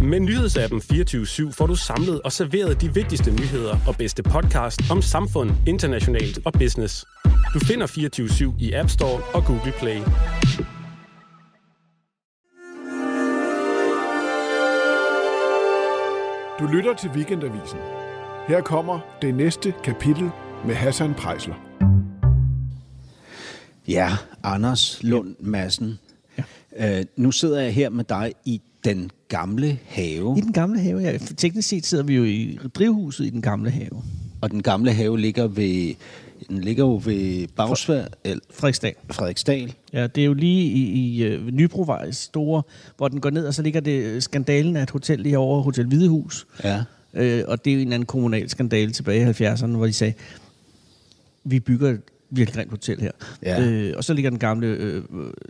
Med nyhedsappen 24-7 får du samlet og serveret de vigtigste nyheder og bedste podcast om samfund, internationalt og business. Du finder 24-7 i App Store og Google Play. Du lytter til Weekendavisen. Her kommer det næste kapitel med Hassan Prejsler. Ja, Anders Lund Madsen. Ja. Øh, nu sidder jeg her med dig i den gamle have, I den gamle have, ja. Teknisk set sidder vi jo i drivhuset i den gamle have. og den gamle have ligger ved den ligger jo ved Bagsvær, eller Frederiksdal. Frederiksdal. Ja, det er jo lige i, i uh, Nybrovejs store, hvor den går ned, og så ligger det øh, skandalen af et hotel lige over Hotel Hvidehus. Ja. Øh, og det er jo en eller anden kommunal skandale tilbage i 70'erne, hvor de sagde, vi bygger et virkelig grimt hotel her. Ja. Øh, og så ligger den gamle øh,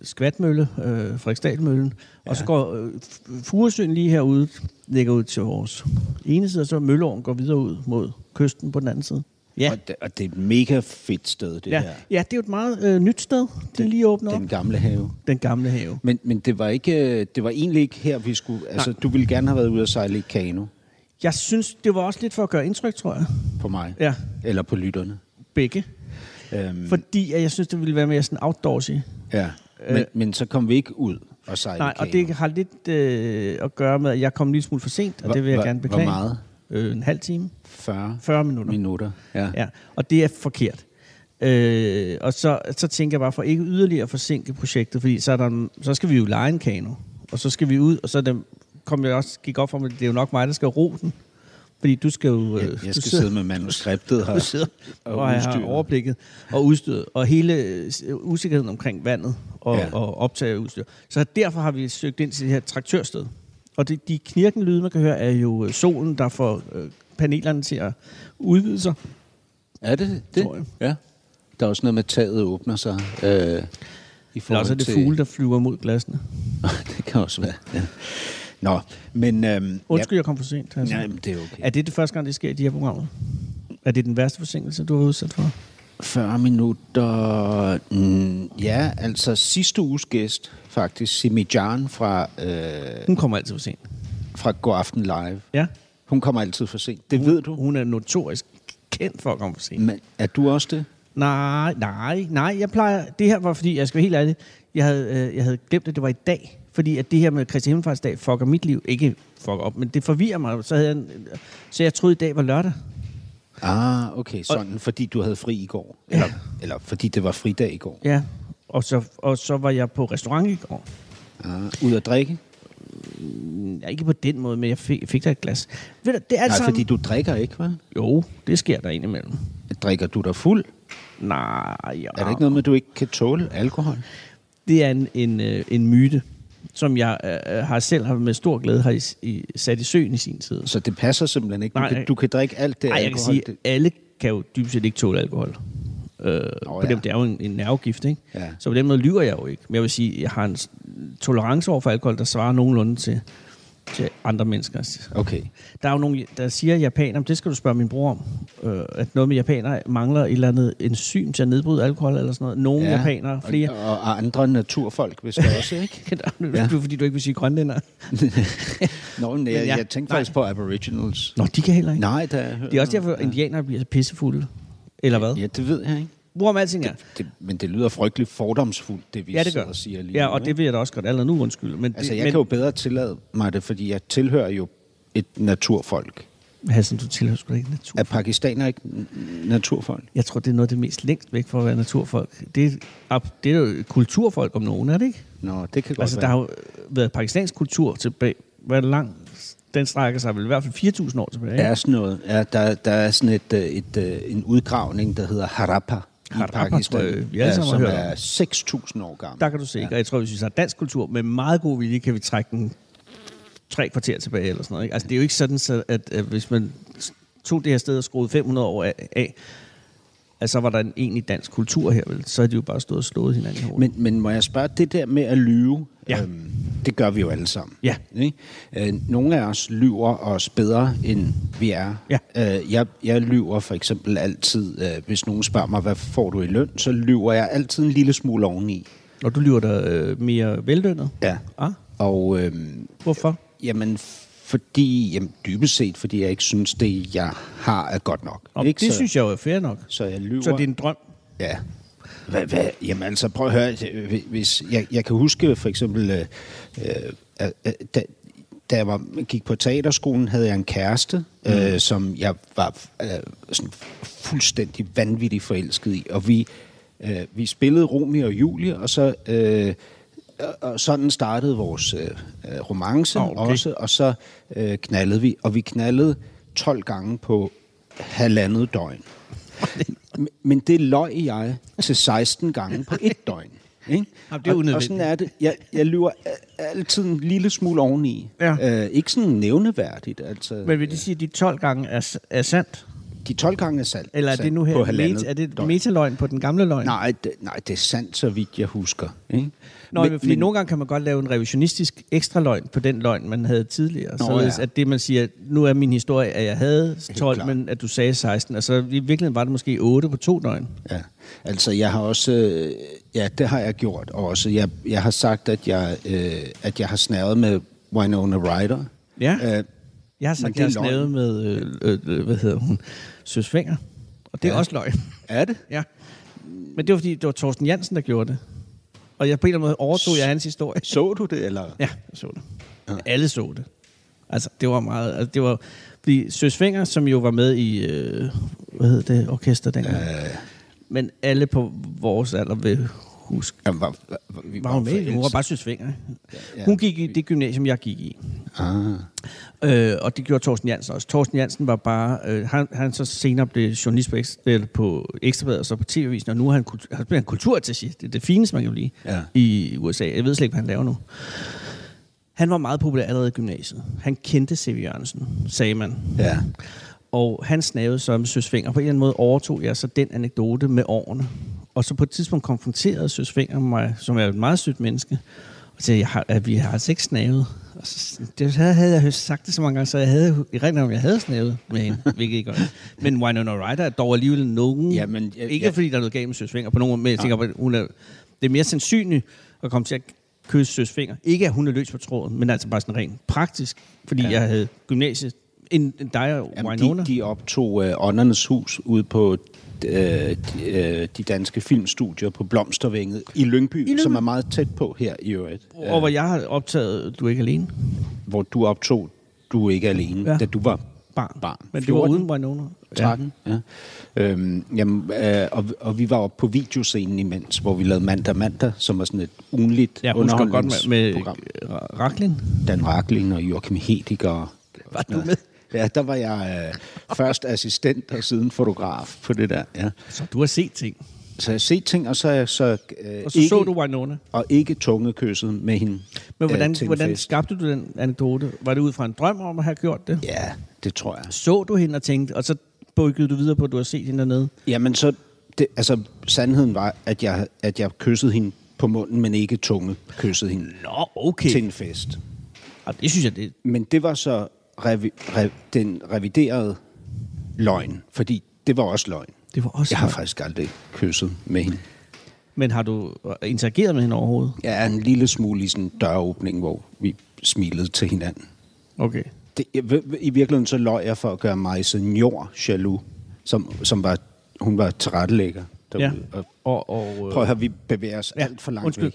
skvatmølle, øh, Frederiksdalmøllen, ja. og så går øh, F- Furesøen lige herude, ligger ud til vores ene side, og så Mølleåen går videre ud mod kysten på den anden side. Ja, Og, det, og det er et mega fedt sted, det ja. her. ja det er jo et meget øh, nyt sted, det er lige åbnet op. Den gamle have. Den gamle have. Men, men det, var ikke, øh, det var egentlig ikke her, vi skulle... Altså, du ville gerne have været ude og sejle i kano Jeg synes, det var også lidt for at gøre indtryk, tror jeg. på mig. Ja. Eller på lytterne. Begge. Øhm, Fordi at jeg synes, det ville være mere sådan outdoorsy. ja. Men, øh, men så kom vi ikke ud og sejlede Nej, og kano. det har lidt øh, at gøre med, at jeg kom en lille smule for sent, og Hvor- det vil jeg hvor- gerne hvor beklage. meget? Øh, en halv time. 40 40 minutter. minutter. Ja. Ja, og det er forkert. Øh, og så, så tænker jeg bare, for ikke yderligere at forsinke projektet, fordi så, er der, så skal vi jo lege en kano, og så skal vi ud, og så er der, kom jeg også, gik op for mig, det er jo nok mig, der skal ro den. Fordi du skal jo... øh, Jeg, du jeg skal sidder- sidde med manuskriptet her. du sidder og, og har udstyret. overblikket og udstyret, og hele øh, s- usikkerheden omkring vandet og, Ja. ja. og optaget udstyr. Så derfor har vi søgt ind til det her traktørsted. Og det, de knirkende lyde, man kan høre, er jo øh, solen, der får øh, panelerne til at udvide sig. Er det det? Tror jeg. Ja. Der er også noget med, at taget åbner sig. Øh, i Eller forhold også er det til... fugle, der flyver mod glassene. det kan også være. Ja. Nå, men... Øhm, Undskyld, jeg kom for sent. Ja, jamen, det er okay. Er det det første gang, det sker i de her programmer? Er det den værste forsinkelse, du har udsat for? 40 minutter... Mm, ja, altså sidste uges gæst, faktisk, Simi Jan fra, øh, Hun kommer altid for sent. fra God Aften Live. Ja. Hun kommer altid for sent. Det ved du. Mm. Hun er notorisk kendt for at komme for sent. Men er du også det? Nej, nej, nej. Jeg plejer... Det her var, fordi jeg skal være helt ærlig, jeg havde, øh, jeg havde glemt, at det var i dag. Fordi at det her med Kristi Himmelfarts dag fucker mit liv. Ikke fucker op, men det forvirrer mig. Så, havde jeg, en- så jeg troede, i dag var lørdag. Ah, okay, sådan, fordi du havde fri i går. Eller, ja. eller fordi det var fridag i går. Ja. Og så, og så var jeg på restaurant i går. Ah, ud at drikke? Ja, ikke på den måde, men jeg fik, fik der et glas. Ved du, det er Nej, altså... fordi du drikker ikke, hva'? Jo, det sker der indimellem. Drikker du dig fuld? Nej, ja. Er det ikke noget med, at du ikke kan tåle alkohol? det er en, en, øh, en myte, som jeg øh, øh, har selv har med stor glæde har i, i, sat i søen i sin tid. Så det passer simpelthen ikke. Du, Nej. kan, du kan drikke alt det Nej, jeg kan alkohol. sige, det- alle kan jo dybest set ikke tåle alkohol. Øh, Nå, Nå, ja. ja. dem, det er jo en, en nervegift, ikke? Ja. Så på den måde lyver jeg jo ikke. Men jeg vil sige, jeg har en s- tolerance over for alkohol, der svarer nogenlunde til, til andre menneskers. Okay. Der er jo nogen, der siger japaner, men det skal du spørge min bror om, øh, at noget med japanere mangler et eller andet enzym til at nedbryde alkohol eller sådan noget. Nogle ja. japanere, flere. Og, og andre naturfolk, hvis det også, ikke? Det er fordi, du ikke vil sige grønlænder. Nå, men jeg, Men ja, jeg tænkte nej. faktisk på aboriginals. Nå, de kan heller ikke. Nej, der er... Det er også derfor, at indianere bliver så pissefulde. Eller hvad? Ja, det ved jeg ikke. Hvorom alting er. Det, men det lyder frygteligt fordomsfuldt, det vi Ja, det sidder gør. og siger lige Ja, nu, og det ikke? vil jeg da også godt allerede nu undskylde. Men Altså, det, jeg men, kan jo bedre tillade mig det, fordi jeg tilhører jo et naturfolk. Hassan, du tilhører sgu da ikke natur. Er pakistaner ikke n- naturfolk? Jeg tror, det er noget af det mest længst væk fra at være naturfolk. Det er, ab- det er jo et kulturfolk om nogen, er det ikke? Nå, det kan godt Altså, være. der har jo øh, været pakistansk kultur tilbage. Hvor lang? Den strækker sig vel i hvert fald 4.000 år tilbage. ikke? er sådan noget. Ja, der, der er sådan et, øh, et, øh, en udgravning, der hedder Harappa, Harappa, øh, i Pakistan, tror jeg, vi alle ja, sammen har som hørt om. er 6.000 år gammel. Der kan du se. Ja. Og jeg tror, hvis vi tager dansk kultur, med meget god vilje kan vi trække den tre kvarter tilbage eller sådan noget. Ikke? Altså, det er jo ikke sådan, så at, at hvis man tog det her sted og skruede 500 år af, af at så var der en egentlig dansk kultur her, vel? så havde de jo bare stået og slået hinanden i hovedet. Men, men må jeg spørge, det der med at lyve, Ja. øhm, det gør vi jo alle sammen. Ja. Ikke? Øh, nogle af os lyver os bedre, end vi er. Ja. Øh, jeg, jeg lyver for eksempel altid, øh, hvis nogen spørger mig, hvad får du i løn, så lyver jeg altid en lille smule oveni. Og du lyver dig øh, mere vellønnet? Ja. Ah, Og øhm, hvorfor? Jamen, fordi, jamen, dybest set, fordi jeg ikke synes, det jeg har er godt nok. Og ikke? det så, synes jeg jo er fair nok. så jeg lyver. Så det er en drøm. Ja. Hvad, hvad? Jamen altså, prøv at høre. øh, Hvis jeg, jeg kan huske for eksempel, øh, øh, øh, da, da jeg var, gik på teaterskolen, havde jeg en kæreste, mm. øh, som jeg var øh, sådan fuldstændig vanvittig forelsket i. Og vi, øh, vi spillede Romeo og Julie, og så... Øh, og- og sådan startede vores øh, øh, romance Nå, okay. okay. også, og så øh, knaldede vi. Og vi knaldede 12 gange på halvandet døgn. Men- Men det løg jeg til 16 gange på et døgn. Ikke? Jamen, det er og, og unødvendigt. sådan er det. Jeg, jeg lyver a- altid en lille smule oveni. Ja. Øh, ikke sådan nævneværdigt. Altså, Men vil det sige, at de 12 gange er, s- er sandt? de 12 gange er salt. Eller er salt det nu her, På halvandet met, er det døgn. metaløgn på den gamle løgn? Nej, det, nej, det er sandt, så vidt jeg husker. Ikke? Nå, men, fordi nogle gange kan man godt lave en revisionistisk ekstra løgn på den løgn, man havde tidligere. Nå, således ja. ja. at det, man siger, nu er min historie, at jeg havde 12, klart. men at du sagde 16. Altså i virkeligheden var det måske 8 på to døgn. Ja, altså jeg har også, øh, ja, det har jeg gjort og også. Jeg, jeg har sagt, at jeg, øh, at jeg har snæret med Winona Ryder. Ja. Øh, Jeg har Men sagt, det er jeg snævet med, øh, øh, øh, hvad hedder hun, Søs Fenger. Og det ja. Ja. er også løgn. er det? ja. Men det var fordi, det var Thorsten Jansen, der gjorde det. Og jeg på en eller anden måde overtog jeg hans historie. Så du det, eller? Ja, jeg så det. Ja. Alle så det. Altså, det var meget... Altså, det var... Fordi Søs Fenger, som jo var med i... Øh, hvad hed det? Orkester dengang. Øh. Men alle på vores alder vil huske. Jamen, var, var, var, vi Var hun med? forelskede. Hun var bare Søs Fenger. Ja, ja. ja. Hun gik i det gymnasium, jeg gik i. Ah, Øh, og det gjorde Thorsten Jansen også. Thorsten Jansen var bare... Øh, han, han så senere blev journalist på, Ekstra- eller på Ekstrabladet og så på TV-avisen, og nu er han, kultur, han bliver en kulturattaché. Det er det fineste, man kan blive Ja. i USA. Jeg ved slet ikke, hvad han laver nu. Han var meget populær allerede i gymnasiet. Han kendte C.V. Jørgensen, sagde man. ja. Og han snavede som søsfinger. På en eller anden måde overtog jeg så den anekdote med årene. Og så på et tidspunkt konfronterede søsfinger mig, som er et meget sødt menneske, og sagde, jeg har, at vi har altså ikke snavet. Og så, det havde havde jeg sagt det så mange gange, så jeg havde i rent om, jeg havde snavet med hende, hvilket ikke godt. Men Winona Ryder er dog alligevel nogen. Ja, men jeg- ikke jeg- fordi der er noget galt med søsfinger på nogen måde, men jeg tænker, at hun er, det er mere sandsynligt at komme til at kysse søsfinger. Ikke at hun er løs på tråden, men altså bare sådan rent praktisk, fordi ja. jeg havde gymnasiet en, en dig og Jamen, Winona. de, de optog øh, Åndernes Hus ude på øh, de, øh, de danske filmstudier på Blomstervænget i Lyngby, I Lyngby, som er meget tæt på her i øvrigt. øh, Og hvor jeg har optaget Du er ikke alene. Hvor du optog Du er ikke alene, ja. Ja. da du var Barn. barn. Men det var 14. uden Winona. 13. Ja. Ja. Øhm, jamen, øh, og, og vi var oppe på videoscenen imens, hvor vi lavede Mandag Mandag, som var sådan et ugenligt Ja, hun skal godt med, med underholdningsprogram. Ra- Raklin. Dan Raklin og Joachim Hedig og... Var du med? Ja, der var jeg øh, først assistent og siden fotograf på det der. Ja. Så du har set ting. Så jeg set ting, og så er jeg så, øh, Og så ikke, ikke. så du Winona. og ikke tungekysset med hende. øh, Men hvordan, til en hvordan fest. skabte du den anekdote? Var det ud fra en drøm om at have gjort det? Ja, det tror jeg. Så du hende og tænkte, og så byggede du videre på, at du har set hende dernede? Jamen så, det, altså sandheden var, at jeg, at jeg kyssede hende på munden, men ikke tunge kyssede hende Nå, okay. til en fest. Og det synes jeg, det, Men det var så revi, re, den reviderede løgn, fordi det var også løgn. det var også... Jeg har godt. faktisk aldrig kysset med hende. Men har du øh, interageret med hende overhovedet? Jeg er en lille smule i sådan en døråbning, hvor vi smilede til hinanden. Okay. Det, jeg, ved- I virkeligheden så løg jeg for at gøre mig senior jaloux, som, som var, hun var tilrettelægger Ja. derude. Og Og, og, øh- Prøv at høre, vi bevæger os ja, Ja, alt for langt undskyld. væk.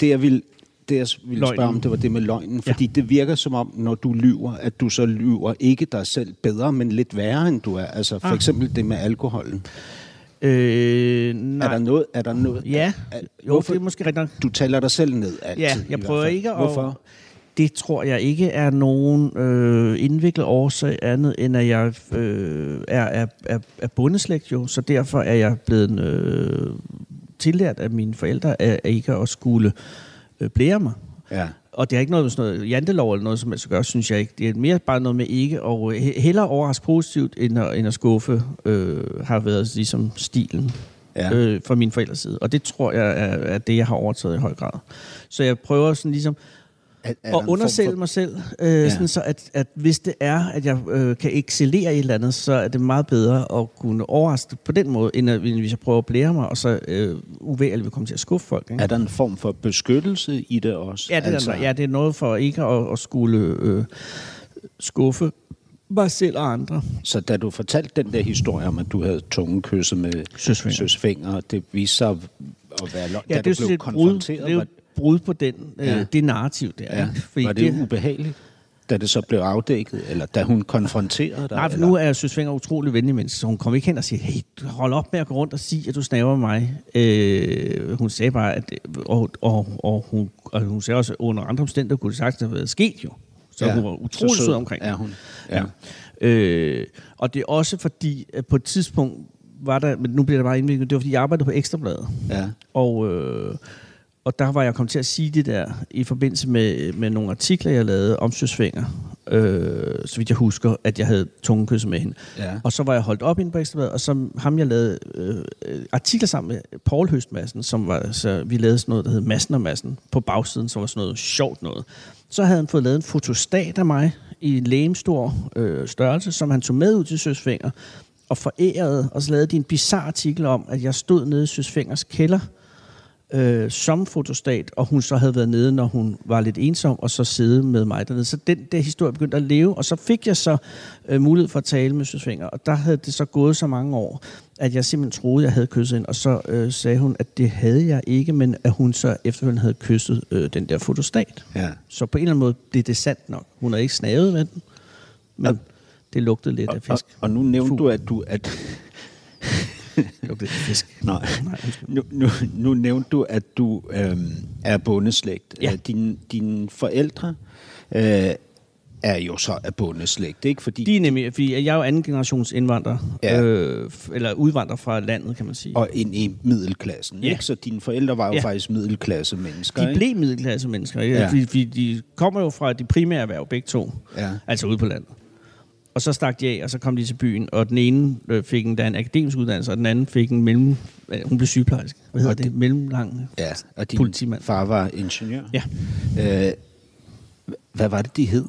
Det jeg ville, det, jeg ville Løgnen. spørge om, det var det med løgnen. Ja. Fordi det virker som om, når du lyver, at du så lyver ikke dig selv bedre, men lidt værre, end du er. Altså for ah. Ah. eksempel det med alkoholen. øh, nej. Er der noget? Er der noget Ja, Er, jo, hvorfor, det er måske rigtigt nok. Du taler dig selv ned altid. Ja, i jeg hvert prøver fald. ikke at... Hvorfor? Det tror jeg ikke er nogen øh, indviklet årsag andet, end at jeg øh, er, er, er, er bundeslægt jo, så derfor er jeg blevet øh, tillært af mine forældre at, at ikke at skulle øh, blære mig. Ja. Og det er ikke noget med sådan noget jantelov eller noget, som helst at gøre, synes jeg ikke. Det er mere bare noget med ikke og hellere overraske positivt, end at, end at skuffe, øh, har været ligesom stilen Ja. ja. øh, fra min forældres side. Og det tror jeg er, er det, jeg har overtaget i høj grad. Så jeg prøver sådan ligesom Er, er der en at form undersælge for- mig selv, øh, ja. sådan så at, at hvis det er, at jeg øh, kan excellere i et eller andet, så er det meget bedre at kunne overraske på den måde, end, at, end hvis jeg prøver at blære mig, og så øh, uværligt vil komme til at skuffe folk. Ikke? Er der en form for beskyttelse i det også? Ja, det, altså, ja, det er noget for ikke at, at skulle øh, skuffe mig selv og andre. Så da du fortalte den der historie om, at du havde tunge kysset med Søsvinger. søsfingre, det viste sig at- at være løgn. Ja, da det er jo du sådan blev et brud, det konfronteret, er jo var, et brud på den, Ja. øh, det narrativ der. ja, ikke? var det, det ubehageligt, da det så blev afdækket, eller da hun konfronterede dig? Nej, for eller? nu er Søs Finger utrolig venlig menneske, så hun kom ikke hen og siger, hey, du- hold op med at gå rundt og sige, at du snaver mig. Øh, hun sagde bare, at, og, og, og, hun, og hun sagde også, at under andre omstændigheder kunne det sagtens have været sket jo. Så ja. hun var utrolig så sød omkring Ja, det. hun. Ja. Øh, og det er også fordi, at på et tidspunkt var der, men nu bliver det bare indviklet, det var fordi, jeg arbejdede på Ekstrabladet. Ja. Og, øh, og der var jeg kommet til at sige det der i forbindelse med, med nogle artikler, jeg lavede om Søsvinger. Øh, så vidt jeg husker, at jeg havde tungekysset med hende. Ja. Og så var jeg holdt op inde på Ekstrabladet, og så ham, jeg lavede øh, øh, artikler sammen med Paul Høstmassen, som var, så vi lavede sådan noget, der hed Massen og Massen på bagsiden, som var sådan noget sjovt noget. Så havde han fået lavet en fotostat af mig i en lægemstor øh, størrelse, som han tog med ud til Søsvinger og forærede, og så lavede de en bizarre artikel om, at jeg stod nede i Søsvingers kælder, øh, som fotostat, og hun så havde været nede, når hun var lidt ensom, og så sidde med mig dernede. Så den der historie begyndte at leve, og så fik jeg så øh, mulighed for at tale med Søsvinger, og der havde det så gået så mange år, at jeg simpelthen troede, jeg havde kysset hende, og så øh, sagde hun, at det havde jeg ikke, men at hun så efterfølgende havde kysset øh, den der fotostat. Ja. Så på en eller anden måde blev det sandt nok. Hun havde ikke snavet med den, men det lugtede lidt af Og, fisk. og nu nævnte Fugl. du, at du... At, Det lugtede af fisk. nej, Nej, undskyld. nu, nu, nu nævnte du, at du øhm, er bondeslægt. Ja. Øh, Dine, dine forældre øh, er jo så af bondeslægt, ikke? Fordi, De er nemlig, fordi jeg er jo anden generations indvandrer, Ja. ja. øh, f- eller udvandrer fra landet, kan man sige. Og og ind i middelklassen, Ja. ikke? Så dine forældre var jo Ja. faktisk middelklasse mennesker, de ikke? blev middelklasse mennesker, ikke? Ja. Ja. Fordi, fordi de kommer jo fra de primære erhverv, begge to, Ja. altså ude på landet. Og så stak de af, og så kom de til byen, og den ene øh, fik en, der er en akademisk uddannelse, og den anden fik en mellem... øh, Hun blev sygeplejerske. Hvad hedder Og det? det- det? Mellemlang... Ja, og din Politimand. far var ingeniør. Ja. Øh, hvad var det, de hed?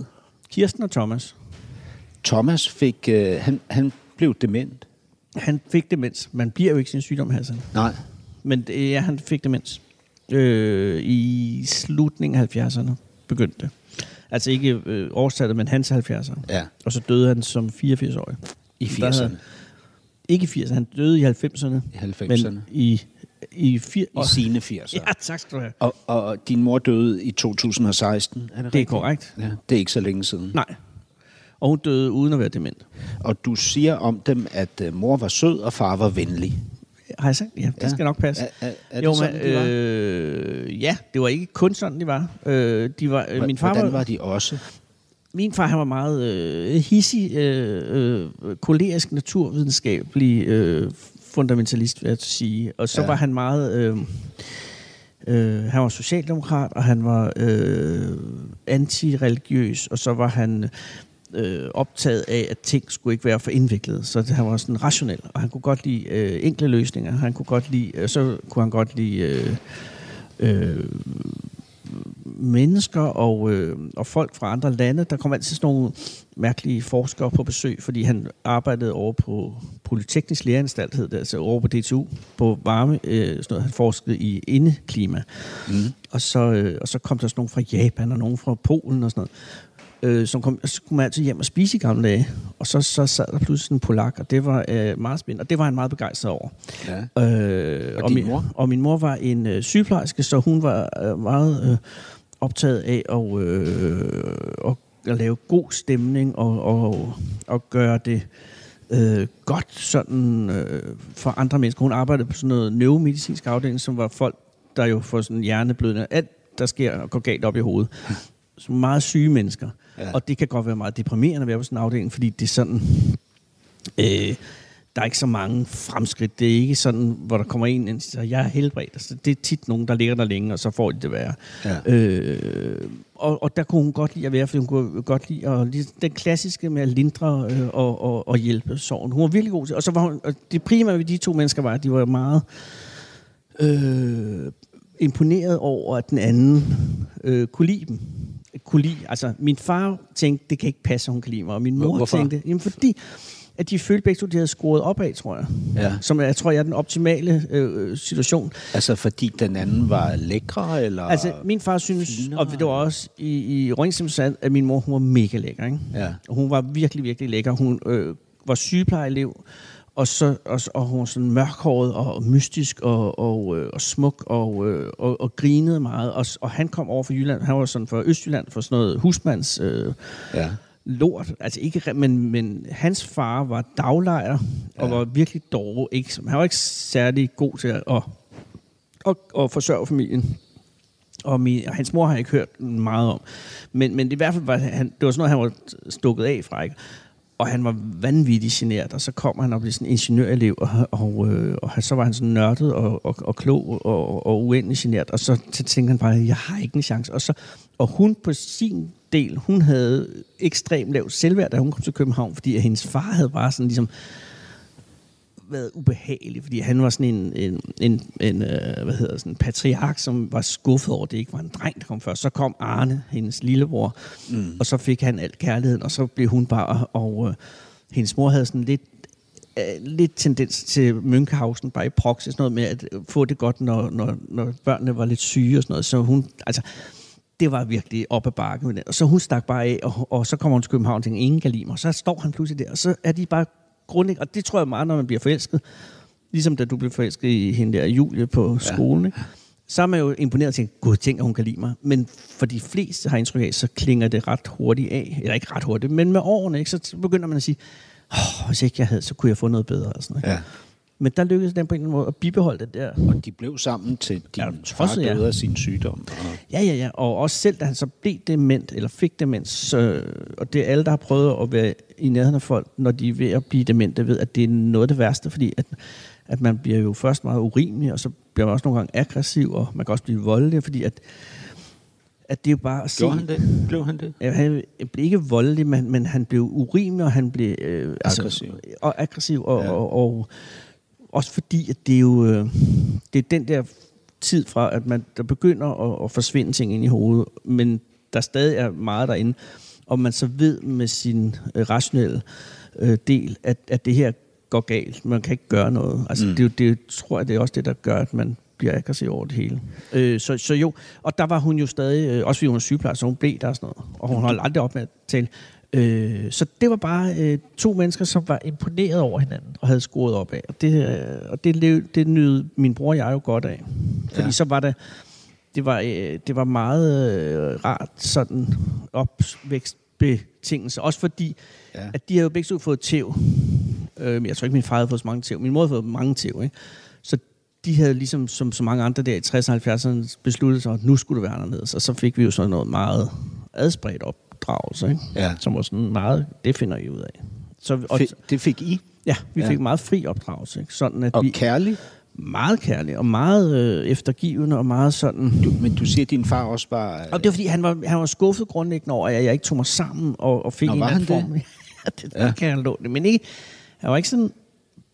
Kirsten og Thomas. Thomas fik... Øh, han, han blev dement. Han fik demens. Man bliver jo ikke sin sygdom, Hassan. Nej. Men øh, ja, han fik demens. Øh, I slutningen af 70'erne begyndte det. Altså ikke øh, årstallet, men hans 70'ere. Ja. Og så døde han som 84-årig. I Der havde- 80'erne. Ikke i 80'erne, han døde i 90'erne. I 90'erne. Men i, i, fir- I sine 80'er. Ja, tak skal du have. Og, og din mor døde i 2016, er det Det er rigtigt? korrekt. Ja, det er ikke så længe siden. Nej. Og hun døde uden at være dement. Og du siger om dem, at øh, mor var sød, og far var venlig. Har jeg sagt? Ja, det Ja. ja. skal nok passe. Er- er- er det jo, sådan, men, de var? øh, ja, det var ikke kun sådan, de var. Øh, de var øh, min far Hvordan var, var de også? Min far han var meget øh, hissig, øh, øh, kolerisk, naturvidenskabelig øh, fundamentalist, vil jeg sige. Og så Ja. ja. var han meget... Øh, øh, han var socialdemokrat, og han var øh, antireligiøs, og så var han øh, optaget af, at ting skulle ikke være for indviklet. Så han var sådan rationel, og han kunne godt lide øh, enkle løsninger. Han kunne godt lide... Øh, så kunne han godt lide... Øh, øh, mennesker og, øh, og folk fra andre lande. Der kom altid sådan nogle mærkelige forskere på besøg, fordi han arbejdede over på Polyteknisk Læreanstalt, hed det, altså over på DTU, på varme. Øh, sådan noget. Han forskede i indeklima. Mm. Og, så, øh, og så kom der sådan nogle fra Japan og nogle fra Polen og sådan noget øh, som kom, så kunne man altid hjem og spise i gamle dage. Og så, så sad der pludselig en polak, og det var øh, meget spændende. Og det var han meget begejstret over. Ja. Øh, og, din min, mor? og min mor var en øh, sygeplejerske, så hun var øh, meget øh, optaget af at, øh, at, at lave god stemning og, og, og gøre det øh, godt sådan øh, for andre mennesker. Hun arbejdede på sådan noget neuromedicinsk afdeling, som var folk, der jo får sådan hjerneblødende. Alt, der sker og går galt op i hovedet. Så meget syge mennesker. Ja. Ja. Og det kan godt være meget deprimerende at være på sådan en afdeling, fordi det er sådan... Øh, der er ikke så mange fremskridt. Det er ikke sådan, hvor der kommer en ind og siger, jeg er helbredt. Altså, det er tit nogen, der ligger der længe, og så får de det værre. Ja. Øh, og, og der kunne hun godt lide at være, fordi hun kunne godt lide at, lige- den klassiske med at lindre øh, og, og, og hjælpe sorgen. Hun var virkelig god til Og så var hun, og det primære ved de to mennesker var, at de var meget øh, imponeret over, at den anden øh, kunne lide dem. Kunne lide, altså, min far tænkte, det kan ikke passe, at hun kan lide mig, og min mor Hvorfor? tænkte, jamen fordi, at de følte begge to, de havde scoret opad, tror jeg. Ja. Som jeg tror, jeg er den optimale øh, situation. Altså fordi den anden var lækre, eller... Altså, min far synes, finere. og det var også i, i Rønningshjem Sand, at min mor, hun var mega lækker, ikke? Ja. Og Hun var virkelig, virkelig lækker. Hun øh, var sygeplejeelev, og, så, og, og hun var sådan mørkhåret og mystisk og, og, øh, og smuk og, øh, og, og grinede meget. Og, s- og han kom over fra Jylland, han var sådan fra Østjylland, for sådan noget husmands... Øh, Ja. lort. Altså ikke, re- men, men hans far var daglejer og var virkelig dårlig. Ikke, som- han var ikke særlig god til at, at, at, at forsørge familien. Og, min, og hans mor har jeg ikke hørt meget om. Men, men i hvert fald var han, det var sådan noget, han var stukket af fra. Ikke? Og han var vanvittigt generet, og så kom han og blev sådan ingeniørelev, og, og, øh, og han- så var han sådan nørdet og, og, og klog og, og uendelig generet, og så t- tænkte han bare, jeg har ikke en chance. Og, så, og hun på sin del, hun havde ekstremt lavt selvværd, da hun kom til København, fordi hendes far havde bare sådan ligesom, været ubehagelig, fordi han var sådan en, en, en, en øh, hvad hedder det, sådan en patriark, som var skuffet over, at det ikke var en dreng, der kom først. Så kom Arne, hendes lillebror, mm. og så fik han alt kærligheden, og så blev hun bare, og øh, hendes mor havde sådan lidt øh, lidt tendens til Münchhausen bare i proxy, sådan noget med at øh, få det godt, når, når, når børnene var lidt syge og sådan noget. Så hun, altså, det var virkelig op ad bakke med den. Og så hun stak bare af, og, og så kommer hun til København og tænker, ingen kan lide mig. Og så står han pludselig der, og så er de bare grundlæggende, og det tror jeg meget, når man bliver forelsket. Ligesom da du blev forelsket i hende der, Julie, på skolen. Ikke? Så er man jo imponeret og tænker, gud, tænk, at hun kan lide mig. Men for de fleste har jeg indtryk af, så klinger det ret hurtigt af. Eller ikke ret hurtigt, men med årene, ikke? så t- begynder man at sige, oh, hvis ikke jeg havde, så kunne jeg få noget bedre. Og sådan, noget, ikke? Ja. Men der lykkedes den på en eller anden måde at bibeholde det der. Og de blev sammen til din Ja, ja, far tosset, ja. døde af sin sygdom. Og, Ja, ja, ja. Og også selv da han så blev dement, eller fik demens, øh, og det er alle, der har prøvet at være i nærheden af folk, når de er ved at blive demente, ved, at det er noget af det værste, fordi at, at man bliver jo først meget urimelig, og så bliver man også nogle gange aggressiv, og man kan også blive voldelig, fordi at, at det er jo bare at se... Gjorde han det? Blev han det? Ja, han blev ikke voldelig, men, men han blev urimelig, og han blev... Øh, Aggressiv. og aggressiv, og, ja. og, og, også fordi, at det er jo... Øh, det er den der tid fra, at man der begynder at, at forsvinde ting ind i hovedet, men der stadig er meget derinde, og man så ved med sin øh, rationelle øh, del, at, at det her går galt. Man kan ikke gøre noget. Altså, mm. det, er jo- det er jo- tror jeg, det er også det, der gør, at man bliver aggressiv over det hele. Øh, så, så jo, og der var hun jo stadig, øh, også fordi hun var sygeplejerske, så hun blev der og sådan noget, og hun holdt aldrig op med at tale. Øh, så det var bare øh, to mennesker, som var imponeret over hinanden og havde scoret op af. Og det, øh, og det, lev, det nød min bror og jeg jo godt af. Fordi ja. så var det, det var, øh, det var meget øh, rart sådan opvækstbetingelser. Også fordi, ja. Ja. at de havde jo begge to fået tæv. Øh, men jeg tror ikke, min far havde fået så mange tæv. Min mor havde fået mange tæv, ikke? Så de havde ligesom, som så mange andre der i 60'erne og 70'erne, besluttet sig, at nu skulle det være anderledes. Og så fik vi jo sådan noget meget adspredt opdragelse, ikke? Ja. Som var sådan meget, det finder I ud af. Så, og, Fe- det fik I? ja, vi Ja. fik meget fri opdragelse, ikke? Sådan at Og vi... kærlig? Meget kærlige, og meget øh, eftergivende, og meget sådan... Du, men du siger, at din far også var... Og det var fordi, han var, han var skuffet grundlæggende over, at jeg ikke tog mig sammen og, og fik Nå, en var anden han form. det? Ja, det, ja. kan jeg låne. Men ikke, han var ikke sådan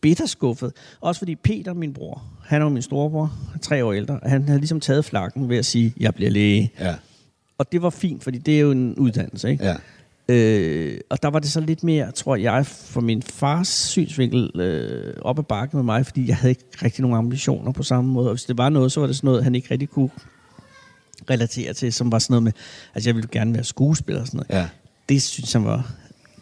bitter skuffet. Også fordi Peter, min bror, han var min storebror, tre år ældre, og han havde ligesom taget flakken ved at sige, jeg bliver læge. øh, Ja. Og det var fint, fordi det er jo en uddannelse, ikke? Ja. Øh, og der var det så lidt mere, tror jeg, fra min fars synsvinkel øh, op ad bakken med mig, fordi jeg havde ikke rigtig nogen ambitioner på samme måde. Og hvis det var noget, så var det sådan noget, han ikke rigtig kunne relatere til, som var sådan noget med, altså jeg ville gerne være skuespiller og sådan noget. Ja. Det synes han var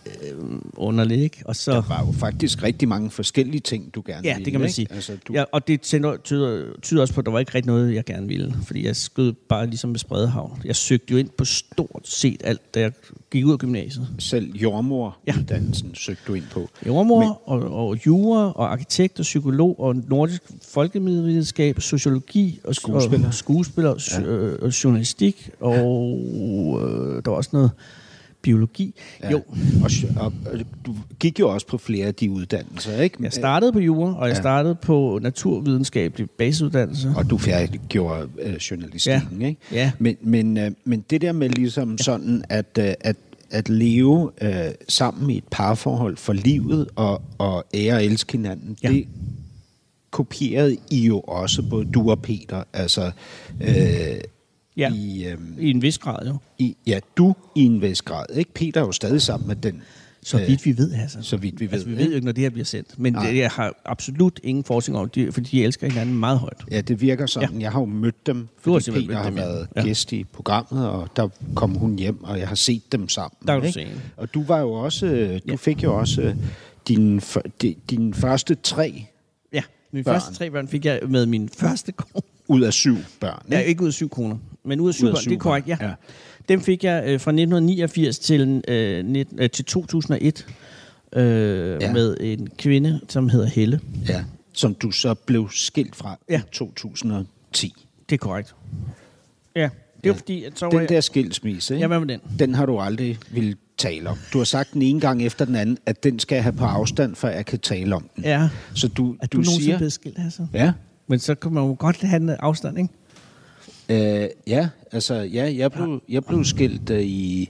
øh, underligt, ikke? Og så, Der var jo faktisk rigtig mange forskellige ting, du gerne ja, ville. det kan man ikke? sige. Altså, du, ja, og det tænder, tyder, tyder også på, at der var ikke rigtig noget, jeg gerne ville. Fordi jeg skød bare ligesom med spredehavn. Jeg søgte jo ind på stort set alt, da jeg gik ud af gymnasiet. Selv jordmoruddannelsen ja. søgte du ind på. jordmor og, og jura og arkitekt og psykolog og nordisk folkemiddelvidenskab, sociologi og Skuespiller. og, skuespiller ja. øh, og journalistik og øh, der var også noget biologi. Ja. Jo, Og, sj- og, og du gik jo også på flere af de uddannelser, ikke? Øh, jeg startede på jura, og jeg ja. startede på naturvidenskabelig basisuddannelse. og du færdiggjorde øh, journalistikken, Ja. ikke? Ja. Men, men, øh, men det der med ligesom sådan, at, øh, at, at leve øh, sammen i et parforhold for livet og, og ære og elske hinanden, Ja. ja. det kopierede I jo også, både du og Peter, altså øh, Ja, i, i, øh, i en vis grad jo. i, ja, du i en vis grad, ikke? Peter er jo stadig sammen med den Så vidt vi ved, altså. så vidt vi ved, Altså, vi ved ikke? jo ikke, når det her bliver sendt. Men Nej. det, jeg har absolut ingen forskning om det, fordi de elsker hinanden meget højt. Ja, det virker sådan. Ja. Jeg har jo mødt dem, Du har fordi simpelthen Peter har mødt dem, ja. været Ja. gæst i programmet, og der kom hun hjem, og jeg har set dem sammen. Der kan du ikke? se hende. Og du var jo også, øh, du Ja. fik jo også øh, dine fø- di- dine første tre Ja, mine Børn. børn. første tre børn fik jeg med min første kone. ud af syv børn. Ja, ikke? ikke ud af syv kroner, men ud af syv, Ud af ud af syv det er korrekt, ja. kroner, ja. ja. Dem fik jeg øh, fra 1989 til, øh, net, øh, til 2001 øh, ja. med en kvinde, som hedder Helle. Ja. Som du så blev skilt fra ja. Ja. i 2010. Det er korrekt. Ja, det er ja. fordi, at så var Den jeg... der skilsmisse, ikke? Ja, hvad med den? den har du aldrig ville tale om. Du har sagt den ene gang efter den anden, at den skal jeg have på afstand, før jeg kan tale om den. Ja. Så du, Er du, du, du nogensinde siger... blevet skilt, altså? Ja, Men så kan man jo godt have en afstand, ikke? Øh, ja, altså ja, jeg blev, jeg blev skilt øh, i,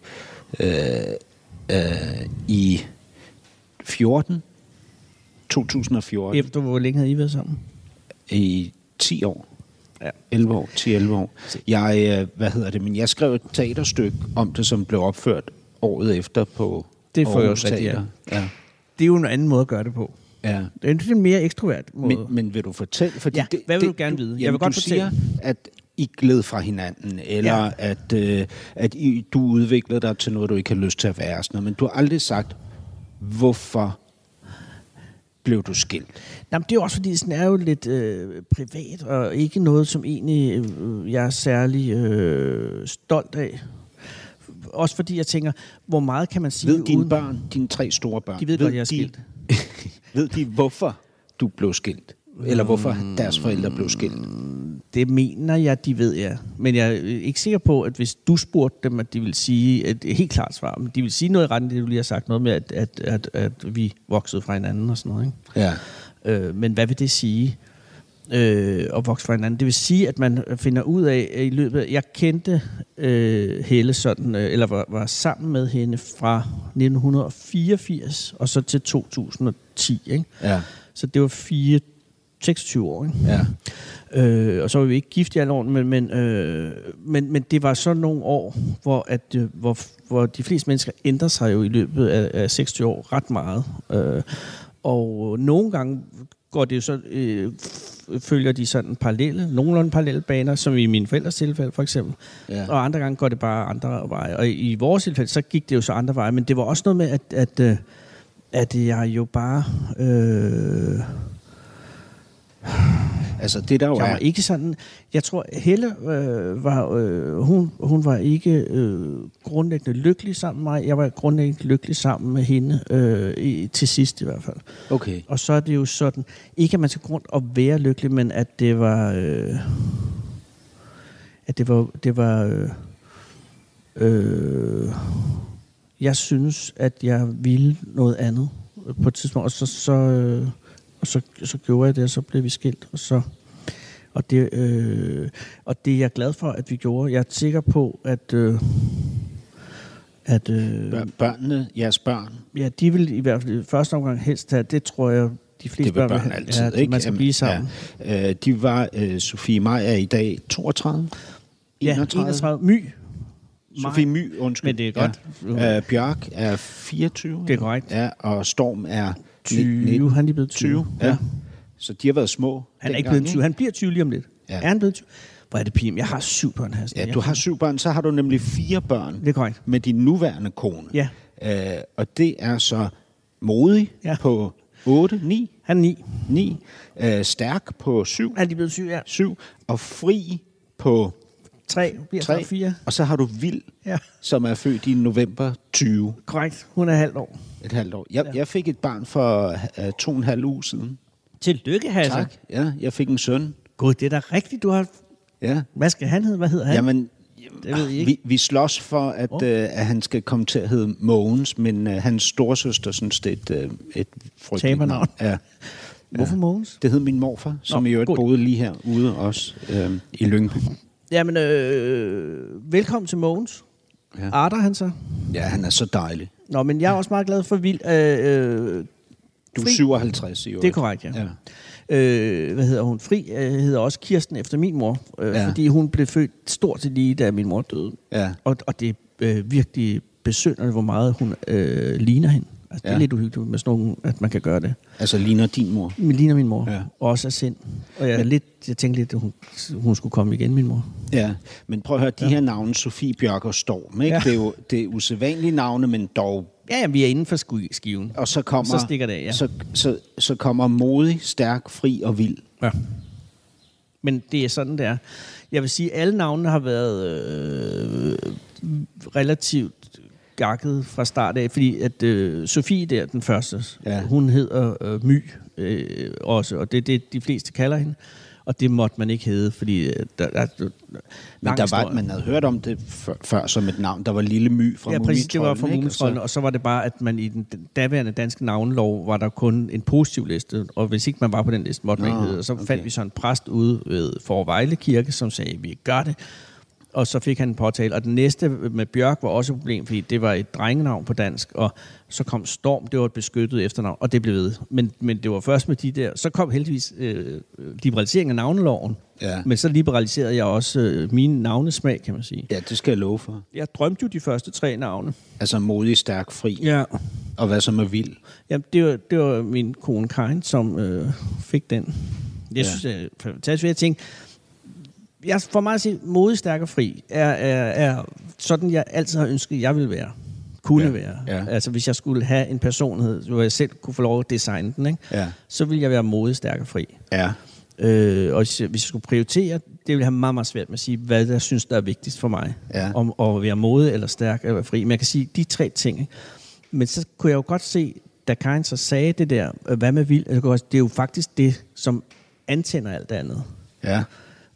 øh, øh, i 14, 2014, yep. Efter hvor længe havde I været sammen? i 10 år. Ja. 11 år, 10-11 år. Jeg, øh, hvad hedder det, men jeg skrev et teaterstykke om det, som blev opført året efter på Det får jeg Aarhus også rigtigt, ja. Teater. Ja. Det er jo en anden måde at gøre det på. ja. Det er en mere ekstrovert måde. Men, men vil du fortælle? Fordi Ja, hvad vil du gerne vide? Jeg jamen, vil godt du fortælle. siger, at I gled fra hinanden, eller ja. Ja. at, øh, at I, du udviklede dig til noget, du ikke har lyst til at være. og Sådan noget, men du har aldrig sagt, hvorfor blev du skilt? Jamen, det er jo også fordi, sådan er jo lidt øh, privat, og ikke noget, som egentlig øh, jeg er særlig øh, stolt af. Også fordi jeg tænker, hvor meget kan man sige Ved dine uden... børn, dine tre store børn, De ved godt, jeg er skilt. ved de, hvorfor du blev skilt? Eller hvorfor deres forældre blev skilt? Det mener jeg, de ved, ja. Men jeg er øh, ikke sikker på, at hvis du spurgte dem, at de ville sige et et helt klart svar. Men de vil sige noget i retten, det du lige har sagt, noget med, at, at, at, at vi voksede fra hinanden og sådan noget, ikke? Ja. Øh, men hvad vil det sige øh, at vokse fra hinanden? Det vil sige, at man finder ud af at i løbet af... Jeg kendte øh, Helle sådan, øh, eller var, var sammen med hende fra 1984 og så til 2010. Ikke? Ja. Så det var fire, 26 år. Ikke? Ja. Øh, og så var vi ikke gift i alle årene, men, men, øh, men, men det var sådan nogle år, hvor, at, øh, hvor, hvor de fleste mennesker ændrer sig jo i løbet af, af 60 år ret meget. Øh, og nogle gange går det jo så, øh, f- følger de sådan parallelle, nogenlunde parallelle baner, som i mine forældres tilfælde for eksempel. Ja. Ja. Og andre gange går det bare andre veje. Og i vores tilfælde, så gik det jo så andre veje, men det var også noget med, at, at, øh, at jeg jo bare... Øh, Altså, det der jo jeg var er... ikke sådan... Jeg tror, Helle øh, var... Øh, hun, hun var ikke øh, grundlæggende lykkelig sammen med mig. Jeg var grundlæggende lykkelig sammen med hende, øh, i, til sidst i hvert fald. Okay. Og så er det jo sådan... Ikke, at man skal gå rundt og være lykkelig, men at det var... Øh, at det var... Det var øh, øh, jeg synes, at jeg ville noget andet øh, på et tidspunkt, og så, så, øh, og så, så gjorde jeg det, og så blev vi skilt, og så... Og det, øh, og det er jeg glad for, at vi gjorde. Jeg er sikker på, at... Øh, at øh, Bør- Børnene, jeres børn, Ja, de vil i hvert fald i første omgang helst have, det tror jeg, de fleste det vil vil børn have. altid, ja, ikke? Man skal Jamen, blive sammen. Ja. Øh, de var, øh, Sofie Maj er i dag 32? Ja, 31. 31. My. Sofie My, undskyld. Men det er godt. Ja. Øh, Bjørk er 24. Det er korrekt. Ja, og Storm er 20. 19, Han er lige blevet 20. Ja. ja. Ja. Så de har været små. Han er ikke dengang, blevet 20. Han bliver 20 lige om lidt. Ja. Ja. Er han blevet 20? Hvor er det pim? Jeg har syv børn her. Ja, du har syv børn, så har du nemlig fire børn Det er korrekt. med din nuværende kone. Ja. Øh, og det er så modig Ja. på 8, 9, Han er 9. 9, øh, stærk på 7, Han er lige blevet 7, ja. 7 og fri på 3 bliver Tre. 3. 4. Og så har du Vild, ja. Ja. som er født i november 20, Korrekt. Hun er halvt år. et halvt år. Jeg, ja. jeg fik et barn for uh, to og en halv uge siden. Tillykke, Hasse. Tak. Ja, jeg fik en søn. Gud, det er da rigtigt, du har... Ja. Hvad skal han hedde? Hvad hedder han? Jamen, ah, Det ved I ikke. vi, vi slås for, at, oh. øh, at han skal komme til at hedde Mogens, men øh, hans storsøster synes, det er et, øh, et frygteligt Tabernavn. navn. Ja. Hvorfor Mogens? Det hed min morfar, som Nå, Nå, i øvrigt god. boede lige herude også øh, i Lyngby. Jamen, øh, velkommen til Mogens. Ja. Ja. Arter han så? Ja, han er så dejlig. Nå, men jeg er også meget glad for vild. Øh, øh, Du er Fri. 57 i øvrigt. det er korrekt, ja. ja. ja. Øh, hvad hedder hun? Fri øh, hedder også Kirsten efter min mor, øh, Ja. ja. fordi hun blev født stort set lige, da min mor døde. Ja. Og, og det er øh, virkelig besynderligt, hvor meget hun øh, ligner hende. Altså, det er Ja. lidt uhyggeligt med sådan nogle, at man kan gøre det. Altså ligner din mor. Men ligner min mor. Ja. Ja. Også af sind. Og jeg, er lidt, jeg tænkte lidt, at hun, hun skulle komme igen, min mor. Ja, men prøv at høre, de her navne, Sofie Bjørk og Storm, ikke? Ja. Ja. Det er jo det er usædvanlige navne, men dog Ja, ja, vi er inden for sku- skiven. og så kommer Så stikker det af, ja. så, så, så kommer modig, stærk, fri og vild. Ja. Men det er sådan, det er. Jeg vil sige, at alle navnene har været øh, relativt gakket fra start af, fordi at øh, Sofie der, den første, ja. Ja. hun hedder øh, My øh, også, og det er det, de fleste kalder hende. Og det måtte man ikke hedde, fordi øh, der, der, der, Men der var, man havde hørt om det før, før som et navn. Der var Lille My fra ja, præcis, det var fra Altså- Mumitroldene, ikke? Mumitrollen, og så var det bare, at man i den den daværende danske navnelov, var der kun en positiv liste, og hvis ikke man var på den liste, måtte man Nå, ikke hedde. Og så okay. okay. fandt vi så en præst ude ved Forvejle Kirke, som sagde, vi gør det. Og så fik han en påtale. Og den næste med Bjørk var også et problem, fordi det var et drengenavn på dansk, og så kom Storm, det var et beskyttet efternavn, og det blev ved. Men, men det var først med de der, så kom heldigvis øh, liberaliseringen af navneloven, Ja. men så liberaliserede jeg også øh, min navnesmag, kan man sige. Ja, det skal jeg love for. Jeg drømte jo de første tre navne. Altså modig, stærk, fri. Ja. Ja, Og hvad så med vild? ja det, var, det var min kone Karin, som øh, fik den. Jeg ja. Ja. synes, det er fantastisk. Jeg tænkte, jeg, for mig at se, modig, stærk og fri er, er, er sådan, jeg altid har ønsket, jeg ville være. Kunne ja. Ja, være. ja. Altså, hvis jeg skulle have en personlighed, hvor jeg selv kunne få lov at designe den, ikke? Ja. så ville jeg være modig, stærk og fri. Ja. Øh, og hvis jeg, hvis jeg skulle prioritere, det ville jeg have meget, meget svært med at sige, hvad jeg synes, der er vigtigst for mig. Ja. Om at være modig eller stærk eller være fri. Men jeg kan sige de tre ting. Ikke? Men så kunne jeg jo godt se, da Karin så sagde det der, øh, hvad med vild, altså, jeg kunne også- det er jo faktisk det, som antænder alt det andet. Ja.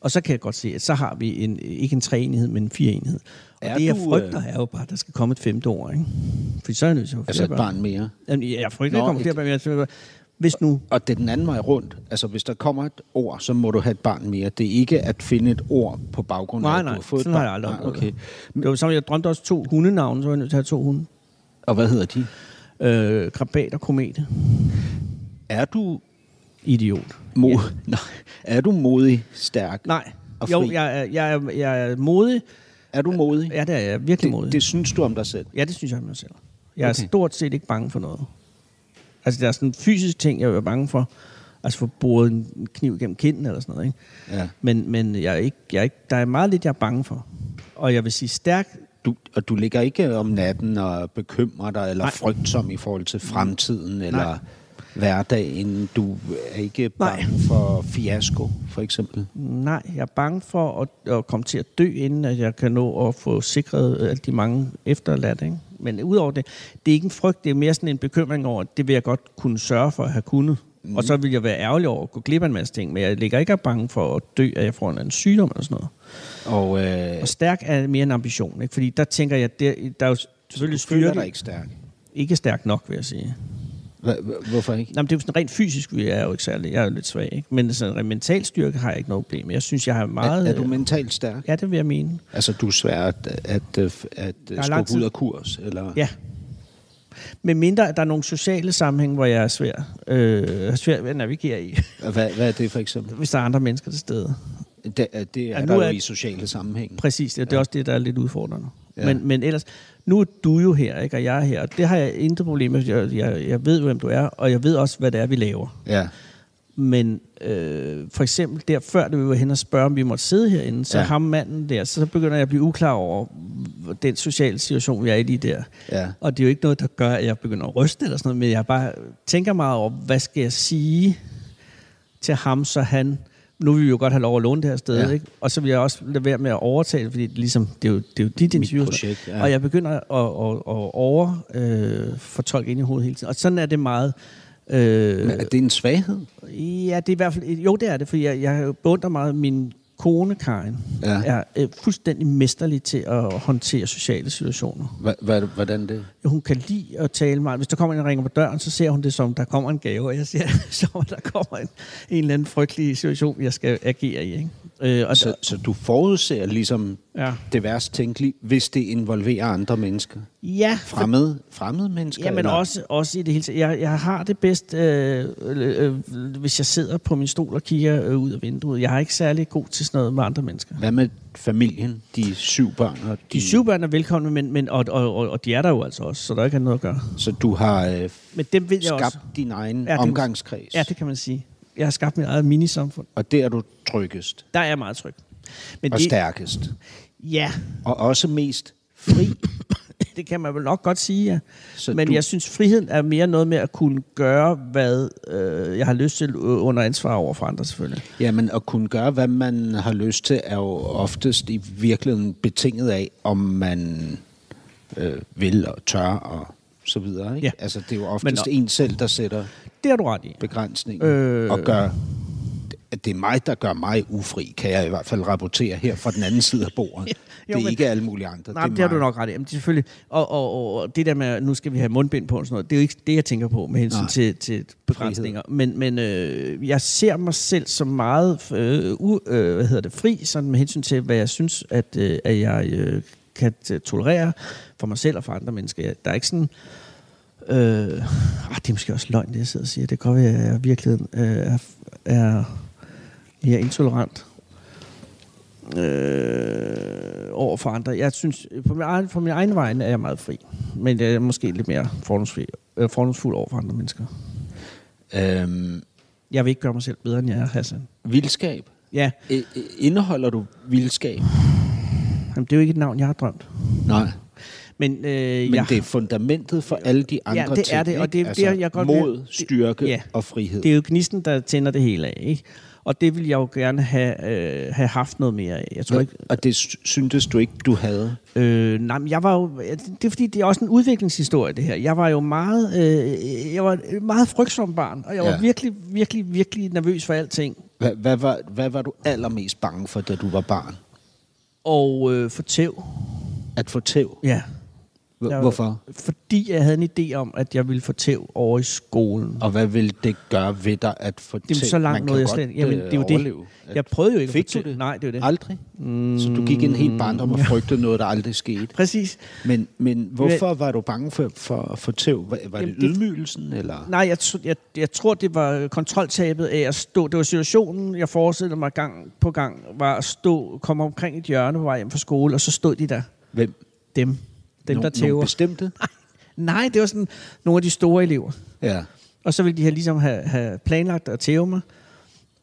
Og så kan jeg godt se, at så har vi en, ikke en treenighed, men en fireenhed. Og Er det, jeg du, øh, frygter, er jo bare, at der skal komme et femte år. Ikke? For så er jeg nødt til at få Altså flere et barn mere. Jamen, ja, Jeg frygter, at Nå, der kommer flere et- børn. men jeg tænker, Hvis nu Og det er den anden vej rundt. Altså, hvis der kommer et ord, så må du have et barn mere. Det er ikke at finde et ord på baggrund af, Nej, at du nej, har fået sådan et har barn. jeg aldrig nej, oplevet okay. Det var som, jeg drømte også to hundenavne, så var jeg nødt til at have to hunde. Og hvad hedder de? Øh, krabat og komete. Er du, Idiot. mo- ja. nej. er du modig, stærk? Nej. Og Jo, fri. jeg, er- jeg, er, jeg er modig. Er du modig? Ja, det er jeg. Virkelig modig. det, det synes du om dig selv? Ja, det synes jeg om mig selv. Jeg okay. er Okay. stort set ikke bange for noget. Altså, der er sådan en fysisk ting, jeg er bange for. Altså, for boret en kniv gennem kinden eller sådan noget, ikke? Ja. Men, men jeg er ikke, jeg er ikke, der er meget lidt, jeg er bange for. Og jeg vil sige stærk, Du, og du ligger ikke øh, om natten og bekymrer dig, eller Nej. Nej. frygtsom i forhold til fremtiden, eller hverdagen. Du er ikke Nej. bange for fiasko, for eksempel. Nej, jeg er bange for at, at komme til at dø, inden at jeg kan nå at få sikret øh, alle de mange efterladte. Ikke? Men udover det, det er ikke en frygt, det er mere sådan en bekymring over, at det vil jeg godt kunne sørge for at have kunnet. Mm. Og så vil jeg være ærgerlig over at gå glip af en masse ting, men jeg ligger ikke og er bange for at dø, at jeg får en eller anden sygdom eller sådan noget. Og, øh, Og stærk er mere en ambition, ikke? fordi der tænker jeg, der, der er jo selvfølgelig du føler styrke, dig ikke. ikke stærk. ikke stærk nok, vil jeg sige. Hva- hva- Hvorfor ikke? Nå, men det er jo sådan rent fysisk, vi er jo ikke særlig, jeg er jo lidt svag, ikke? men sådan, rent mental styrke har jeg ikke noget problem. med. Jeg synes, jeg har meget... Er, er du øh, mentalt stærk? Ja, det vil jeg mene. Altså, du er svær at, at, at, at øh, er lang skubbe tid. ud af kurs? Eller? Ja. Men mindre, at der er nogle sociale sammenhæng, hvor jeg er svær, øh, svær ved at navigere i, Og Hvad, hvad er det for eksempel? hvis der er andre mennesker til stede. Det, er- det er nu der jo er- i sociale sammenhæng. Præcis, det, det er også det, der er lidt udfordrende. Ja. Ja. Men, men ellers, nu er du jo her, ikke, og jeg er her, og det har jeg intet problem med. Jeg, jeg, jeg ved, hvem du er, og jeg ved også, hvad det er, vi laver. Ja. Men øh, for eksempel der, før da vi var hen og spørge, om vi måtte sidde herinde, så ja. Ja. ham manden der, så begynder jeg at blive uklar over h- den sociale situation, vi er i lige der. Ja. Og det er jo ikke noget, der gør, at jeg begynder at ryste eller sådan noget, men jeg bare tænker meget over, hvad skal jeg sige til ham, så han... Nu vil vi jo godt have lov at låne det her sted, ja. Ja. ikke? Og så vil jeg også lade være med at overtale, fordi det, ligesom, det, er jo, det er jo dit interview. projekt, ja. Og jeg begynder at, at, at over øh, fortolke ind i hovedet hele tiden. Og sådan er det meget... Øh, Men er det en svaghed? Ja, det er i hvert fald... Jo, det er det, for jeg, jeg beundrer meget min kone, Karin. Ja. er øh, fuldstændig mesterlig til at håndtere sociale situationer. Hva, hva, hvordan det? Hun kan lide at tale meget. Hvis der kommer en og ringer på døren, så ser hun det som, der kommer en gave, og jeg ser det som, at der kommer en, en eller anden frygtelig situation, jeg skal agere i. Ikke? Øh, og Så, så du forudser ligesom Ja. det værst tænkelige, hvis det involverer andre mennesker. Ja, for Fremmede, fremmede mennesker? Ja, men eller- også, også i det hele taget. Jeg, jeg har det bedst, øh, øh, øh, hvis jeg sidder på min stol og kigger øh, ud af vinduet. Jeg er ikke særlig god til sådan noget med andre mennesker. Hvad med familien? De syv børn? Og de, De syv børn er velkomne, men, men, og, og, og, og de er der jo altså også, så der er ikke noget at gøre. Så du har øh, Men dem ved jeg skabt også. din egen Ja, det- omgangskreds? Ja, det kan man sige. Jeg har skabt mit eget minisamfund. Og der er du tryggest Der er jeg meget tryg. Men og det- stærkest. Ja, Og også mest fri. det kan man vel nok godt sige, ja. Så Men du- du... jeg synes, friheden er mere noget med at kunne gøre, hvad øh, jeg har lyst til, øh, under ansvar over for andre selvfølgelig. Jamen, at kunne gøre, hvad man har lyst til, er jo oftest i virkeligheden betinget af, om man øh, vil og tør og så videre. Ikke? Ja. Altså, det er jo oftest og- Men, en selv, der sætter Det har du ret i. begrænsningen øh, Øh. og gør... At det er mig, der gør mig ufri, kan jeg i hvert fald rapportere her fra den anden side af bordet. jo, det er men- ikke alle mulige andre. Nej, det, det er har du mig. nok ret i. Jamen, det er selvfølgelig. Og, og, og, og det der med, at nu skal vi have mundbind på og sådan noget, det er jo ikke det, jeg tænker på med hensyn Nej. til, til begrænsninger. Men, men øh, jeg ser mig selv som meget øh, u, øh, hvad hedder det, fri sådan med hensyn til, hvad jeg synes, at, øh, at jeg øh, kan t- tolerere for mig selv og for andre mennesker. Jeg- Der er ikke sådan... Øh, ah, det er måske også løgn, det jeg sidder og siger. Det kan godt være, at jeg i virkeligheden øh, er, er mere intolerant øh, over for andre. Jeg synes, på min, egen, på min egen vegne er jeg meget fri, men jeg er måske lidt mere fordomsfri, øh, fordomsfuld over for andre mennesker. Øhm, Jeg vil ikke gøre mig selv bedre, end jeg er, Hassan. vildskab. Ja, Øh, øh, indeholder du vildskab? jamen, det er jo ikke et navn, jeg har drømt. Nej. Men, øh, Men jeg, det er fundamentet for alle de andre det er ting. det, og ikke? Altså, det er- det er jeg godt mod, ved. styrke Ja. og frihed. det er jo gnisten, der tænder det hele af, ikke? Og det ville jeg jo gerne have, øh, have haft noget mere af. Jeg tror ikke, Og det sy- syntes du ikke, du havde. Øh, nej, men jeg var jo, det er fordi, det er også en udviklingshistorie, det her. Jeg var jo meget, øh, jeg var et meget frygtsom barn, og jeg var Ja. virkelig, virkelig, virkelig nervøs for alting. Hva, hvad, var, hvad var du allermest bange for, da du var barn? Og øh, for tæv. At få tæv? Ja. H- Jeg- Hvorfor? Fordi jeg havde en idé om, at jeg ville få tæv over i skolen. Og hvad ville det gøre ved dig at få Jamen, tæv? så langt Man nåede kan jeg godt, slet ikke. Jamen, øh, det er jo det. overleve. Jeg prøvede jo ikke at Fik få du tæv. det? Nej, det er jo det. Aldrig? Mm, så du gik en hel barndom Mm. og frygtede noget, der aldrig skete? Præcis. Men, men hvorfor var du bange for, for at få tæv? Var, var Jamen, det det- ydmygelsen? Eller? Nej, jeg, tr- jeg, jeg tror, det var kontroltabet af at stå. Det var situationen, jeg forestillede mig gang på gang, var at stå, komme omkring et hjørne på vej hjem fra skole, og så stod de der. Hvem? Dem. Dem, Nogen- der tæver. Nogen bestemte? Nej, det var sådan nogle af de store elever. Ja. Og så ville de have, ligesom have, have planlagt at tæve mig.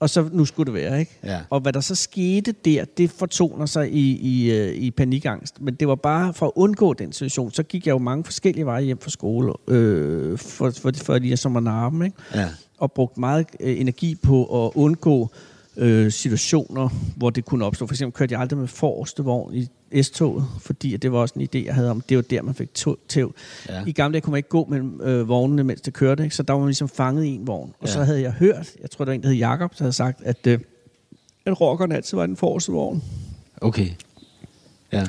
Og så nu skulle det være, ikke? Ja. Og hvad der så skete der, det fortoner sig i, i, øh, i panikangst. Men det var bare for at undgå den situation, så gik jeg jo mange forskellige veje hjem fra skole, øh, for, for, for lige som at narre dem, ikke? Ja. Og brugte meget øh, energi på at undgå øh, situationer, hvor det kunne opstå. For eksempel kørte jeg aldrig med forreste vogn i S-toget, fordi at det var også en idé, jeg havde om, det var der, man fik tå- tæv. Ja. Ja. I gamle dage kunne man ikke gå mellem øh, vognene, mens det kørte, ikke? så der var man ligesom fanget i en vogn. Og Ja. ja. så havde jeg hørt, jeg tror, der var en, der hed Jacob, der havde sagt, at, øh, at rockerne altid var i den forreste vogn. Okay. Ja.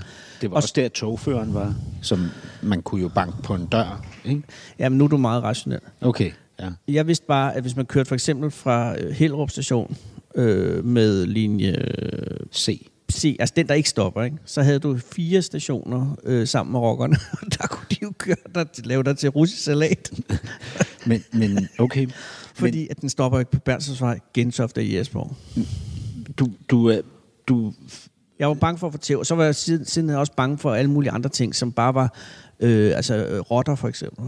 Det var Og- også der, togføreren var, som man kunne jo banke på en dør, ikke? Jamen, nu er du meget rationel. Okay, ja. Jeg vidste bare, at hvis man kørte for eksempel fra øh, Hellerup station øh, med linje øh, Se. se, altså den, der ikke stopper, ikke? så havde du fire stationer øh, sammen med rockerne, og der kunne de jo køre dig, til- lave dig til russisk salat, Men, men okay. fordi at den stopper ikke på Bernsensvej, Gentofte og Jesborg. Men du, du, er- du, Jeg var bange for at få tæv, og så var jeg siden, siden også bange for alle mulige andre ting, som bare var, øh, altså øh, rotter for eksempel.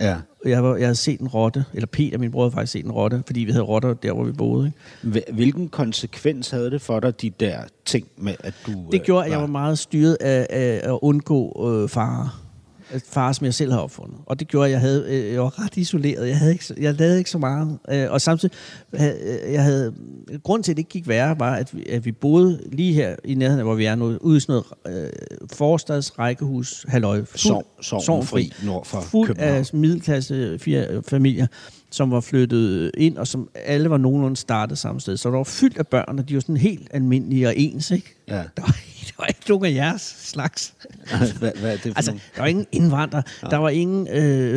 ja. Jeg, var, jeg havde set en rotte, eller Peter, min bror, havde faktisk set en rotte, fordi vi havde rotter der, hvor vi boede. Ikke? Hv- Hvilken konsekvens havde det for dig, de der ting med, at du... Det øh, gjorde, at jeg var meget styret af, af at undgå øh, farer. At Farer, som jeg selv har opfundet. Og det gjorde, at jeg, havde, øh, jeg var ret isoleret. Jeg, havde ikke, så- jeg lavede ikke så meget. Øh, og samtidig, havde, øh, jeg havde, grunden til, at det ikke gik værre, var, at vi, at vi boede lige her i nærheden af, hvor vi er nu, ude i sådan noget øh, forstads, rækkehus, halløj. fuld- Sogn- sognfri nord for Fuld København. af middelklasse fire øh, familier, som var flyttet ind, og som alle var nogenlunde startet samme sted. Så der var fyldt af børn, og de var sådan helt almindelige og ens, ikke? Ja. Der, var, der var ikke nogen af jeres slags. hvad, hvad er det for Altså, nogle- der var ingen indvandrere, der var ingen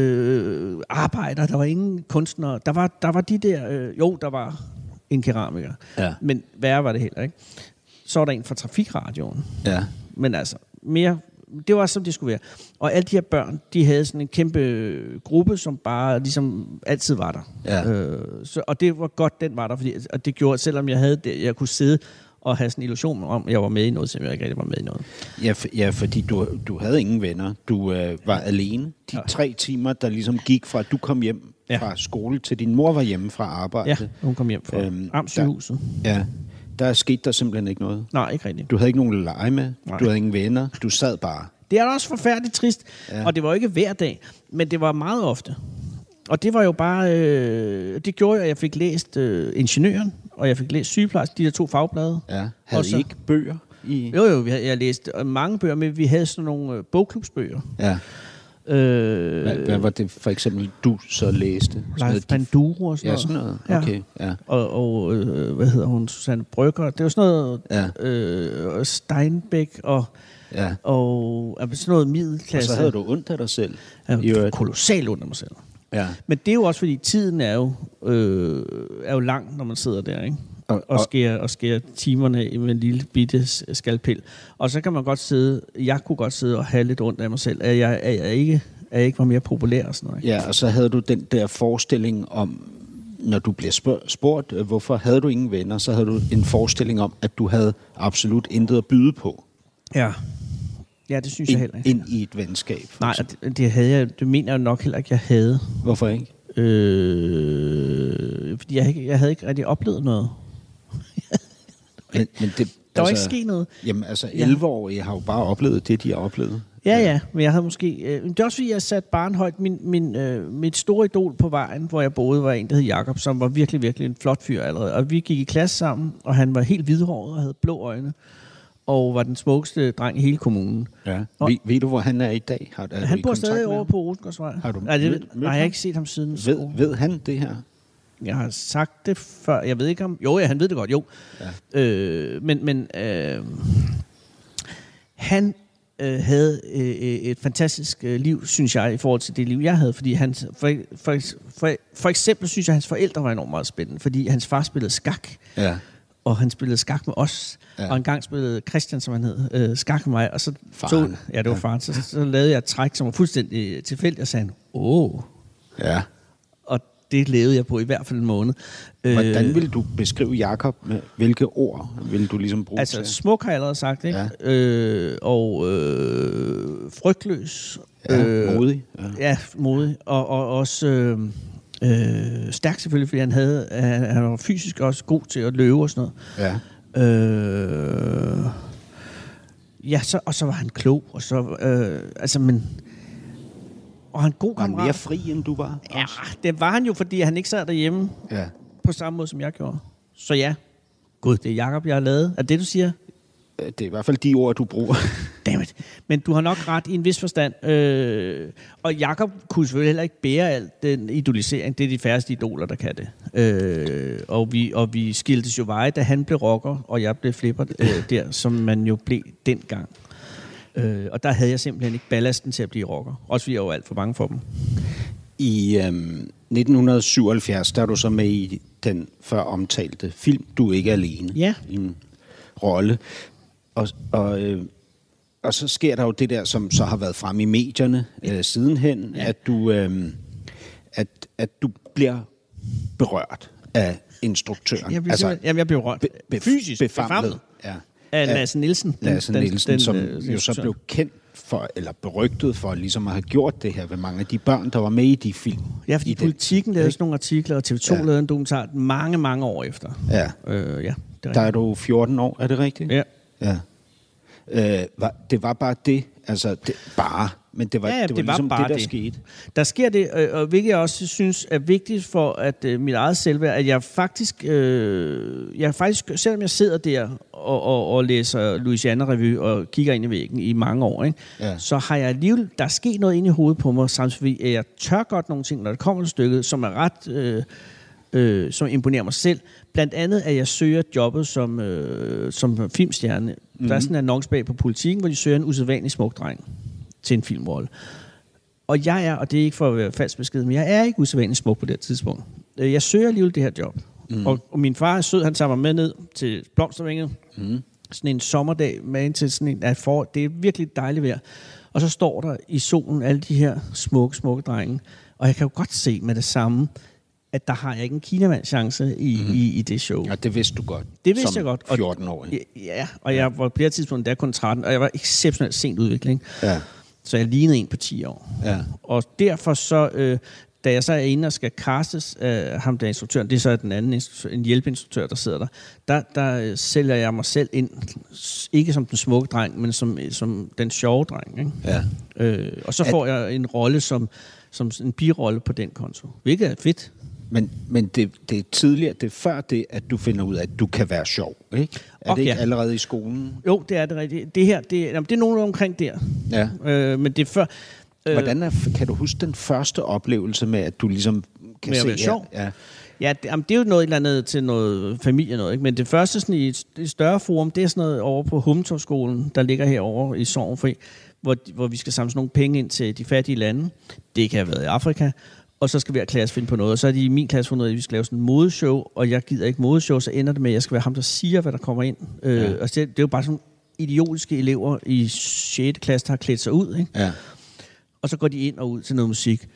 øh, arbejdere, der var ingen kunstnere. Der var, der var de der... Øh, jo, der var en keramiker. Ja. Men værre var det heller, ikke? Så var der en fra Trafikradioen. Ja. men altså, mere, det var som det skulle være. Og alle de her børn, de havde sådan en kæmpe øh, gruppe, som bare ligesom altid var der. Ja. Øh, så, og det var godt, den var der, fordi, og det gjorde, selvom jeg havde det, jeg kunne sidde og have sådan en illusion om, at jeg var med i noget, selvom jeg ikke rigtig var med i noget. Ja, for, ja fordi du, du havde ingen venner. Du øh, var alene. De Ja. tre timer, der ligesom gik fra, at du kom hjem Ja. ja. fra skole, til din mor var hjemme fra arbejde. Ja, hun kom hjem fra øhm, Øhm, Amtssygehuset. ja. Der skete der simpelthen ikke noget. Nej, ikke rigtigt. Du havde ikke nogen at lege med. Nej. Nej. Du havde ingen venner. Du sad bare. Det er da også forfærdeligt trist. Ja. Ja. Og det var jo ikke hver dag, men det var meget ofte. Og det var jo bare... Øh, det gjorde jo, at jeg fik læst øh, Ingeniøren, og jeg fik læst Sygeplejerske, de der to fagblade. Ja. Og Havde så- I ikke bøger? I... Jo, jo, vi havde, jeg læste øh, mange bøger, men vi havde sådan nogle øh, bogklubsbøger. Ja. Øh, Hvad, hvad var det for eksempel, du så læste? Sådan Leif noget, de- Panduro og sådan Ja, noget. sådan noget. Ja. Okay, ja. Og, og øh, hvad hedder hun? Susanne Brygger. Det var sådan noget... Ja. Øh, og Steinbeck og... Ja. Og øh, sådan noget Og middelklasse. så havde du ondt af dig selv. i Jeg var øvrigt. kolossalt under mig selv. Ja. Men det er jo også, fordi tiden er jo, øh, er jo lang, når man sidder der, ikke? Og, Og- og, og- skærer, og skærer timerne af med en lille bitte s- skalpel. Og så kan man godt sidde, jeg kunne godt sidde og have lidt ondt af mig selv, at jeg, at jeg, ikke, at jeg ikke var mere populær og sådan noget. Ikke? Ja, og så havde du den der forestilling om, når du blev spør- spurgt, øh, hvorfor havde du ingen venner, så havde du en forestilling om, at du havde absolut intet at byde på Ja. ja, det synes jeg ind, heller ikke. ind i et venskab. for Nej, eksempel. og det, det, havde jeg, det mener jeg nok heller ikke, jeg havde. Hvorfor ikke? Øh, fordi jeg, ikke- jeg havde ikke rigtig oplevet noget. Men, men det, Der var ikke sket noget. Jamen altså, Ja. 11-årige har jo bare oplevet det, de har oplevet. Ja, ja, men jeg havde måske... Øh, men det er også fordi, jeg satte barn højt. Min, min, øh, mit store idol på vejen, hvor jeg boede, var en, der hed Jakob, som var virkelig, virkelig en flot fyr allerede. Og vi gik i klasse sammen, og han var helt hvidhåret og havde blå øjne. Og var den smukkeste dreng i hele kommunen. Ja. Og- Ved, ved du, hvor han er i dag? Har, er du i han bor kontakt stadig med over ham? på Rosengårdsvej. Har du nej, det, mødt- mødt nej, jeg har ham? ikke set ham siden. skole. Ved, ved han det her? Jeg har sagt det før. Jeg ved ikke om... Jo, ja, han ved det godt, jo. Ja. Øh, men men øh, han øh, havde øh, et fantastisk øh, liv, synes jeg, i forhold til det liv, jeg havde. Fordi hans, for, for, for, for eksempel synes jeg, at hans forældre var enormt meget spændende, fordi hans far spillede skak. Ja. Og han spillede skak med os. Ja. Ja. Og engang spillede Christian, som han hed, øh, skak med mig. Og så Faren. tog- ja, det var faren. Så, så lavede jeg et træk, som var fuldstændig tilfældigt, og sagde han, åh, Ja. og det levede jeg på i hvert fald en måned. Øh, Hvordan vil du beskrive Jakob? Med, hvilke ord vil du ligesom bruge Altså, til? smuk har jeg allerede sagt, ikke? Ja. Øh, og øh, frygtløs. Ja, modig, Ja, ja. ja modig. Og, og også øh, øh, stærk selvfølgelig, fordi han, havde, han, han var fysisk også god til at løbe og sådan noget. Ja. Øh, ja, så, og så var han klog, og så... Øh, altså, men... Og han er en god Var han kammerat. mere fri, end du var? Ja, det var han jo, fordi han ikke sad derhjemme Ja. på samme måde, som jeg gjorde. Så ja, gud, det er Jacob, jeg har lavet. Er det, du siger? Øh, Det er i hvert fald de ord, du bruger. Dammit. Men du har nok ret i en vis forstand. Øh, og Jakob kunne selvfølgelig heller ikke bære alt den idolisering. Det er de færreste idoler, der kan det. Øh, og, vi, og vi skiltes jo veje, da han blev rocker, og jeg blev flipper øh, der, som man jo blev dengang. Øh, og der havde jeg simpelthen ikke ballasten til at blive rocker. Også fordi jeg var alt for bange for dem. I øhm, 1977, der er du så med i den før omtalte film, Du er ikke alene. Ja. I en rolle. Og, og, øh, og så sker der jo det der, som så har været frem i medierne øh, sidenhen, ja. at, du, øh, at, at du bliver berørt af instruktøren. Jeg blev, altså, jamen, jeg blev rørt. be- be- Fysisk befamlet. Ja. Af Lasse Nielsen. Den- Lasse den- Nielsen, den, som øh, jo så så- blev kendt for, eller berygtet for ligesom at have gjort det her ved mange af de børn, der var med i de film. Ja, fordi I den- politikken lavede sådan nogle artikler, og TV2 ja. Ja. lavede en dokumentar mange, mange år efter. Ja. Øh, ja, det er Der rigtigt. er du 14 år, er det rigtigt? Ja. ja. Øh, var, det var bare det, altså det, bare, men det var, Ja, ja, det var ligesom det, der skete. Der sker det, øh, og hvilket jeg også synes er vigtigt for at øh, mit eget selvværd, at jeg faktisk, øh, jeg faktisk, selvom jeg sidder der og, og, og læser Louisiana Revue og kigger ind i væggen i mange år, ikke, Ja. så har jeg alligevel, der er sket noget ind i hovedet på mig, samtidig med, at jeg tør godt nogle ting, når det kommer til stykket, som er ret... Øh, øh, som imponerer mig selv. Blandt andet, at jeg søger jobbet som, øh, som filmstjerne. Mm-hmm. Der er sådan en annonce bag på politikken, hvor de søger en usædvanlig smuk dreng til en filmrolle. Og jeg er, og det er ikke for at være falsk besked, men jeg er ikke usædvanlig smuk på det her tidspunkt. Øh, Jeg søger alligevel det her job. Mm. Og, og min far er sød, han tager mig med ned til Blomstervænget. Mm. sådan en sommerdag med til sådan en, at for, det er virkelig dejligt vejr. Og så står der i solen alle de her smukke, smukke drenge. Og jeg kan jo godt se med det samme, at der har jeg ikke en kinamand chance i, mm. i, i det show. Ja, det vidste du godt. Det vidste som jeg godt. 14 år. Ja, ja, og jeg var på det her tidspunkt, der kun 13, og jeg var exceptionelt sent udvikling. Ja. Så jeg lignede en på 10 år. Ja. Og derfor så, øh, da jeg så er inde og skal castes af ham der instruktøren, det er så den anden instruktør, en hjælpeinstruktør, der sidder der, der, der øh, sælger jeg mig selv ind, s- ikke som den smukke dreng, men som, øh, som den sjove dreng. Ikke? Ja. Øh, og så får jeg en rolle som, som en birolle på den konto, hvilket er fedt. Men, men det, det er tidligere, det er før det, at du finder ud af, at du kan være sjov, ikke? Er Og det ikke ja. allerede i skolen? Jo, det er det rigtigt. Det her, det, jamen, det er nogen omkring der. Ja. Øh, men det er før... øh, Hvordan er, kan du huske den første oplevelse med, at du ligesom kan Med at se... være sjov? Ja, ja. Ja, det, jamen, det er jo noget et eller andet til noget familie noget, ikke? Men det første sådan i et et større forum, det er sådan noget over på Humtorskolen, der ligger herovre i Sorgenfri, hvor, hvor vi skal samle sådan nogle penge ind til de fattige lande. Det kan have været i Afrika. Og så skal hver klasse finde på noget. Og så er de i min klasse fundet ud af, at vi skal lave sådan en modeshow, og jeg gider ikke modeshow, så ender det med, at jeg skal være ham, der siger, hvad der kommer ind. Øh, og det, det er jo bare sådan nogle idiotiske elever i 6. klasse, der har klædt sig ud, ikke? ja. og så går de ind og ud til noget musik.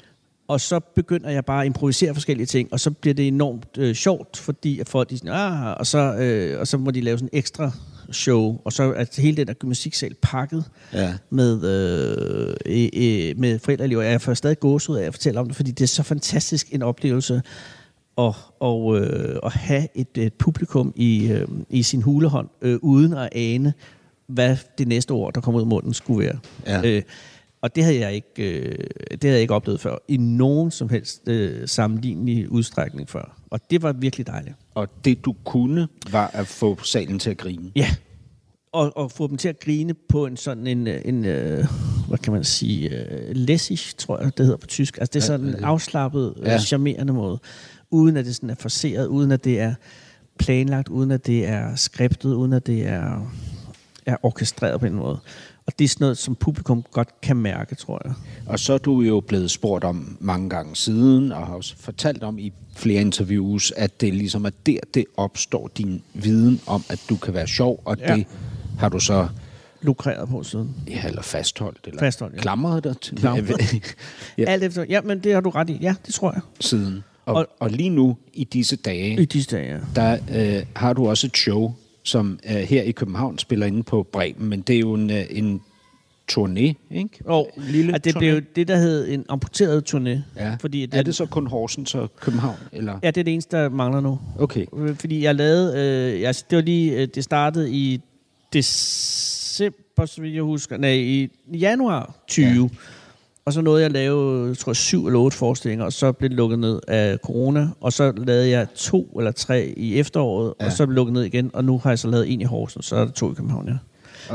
Og så begynder jeg bare at improvisere forskellige ting, og så bliver det enormt øh, sjovt, fordi at folk de er sådan, ah, og så, øh, og så må de lave sådan en ekstra show, og så er hele den der musiksal pakket Ja. med, øh, øh, øh, med forældreliv. Jeg får stadig gås ud af at fortælle om det, fordi det er så fantastisk en oplevelse at, og, øh, at have et, et publikum i, øh, i sin hulehånd, øh, uden at ane, hvad det næste ord, der kommer ud af munden, skulle være. Ja. Øh, og det havde jeg ikke, øh, det havde jeg ikke oplevet før, i nogen som helst øh, sammenlignelig udstrækning før. Og det var virkelig dejligt. Og det, du kunne, var at få salen til at grine. Ja, og, og få dem til at grine på en sådan en, øh, en øh, hvad kan man sige, øh, læssig, tror jeg, det hedder på tysk. Altså det er sådan en afslappet, Ja. ja. charmerende måde, uden at det sådan er forseret, uden at det er planlagt, uden at det er skriptet, uden at det er, er orkestreret på en måde. Og det er sådan noget, som publikum godt kan mærke, tror jeg. Og så er du jo blevet spurgt om mange gange siden, og har også fortalt om i flere interviews, at det ligesom er der, det opstår din viden om, at du kan være sjov, og ja. Ja. det har du så Lukreret på siden. ja, eller fastholdt, eller Fastholdt, ja. klamret dig til Klamret. ja, Ja. Alt efter, ja, men det har du ret i. Ja, det tror jeg. siden. Og, og, Og- og lige nu, i disse dage, I disse dage, ja. der øh, har du også et show, som øh, her i København spiller inde på Bremen, men det er jo en, øh, en turné, ikke? Og En lille at det turné. blev jo det, der hed en amputeret turné. Ja. Fordi det, Er det så kun Horsens og København? Eller? Ja, det er det eneste, der mangler nu. Okay. Øh, Fordi jeg lavede... Øh, altså, det var lige... Øh, det startede i december, så vidt jeg husker. Nej, i januar 20. Ja. Og så nåede jeg at lave, jeg tror jeg, syv eller otte forestillinger, og så blev det lukket ned af corona. Og så lavede jeg to eller tre i efteråret, ja. og så blev det lukket ned igen. Og nu har jeg så lavet en i Horsens, så er der to i København, ja.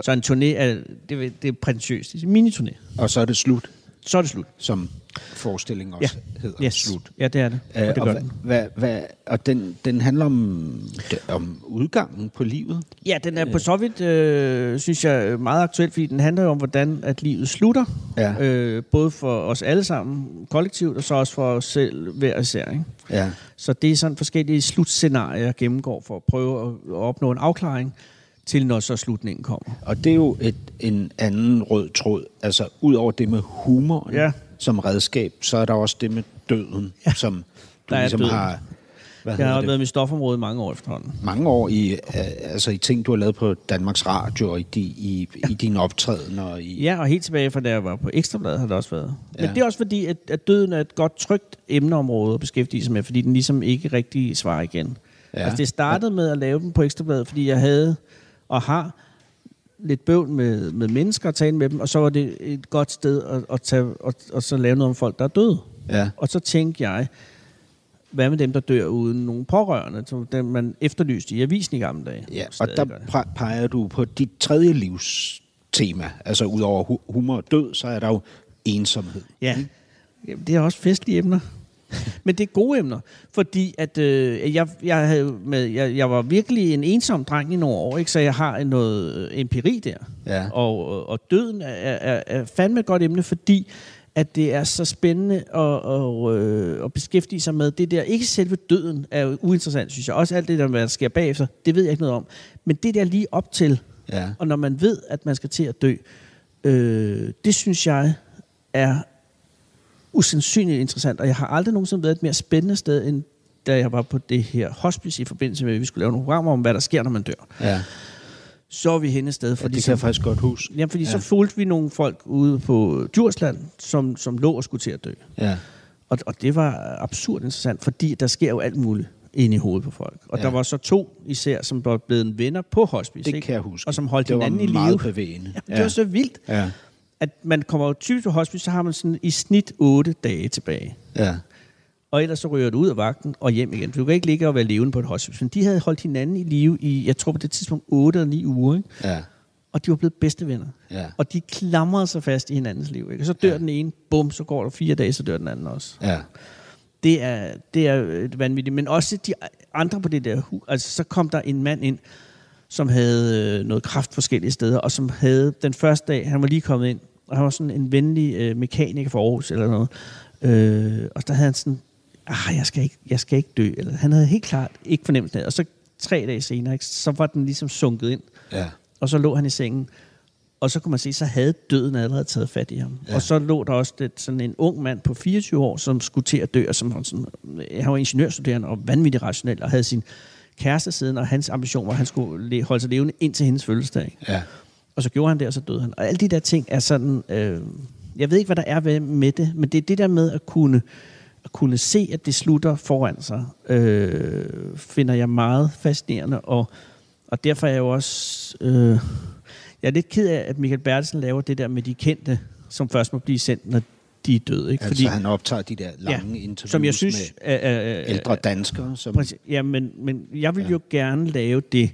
Så en turné er, det, er- det er prætentiøst. Det er en miniturné. Og så er det slut, Så er det slut. som forestillingen også ja. hedder. yes. Slut. Ja, det er det. Øh, og det og gør hva, den. hva, hva, og den, den handler om, om udgangen på livet. Ja, den er på så vidt, øh, synes jeg, meget aktuel, fordi den handler jo om, hvordan at livet slutter. Ja. Øh, både for os alle sammen kollektivt, og så også for os selv hver især. Ikke? Ja. Så det er sådan forskellige slutscenarier, jeg gennemgår for at prøve at, at opnå en afklaring til, når så slutningen kommer. Og det er jo et, en anden rød tråd. Altså, ud over det med humoren ja. Ja. som redskab, så er der også det med døden, ja. som du Der er ligesom døden. har... Hvad Jeg hedder har det? været med i stofområdet mange år efterhånden. Mange år i, øh, altså i ting, du har lavet på Danmarks Radio, og i, di, i, i din optræden, og i... Ja, og helt tilbage fra da jeg var på Ekstrabladet, har det også været. Ja. Ja. Men det er også fordi, at, at døden er et godt trygt emneområde at beskæftige sig med, fordi den ligesom ikke rigtig svarer igen. Ja. Ja. Altså det startede med at lave den på Ekstrabladet, fordi jeg havde og har lidt bøvl med, med mennesker og tale med dem, og så var det et godt sted at, at tage, og, og så lave noget om folk, der er døde. Ja. Og så tænkte jeg, hvad med dem, der dør uden nogen pårørende, som dem, man efterlyste i avisen i gamle dage? Ja, og Stadig der gør det. pre- peger du på dit tredje livs tema. Altså, ud over hu- humor og død, så er der jo ensomhed. Ja. Mm. Jamen, det er også festlige emner. Men det er gode emner, fordi at øh, jeg, jeg, havde jo med, jeg, jeg var virkelig en ensom dreng i nogle år, ikke? så jeg har noget øh, empiri der. Ja. Og, og døden er, er, er fandme et godt emne, fordi at det er så spændende at, og, øh, at beskæftige sig med det der. Ikke selve døden er uinteressant, synes jeg. Også alt det der, hvad der sker bagefter, det ved jeg ikke noget om. Men det der lige op til, Ja. og når man ved, at man skal til at dø, øh, det synes jeg er usandsynligt interessant, og jeg har aldrig nogensinde været et mere spændende sted, end da jeg var på det her hospice i forbindelse med, at vi skulle lave nogle programmer om, hvad der sker, når man dør. Ja. Så er vi henne et sted, Og fordi, det kan så, jeg faktisk godt huske. jamen, fordi ja. ja. så fulgte vi nogle folk ude på Djursland, som, som lå og skulle til at dø. Ja. Og, og det var absurd interessant, fordi der sker jo alt muligt inde i hovedet på folk. Og ja. Ja. der var så to især, som var blevet venner på hospice. Det ikke? kan jeg huske. Og som holdt det hinanden i live. var meget bevægende. Jamen, Det var så vildt, Ja. at man kommer jo typisk til hospice, så har man sådan i snit 8 dage tilbage. Ja. Og ellers så ryger du ud af vagten og hjem igen. Du kan ikke ligge og være levende på et hospice. Men de havde holdt hinanden i live i, jeg tror på det tidspunkt, 8 eller 9 uger. Ikke? Ja. Og de var blevet bedste venner. Ja. Og de klamrede sig fast i hinandens liv. Ikke? Og så dør ja. den ene, bum, så går der fire dage, så dør den anden også. Ja. Det er, det er øh, vanvittigt. Men også de andre på det der hus. Altså, så kom der en mand ind, som havde øh, noget kraft forskellige steder, og som havde den første dag, han var lige kommet ind, og han var sådan en venlig øh, mekaniker fra Aarhus eller noget. Øh, og der havde han sådan, ah, jeg skal ikke, jeg skal ikke dø. Eller, han havde helt klart ikke fornemmelsen af det. Og så tre dage senere, ikke, så var den ligesom sunket ind. Ja. Og så lå han i sengen. Og så kunne man se, så havde døden allerede taget fat i ham. Ja. Og så lå der også det, sådan en ung mand på 24 år, som skulle til at dø, og som var sådan, øh, han var ingeniørstuderende og vanvittigt rationel, og havde sin kæreste siden, og hans ambition var, at han skulle le- holde sig levende indtil hendes fødselsdag. Ja. Og så gjorde han det, og så døde han. Og alle de der ting er sådan... Øh, jeg ved ikke, hvad der er ved- med det, men det er det der med at kunne, at kunne se, at det slutter foran sig, øh, finder jeg meget fascinerende. Og, og derfor er jeg jo også... Øh, jeg er lidt ked af, at Michael Bertelsen laver det der med de kendte, som først må blive sendt, når de er døde. Ikke? Altså, Fordi, han optager de der lange ja, interviews som jeg synes, med er, er, er, ældre danskere, som Præcis. Ja, men, men jeg vil ja. jo gerne lave det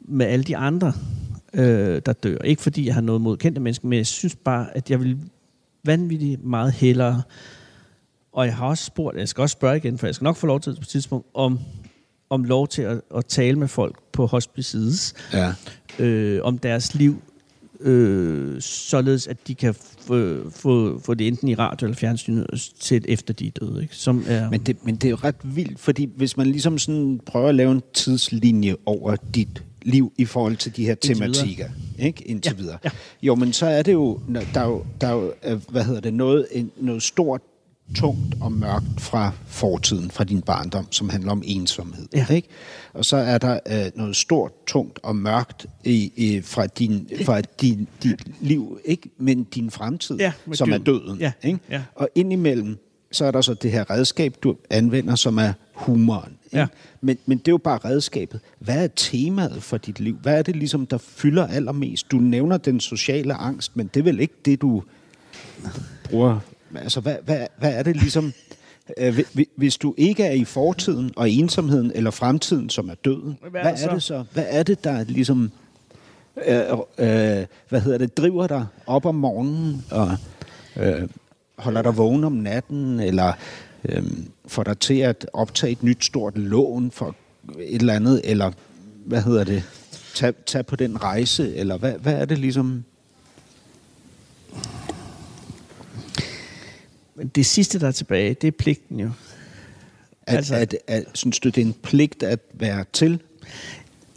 med alle de andre, øh, der dør. Ikke fordi jeg har noget mod kendte mennesker, men jeg synes bare, at jeg vil vanvittigt meget hellere. Og jeg har også spurgt, jeg skal også spørge igen, for jeg skal nok få lov til det på et tidspunkt, om, om lov til at, at tale med folk på hospicides, ja. øh, om deres liv, øh, således at de kan få, få, få det enten i radio eller fjernsynet øh, til efter de er døde. Ikke? Som er, Men det, men det er jo ret vildt, fordi hvis man ligesom sådan prøver at lave en tidslinje over dit liv i forhold til de her Indtil videre. tematikker, ikke? Indtil Ja, videre. ja. Jo, men så er det jo, når- der er jo, der er jo øh, hvad hedder det, noget, en- noget stort, tungt og mørkt fra fortiden, fra din barndom, som handler om ensomhed. Ja. Ikke? Og så er der øh, noget stort, tungt og mørkt i, i, fra, din, fra din, dit liv, ikke? men din fremtid, Ja, med som er døden. døden. Ja, Ikke? ja. Og indimellem, så er der så det her redskab, du anvender, som er humoren. ikke? Ja. Men, men det er jo bare redskabet. Hvad er temaet for dit liv? Hvad er det ligesom, der fylder allermest? Du nævner den sociale angst, men det er vel ikke det, du bruger? Altså, hvad, hvad, hvad er det ligesom... Øh, hvi- hvi- Hvis du ikke er i fortiden og ensomheden eller fremtiden, som er døden, Hvad hvad er der er så? det så? Hvad er det, der ligesom, øh, øh, hvad hedder det, driver dig op om morgenen og øh, holder dig vågen om natten, eller øh, får dig til at optage et nyt stort lån for et eller andet, eller hvad hedder det, tag, tag på den rejse, eller hvad, hvad er det ligesom? Men det sidste, der er tilbage, det er pligten jo. At, Altså- altså, at, at, synes du, det er en pligt at være til?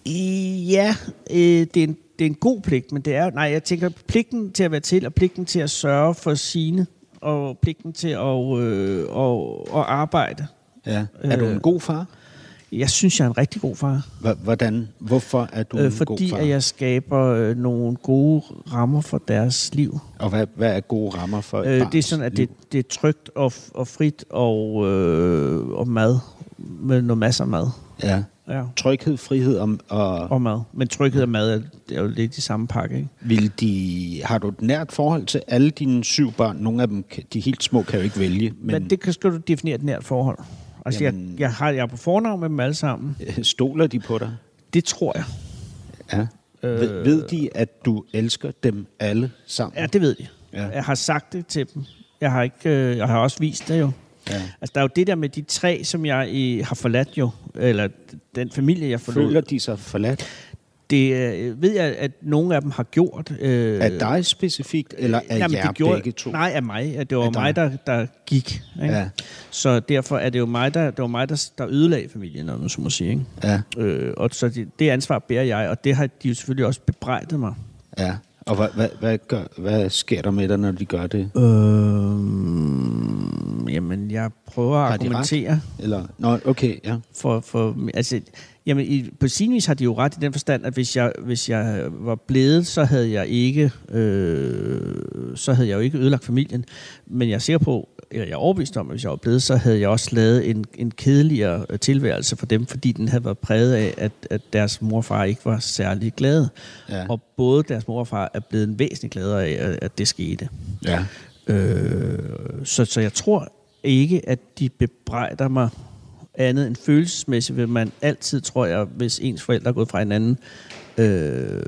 I- Ja, øh, det, er en, det er en god pligt, men det er jo... Nej, jeg tænker, pligten til at være til, og pligten til at sørge for sine, og pligten til at, øh, og, og arbejde. Ja. Er du Øh. en god far? Jeg synes, jeg er en rigtig god far. H- hvordan? Hvorfor er du øh, en Øh, god fordi far? at jeg skaber øh, nogle gode rammer for deres liv. Og hvad, hvad er gode rammer for et Øh, det er barns sådan, at liv? det, det er trygt og, f- og frit og, øh, og mad. Med noget masser af mad. Ja. Ja, Tryghed, frihed og, og og mad. Men tryghed og mad er, det er jo lidt i samme pakke, ikke? vil de, har du et nært forhold til alle dine syv børn? Nogle af dem, kan- de helt små, kan jo ikke vælge, men, Men, men det kan, skal du definere et nært forhold. Altså, Jamen, jeg, jeg, har, jeg er på fornavn med dem alle sammen. det... øh, stoler de på dig? Det tror jeg. Ja. Øh... Ved, ved de, at du elsker dem alle sammen? Ja, det ved jeg. Ja. Ja. Jeg har sagt det til dem. Jeg har, ikke, øh, jeg har også vist det jo. Ja. Altså, der er jo det der med de tre, som jeg øh, har forladt jo. Eller den familie, jeg forlod. Føler de sig forladt? Det øh, ved jeg, at nogle af dem har gjort. Øh, Af dig specifikt, eller af Jamen, jer det gjorde, begge to? Nej, af mig. At Det var Af af dig. mig, der, der gik. Ikke? Ja. Ja. Så derfor er det jo mig, der, det var mig, der, der ødelagde familien, om man så må sige. Ikke? Ja, Øh, og så det, det ansvar bærer jeg, og det har de jo selvfølgelig også bebrejdet mig. ja. Og hvad, hvad, hvad, gør, hvad sker der med dig, når de gør det? Øh, jamen, jeg prøver at Har de ret? argumentere. Eller, nå, okay, ja. for, for altså, jamen, i, på sin vis har de jo ret i den forstand, at hvis jeg, hvis jeg var blevet, så havde jeg ikke, øh, så havde jeg jo ikke ødelagt familien. Men jeg er sikker på, eller jeg er overbevist om, at hvis jeg var blevet, så havde jeg også lavet en, en kedeligere øh, tilværelse for dem, fordi den havde været præget af, at, at deres mor og far ikke var særlig glade. Ja. Og både deres mor og far er blevet væsentligt gladere af, at, at det skete. Ja. Øh, så, så jeg tror ikke, at de bebrejder mig andet end følelsesmæssigt, vil man altid, tror jeg, hvis ens forældre er gået fra hinanden, øh,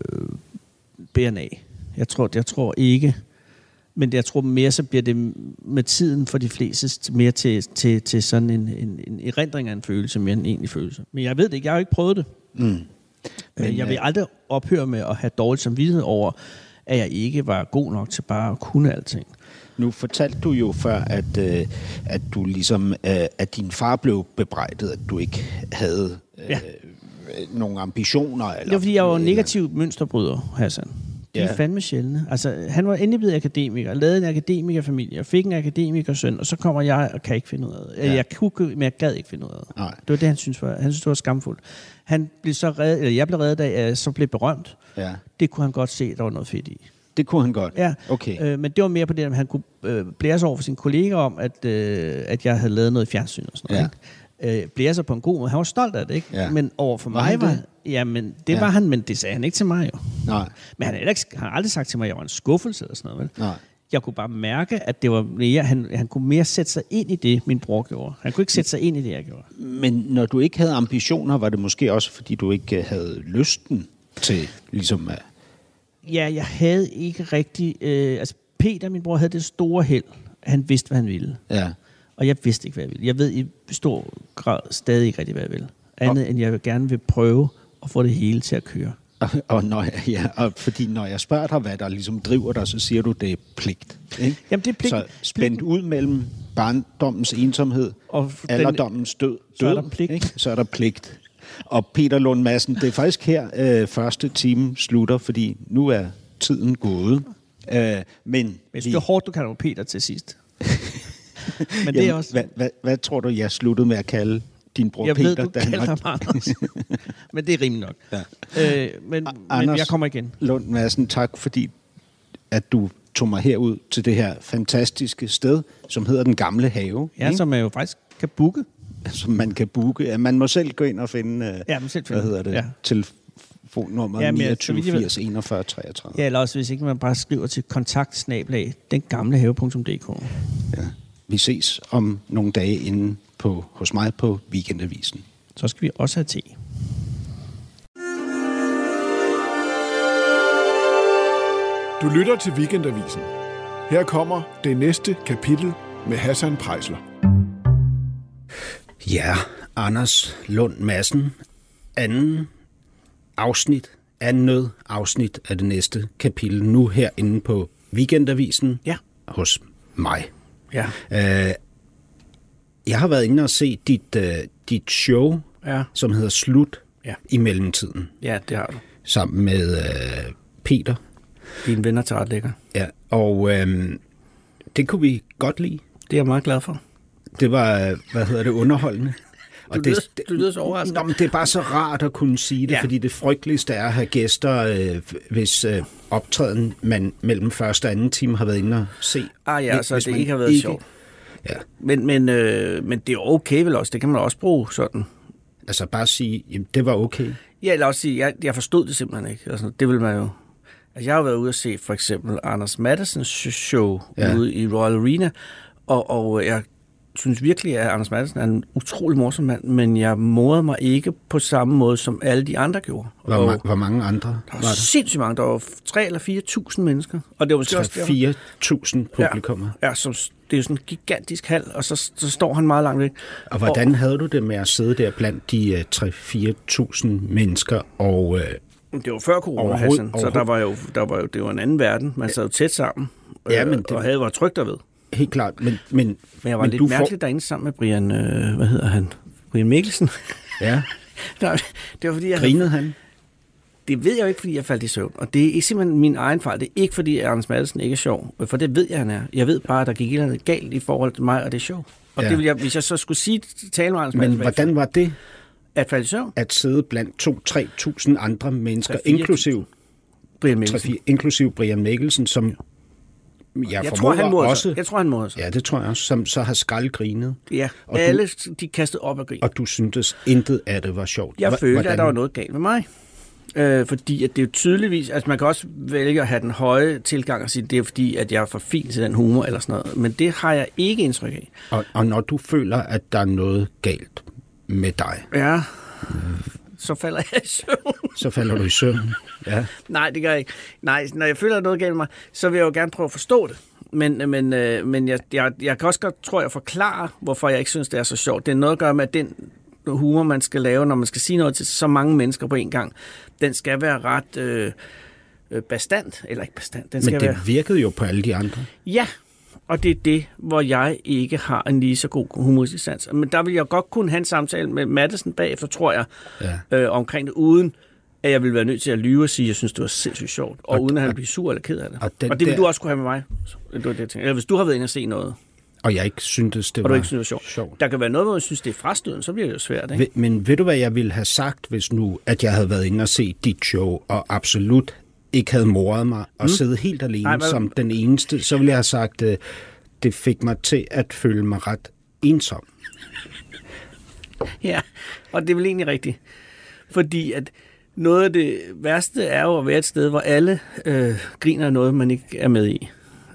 bærer af. Jeg tror, jeg tror ikke. Men jeg tror mere, så bliver det med tiden for de fleste mere til, til, til sådan en, en, en erindring af en følelse, mere end en egentlig følelse. Men jeg ved det ikke, jeg har jo ikke prøvet det. Men jeg vil aldrig ophøre med at have dårlig samvittighed over, at jeg ikke var god nok til bare at kunne alting. Nu fortalte du jo før, at, øh, at du ligesom, øh, at din far blev bebrejdet, at du ikke havde øh, ja. Ja. nogle ambitioner. Eller, Det var, fordi jeg var en negativ mønsterbryder, Hassan. Det Ja. er fandme sjældne. Altså, han var endelig blevet akademiker, lavede en akademikerfamilie, og fik en akademikersøn, og så kommer jeg og kan ikke finde ud af det. Ja. Ja. Jeg kunne, ikke, men jeg gad ikke finde ud af det. Nej. Det var det, han synes var, han synes, det var skamfuldt. Han blev så reddet, eller jeg blev reddet af, at jeg så blev berømt. Ja. Det kunne han godt se, der var noget fedt i. Det kunne han godt. Ja, Okay. øh, men det var mere på det, at han kunne øh, blære sig over for sine kolleger om, at, øh, at jeg havde lavet noget i fjernsyn og sådan noget. Ja. Ikke? Øh, blære sig på en god måde. Han var stolt af det, ikke? Ja. Men over for Var mig han var... det? Ja, men det Ja. ja. var han, men det sagde han ikke til mig jo. Nej. Men han, er heller ikke, han har aldrig sagt til mig, at jeg var en skuffelse eller sådan noget. Vel? Nej. Jeg kunne bare mærke, at det var mere, han, han kunne mere sætte sig ind i det, min bror gjorde. Han kunne ikke sætte sig ind i det, jeg gjorde. Men når du ikke havde ambitioner, var det måske også, fordi du ikke øh, havde lysten til ligesom at... Ja, jeg havde ikke rigtig... Øh, altså, Peter, min bror, havde det store held. Han vidste, hvad han ville. Ja. Og jeg vidste ikke, hvad jeg ville. Jeg ved i stor grad stadig ikke rigtig, hvad jeg vil. Andet end jeg gerne vil prøve at få det hele til at køre. Og, og, når jeg, ja, og fordi når jeg spørger dig, hvad der ligesom driver dig, så siger du, det er pligt. Ikke? Jamen, det er pligten. Så spændt ud mellem barndommens ensomhed Og og f- den- alderdommens død. så er død, der pligt. Ikke? Så er der pligt. Og Peter Lund Madsen, det er faktisk her øh, første time slutter, fordi nu er tiden gået. Øh, men Men vi- det er hårdt, du kalder mig Peter til sidst. Men det er Jamen, også... Hvad, hvad, hvad tror du, jeg sluttede med at kalde din bror jeg Peter? ved, du da han kalder var- ham Anders. men det er rimeligt nok. Ja. Øh, men, men Ah, Anders jeg kommer igen. Lund Madsen, tak fordi, at du tog mig herud til det her fantastiske sted, som hedder Den Gamle Have, Ja, ikke? som jeg jo faktisk kan booke. som man kan booke. Ja, Man må selv gå ind og finde, øh, Ja, man selv hvad finde. hedder det, ja. Ja. telefonnummer ja, Ja, men jeg- 29 så vidt jeg ved- 80 41 33. Ja, eller også hvis ikke man bare skriver til kontaktsnablag dengamlehave.dk. Ja. Vi ses om nogle dage inden på, hos mig på Weekendavisen. Så skal vi også have te. Du lytter til Weekendavisen. Her kommer det næste kapitel med Hassan Prejsler. Ja, Anders Lund Madsen. Anden afsnit, andet afsnit af det næste kapitel, nu herinde på Weekendavisen Ja. hos mig. Ja. Øh, jeg har været inde og se dit, øh, dit show, Ja. som hedder Slut Ja. i mellemtiden, Ja, det har du. sammen med øh, Peter. Dine venner tager lækker. Ja, og øh, det kunne vi godt lide. Det er jeg meget glad for. Det var, øh, hvad hedder det, underholdende. Og lyder- du lyder så overrasket. Nå, men det er bare så rart at kunne sige det, ja. Ja. fordi det frygteligste er at have gæster, øh, hvis øh, optræden man mellem første og anden time har været inde og se. Ah ja, Hvis- så hvis det man ikke har været sjovt. Ja, Men, men, øh, men det er okay vel også, det kan man også bruge sådan. altså bare sige, jamen, det var okay. Ja, eller også sige, jeg, jeg forstod det simpelthen ikke. Altså, det vil man jo... Altså, jeg har jo været ude og se for eksempel Anders Mattesens show Ja. ja. ude i Royal Arena, og, og jeg synes virkelig, at Anders Mattesen er en utrolig morsom mand, men jeg morede mig ikke på samme måde, som alle de andre gjorde. Hvor, og ma- hvor mange andre der var var sindssygt mange. Der var 3.000 eller 4.000 mennesker. Og det var måske også derfor- der? 4.000 publikummer. Ja. Ja, ja som, det er jo sådan en gigantisk hal, og så, så står han meget langt væk. Og hvordan havde du det med at sidde der blandt de øh, 3-4.000 mennesker og øh, Men Det var før corona, Overhovedet- Hassan, så der var, jo, der var jo, det var en anden verden. Man sad jo tæt sammen, øh, Ja, ja, men men det- og havde var trygt derved. Helt klart, men... Men, Men jeg var men men lidt mærkeligt får... derinde sammen med Brian, øh, hvad hedder han? Brian Mikkelsen. Får, ja, Nej, det var fordi, jeg grinede han? Det ved jeg jo ikke, fordi jeg faldt i søvn. Og det er ikke simpelthen min egen fejl. Det er ikke, fordi Anders Madsen ikke er sjov. øh, For det ved jeg, han er. Jeg ved bare, at der gik et eller andet galt i forhold til mig og det show. Og Ja. ja. det vil jeg, hvis jeg så skulle sige, tale med Anders Men Madsen, hvordan var det at falde i søvn? at sidde blandt 2-3.000 andre mennesker, Tre, fire inklusiv, Brian tre, Mikkelsen. fire, inklusiv Brian Mikkelsen, som jeg, Jeg tror, formoder han modede også... sig. Jeg tror, han modede sig. Ja, det tror jeg også, som så har skraldgrinet. Ja, Og du- alle de kastede op og grin. Og du syntes intet af det var sjovt. Jeg Hva- følte, hvordan- at der var noget galt med mig. Øh, fordi at det er jo tydeligvis... Altså, man kan også vælge at have den høje tilgang og sige, det er fordi, at jeg er for fin til den humor eller sådan noget. Men det har jeg ikke indtryk af. Og, og når du føler, at der er noget galt med dig, Ja, så falder jeg i søvn. så falder du i søvn. Ja. Nej, det gør jeg ikke. Nej, når jeg føler, at noget er galt med mig, så vil jeg jo gerne prøve at forstå det. Men, men, øh, men jeg, jeg, jeg kan også godt, tror jeg, forklare, hvorfor jeg ikke synes, det er så sjovt. Det er noget at gøre med, at den humor, man skal lave, når man skal sige noget til så mange mennesker på en gang, den skal være ret øh, øh, bestand, eller ikke bestand, den skal Men være... det virkede jo på alle de andre. Ja, og det er det, hvor jeg ikke har en lige så god humoristisk sans. Men der vil jeg godt kunne have en samtale med Madison bagefter, tror jeg, Ja. ja. øh, omkring det, uden at jeg vil være nødt til at lyve og sige, at jeg synes, det var sindssygt sjovt, og, Og- og uden at han og- bliver sur eller ked af det. og Og, den og det vil der- du også kunne have med mig. Det var det, jeg tænkte. Eller hvis du har været inde og se noget, Og jeg ikke syntes, det og var du ikke synes, det var sjovt. sjovt. Der kan være noget, hvor jeg synes, det er frastødende, så bliver det jo svært. Ikke? Ve- Men ved du, hvad jeg ville have sagt, hvis nu, at jeg havde været inde og set dit show, og absolut ikke havde moret mig, og mm. siddet helt alene Ej, Ej, Hmm? hvad- som den eneste, så ville jeg have sagt, øh, det fik mig til at føle mig ret ensom. Ja, og det er vel egentlig rigtigt. Fordi at noget af det værste er jo at være et sted, hvor alle øh, griner af noget, man ikke er med i.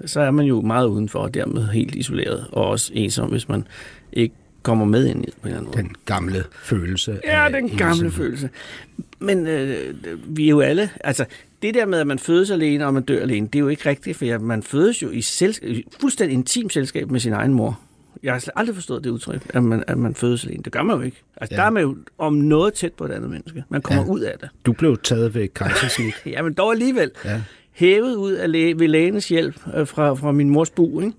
Så er man jo meget udenfor, og dermed helt isoleret, og også ensom, hvis man ikke kommer med ind i det på en eller anden måde. Den gamle følelse. Ja, af den gamle ensomhed. følelse. Men øh, vi er jo alle... Altså, det der med, at man fødes alene, og man dør alene, det er jo ikke rigtigt, for jeg- man fødes jo i selv, i fuldstændig intim selskab med sin egen mor. Jeg har slet aldrig forstået det udtryk, at man, at man fødes alene. Det gør man jo ikke. Altså, Ja. ja. der er man jo om noget tæt på et andet menneske. Man kommer Ja. ja. ud af det. Du blev taget ved kejsersnit. Ja, men dog alligevel. Ja. Ja. Hævet ud af læge, ved lægens hjælp øh, fra, fra min mors bu, ikke?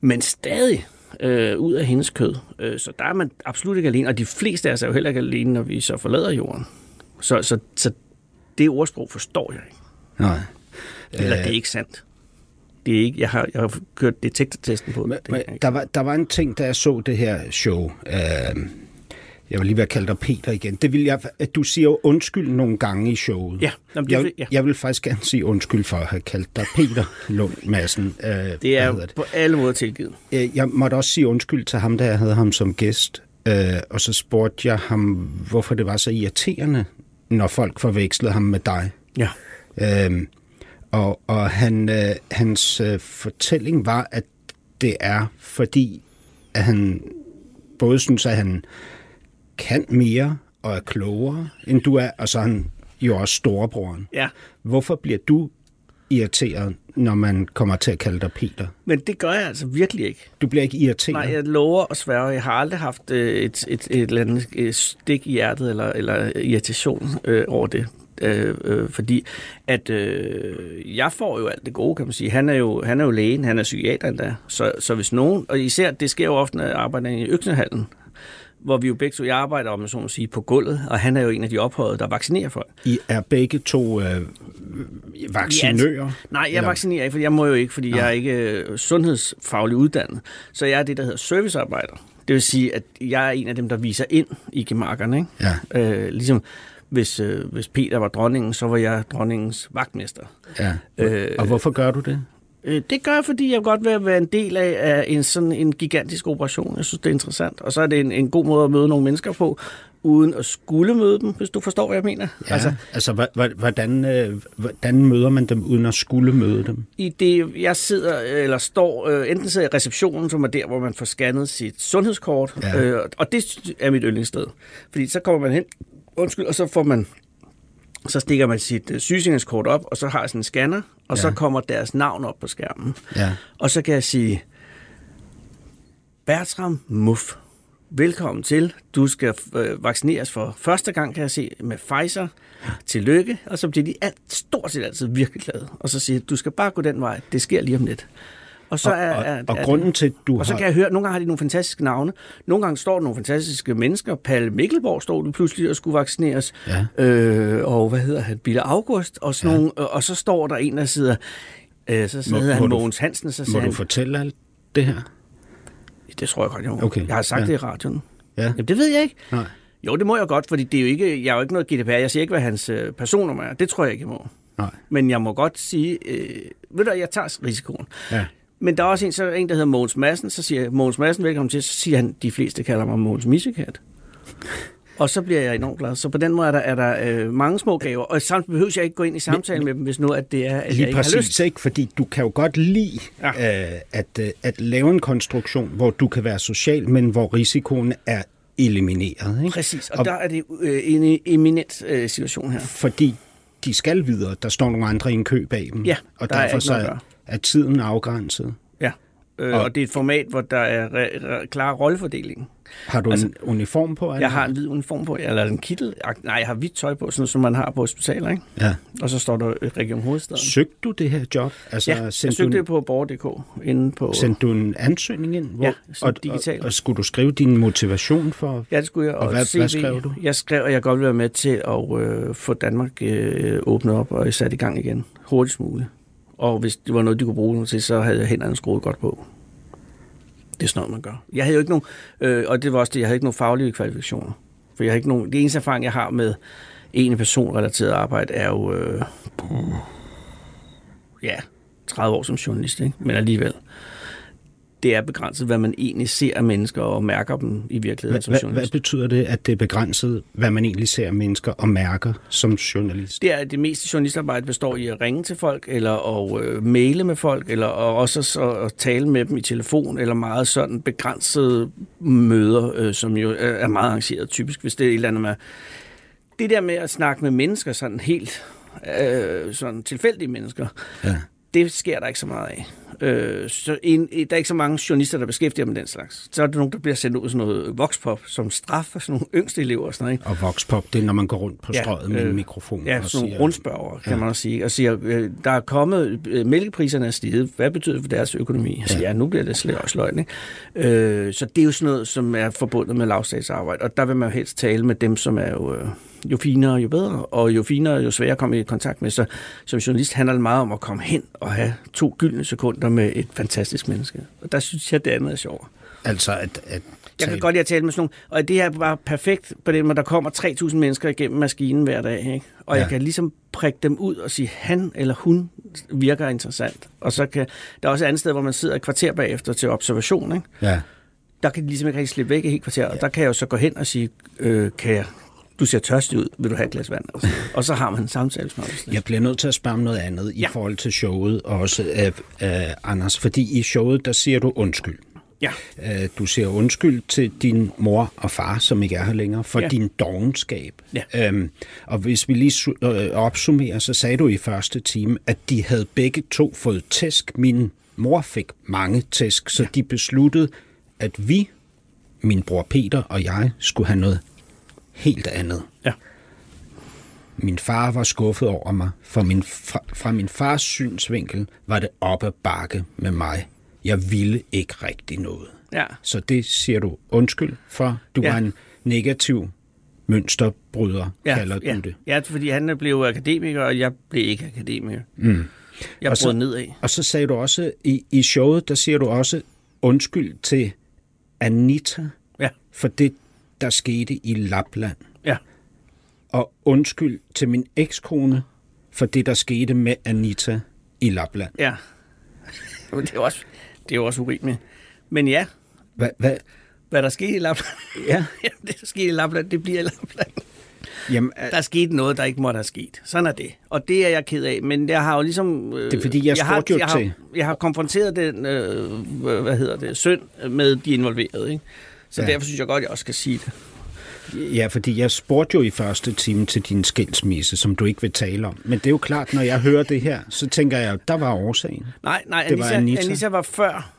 Men stadig øh, ud af hendes kød. Øh, så der er man absolut ikke alene. Og de fleste af os er jo heller ikke alene, når vi så forlader jorden. Så, så, så det ordsprog forstår jeg ikke. Nej. Eller det er ikke sandt. Det er ikke, jeg, har, jeg har kørt detektortesten på det. Men, det. men, er ikke. der, var, der var en ting, da jeg så det her show. Øh, jeg vil lige være kaldt dig Peter igen. Det vil jeg, at du siger jo undskyld nogle gange i showet. Ja, jamen, det jeg, vil- ja. jeg vil faktisk gerne sige undskyld for at have kaldt dig Peter Lund Madsen. Øh, det hvad er hedder jo på alle måder tilgivet. det? Øh, Jeg måtte også sige undskyld til ham, da jeg havde ham som gæst. Øh, og så spurgte jeg ham, hvorfor det var så irriterende, når folk forvekslede ham med dig. Ja. Øhm, og og han, øh, hans øh, fortælling var, at det er fordi, at han både synes, at han kan mere og er klogere, end du er, og så er han jo også storebroren. Ja. Hvorfor bliver du irriteret, når man kommer til at kalde dig Peter? Men det gør jeg altså virkelig ikke. Du bliver ikke irriteret. Nej, jeg lover og sværger, jeg har aldrig haft øh, et, et, et eller andet øh, stik i hjertet eller, eller irritation øh, over det. Øh, øh, fordi at øh, jeg får jo alt det gode, kan man sige. Han er jo, han er jo lægen, han er psykiater endda. Så, så hvis nogen, og især det sker jo ofte, når jeg arbejder i øksenhallen, hvor vi jo begge to, jeg arbejder om, så må sige, på gulvet, og han er jo en af de ophøjede, der vaccinerer folk. I er begge to øh, vaccinører. Ja, altså- nej, jeg Eller- vaccinerer ikke, for jeg må jo ikke, fordi jeg er ikke øh, sundhedsfaglig uddannet. Så jeg er det, der hedder servicearbejder. Det vil sige, at jeg er en af dem, der viser ind i gemakkerne. Ikke? Ja. Øh, ligesom hvis, øh, hvis Peter var dronningen, så var jeg dronningens vagtmester. Ja. Øh, Og hvorfor gør du det? Øh, Det gør jeg, fordi jeg godt vil være en del af, af en sådan en gigantisk operation. Jeg synes, det er interessant. Og så er det en, en god måde at møde nogle mennesker på, uden at skulle møde dem, hvis du forstår, hvad jeg mener. Ja, altså, altså hva- hva- hvordan, øh, hvordan møder man dem, uden at skulle møde dem? i det, jeg sidder øh, eller står, øh, enten sidder jeg i receptionen, som er der, hvor man får scannet sit sundhedskort, Ja. ja. øh, og det sy- er mit yndlingssted. Fordi så kommer man hen, undskyld, og så får man, så stikker man sit øh, sygesikringskort op, og så har jeg sådan en scanner, og ja. så kommer deres navn op på skærmen. Ja. Og så kan jeg sige, Bertram Muff, Velkommen til. Du skal øh, vaccineres for første gang, kan jeg se, med Pfizer. Tillykke. Og så bliver de alt, stort set altid virkelig glade. Og så siger de, du skal bare gå den vej. Det sker lige om lidt. Og så Og- er, og- er, og er grunden til, at du Og så har- kan jeg høre, at nogle gange har de nogle fantastiske navne. Nogle gange står der nogle fantastiske mennesker. Palle Mikkelborg stod du pludselig og skulle vaccineres. Ja. Øh, og hvad hedder han? Bille August. Og, sådan ja. nogle, og og så står der en, der sidder... Øh, så Må- sidder må, han må du- Mogens Hansen, og så Må siger du han, fortælle alt det her? det tror jeg godt, jeg må. Okay, Jeg har sagt ja. ja. det i radioen. Ja. Jamen, det ved jeg ikke. Nej. Jo, det må jeg godt, fordi det er jo ikke, jeg er jo ikke noget GDPR. Jeg siger ikke, hvad hans øh, personnummer er. Det tror jeg ikke, jeg må. Nej. Men jeg må godt sige, øh, ved du, hvad, jeg tager risikoen. Ja. Men der er også en, så er der en der hedder Mogens Madsen, så siger jeg, Mogens Madsen, velkommen til, så siger han, de fleste kalder mig Mogens Missekat. Og så bliver jeg enormt glad. Så på den måde er der, er der øh, mange små gaver, og samtidig behøver jeg ikke gå ind i samtale med dem, hvis nu at det er, at jeg Lige ikke har lyst. præcis, ikke? Fordi du kan jo godt lide ja. øh, at, øh, at lave en konstruktion, hvor du kan være social, men hvor risikoen er elimineret, ikke? Præcis, og, Og- og der er det øh, en eminent øh, situation her. Fordi de skal videre. Der står nogle andre i en kø bag dem. Ja, og der er derfor ikke så noget at er, gøre. er tiden afgrænset. Ja. Øh, Og- og, og det er et format, hvor der er re- re- klar rollefordeling. Har du altså, en uniform på? Anna? Jeg har en hvid uniform på, eller en kittel. Ak- Nej, jeg har hvidt tøj på, sådan som man har på hospitaler, ikke? Ja. Og så står der øh, Region Hovedstaden. Søgte du det her job? Altså, Ja, jeg sendte søgte du, det på borger.dk inde på... Sendte du en ansøgning ind? Ja, som og, digital. Og, og skulle du skrive din motivation for... Ja, det skulle jeg. Og hvad- CV. hvad skrev du? Jeg skrev, at jeg godt ville være med til at øh, få Danmark øh, åbnet op og sat i gang igen. Hurtigst muligt. Og hvis det var noget, de kunne bruge noget til, så havde jeg hænderne skruet godt på. Det er sådan noget, man gør. Jeg havde jo ikke nogen, øh, og det var også det, jeg havde ikke nogen faglige kvalifikationer. For jeg havde ikke nogen, det eneste erfaring, jeg har med en personrelateret arbejde, er jo, øh, ja, 30 år som journalist, ikke? men alligevel. Det er begrænset, hvad man egentlig ser af mennesker og mærker dem i virkeligheden som Hvad, hvad journalist. betyder det, at det er begrænset, hvad man egentlig ser af mennesker og mærker som journalist? Det er, at det meste journalistarbejde består i at ringe til folk, eller at øh, maile med folk, eller og også så at tale med dem i telefon, eller meget sådan begrænsede møder, øh, som jo er er meget arrangeret typisk, hvis det er et eller andet med... Det der med at snakke med mennesker, sådan helt øh, sådan tilfældige mennesker, Ja. det sker der ikke så meget af. Øh, så en, der er ikke så mange journalister, der beskæftiger med den slags. Så er der nogen, der bliver sendt ud i sådan noget voxpop, som straf for sådan nogle yngste elever og sådan noget. Ikke? Og voxpop, det er, når man går rundt på strøget med en mikrofon. øh, Ja, og sådan nogle siger- rundspørger, kan man også sige. Og siger, øh, der er kommet, øh, mælkepriserne er steget. Hvad betyder det for deres økonomi? Så ja, ja nu bliver det slet også løgn, ikke? Øh, så det er jo sådan noget, som er forbundet med lavstatsarbejde. Og der vil man jo helst tale med dem, som er jo, øh, jo finere, jo bedre. Og jo finere, jo sværere at komme i kontakt med. Så som journalist handler det meget om at komme hen og have to gyldne sekunder med et fantastisk menneske. Og der synes jeg, at det andet er sjovt. Altså, at, at Jeg kan tale- godt lide at tale med sådan nogle, og det her er bare perfekt på den måde, der kommer 3.000 mennesker igennem maskinen hver dag, ikke? og ja. Ja. jeg kan ligesom prikke dem ud og sige, han eller hun virker interessant. Og så kan, der er også et andet sted, hvor man sidder et kvarter bagefter til observation, ikke? Ja. der kan de ligesom ikke rigtig slippe væk i helt kvarter, ja. og der kan jeg jo så gå hen og sige, øh, kan jeg, du ser tørstig ud, vil du have et glas vand? Og så, og så har man en samtale. hvis man har lyst til det. Jeg bliver nødt til at spørge om noget andet ja. Ja. i forhold til showet, og også øh, øh, Anders, fordi i showet, der siger du undskyld. Ja. Øh, du siger undskyld til din mor og far, som ikke er her længere, for ja. Ja. din dogenskab. Ja. Øhm, og hvis vi lige su- øh, opsummerer, så sagde du i første time, at de havde begge to fået tæsk. Min mor fik mange tæsk, så ja. de besluttede, at vi, min bror Peter og jeg, skulle have noget helt andet. ja. Min far var skuffet over mig, for min fra, fra min fars synsvinkel var det op ad bakke med mig. Jeg ville ikke rigtig noget. Ja. Så det siger du undskyld for. Du ja. Ja. var en negativ mønsterbryder, ja. Ja, kalder du ja. det. ja, fordi han blev akademiker, og jeg blev ikke akademiker. Mm. Jeg Og så- brød nedad. Og så sagde du også, i, i showet, der siger du også undskyld til Anita Ja, for det, der skete i Lapland. ja. Og undskyld til min ekskone for det, der skete med Anita i Lapland. Ja. Men det er jo også, det er jo også urimeligt. Men ja, Hvad, hvad, hvad der skete i Lapland, ja. Jamen, det der skete i Lapland, det bliver i Lapland. Jamen, Der skete noget, der ikke måtte have sket. Sådan er det. Og det er jeg ked af, men jeg har jo ligesom... Øh, Det er fordi, jeg spurgte jo jeg har, til- jeg har, jeg har konfronteret den, øh, hvad hvad hedder det, synd med de involverede, ikke? Så Ja. ja. derfor synes jeg godt, jeg også skal sige det. Ja, fordi jeg spurgte jo i første time til din skilsmisse, som du ikke vil tale om. Men det er jo klart, når jeg hører det her, så tænker jeg, der var årsagen. Nej, nej, Det var Anissa, Anita. Anissa var før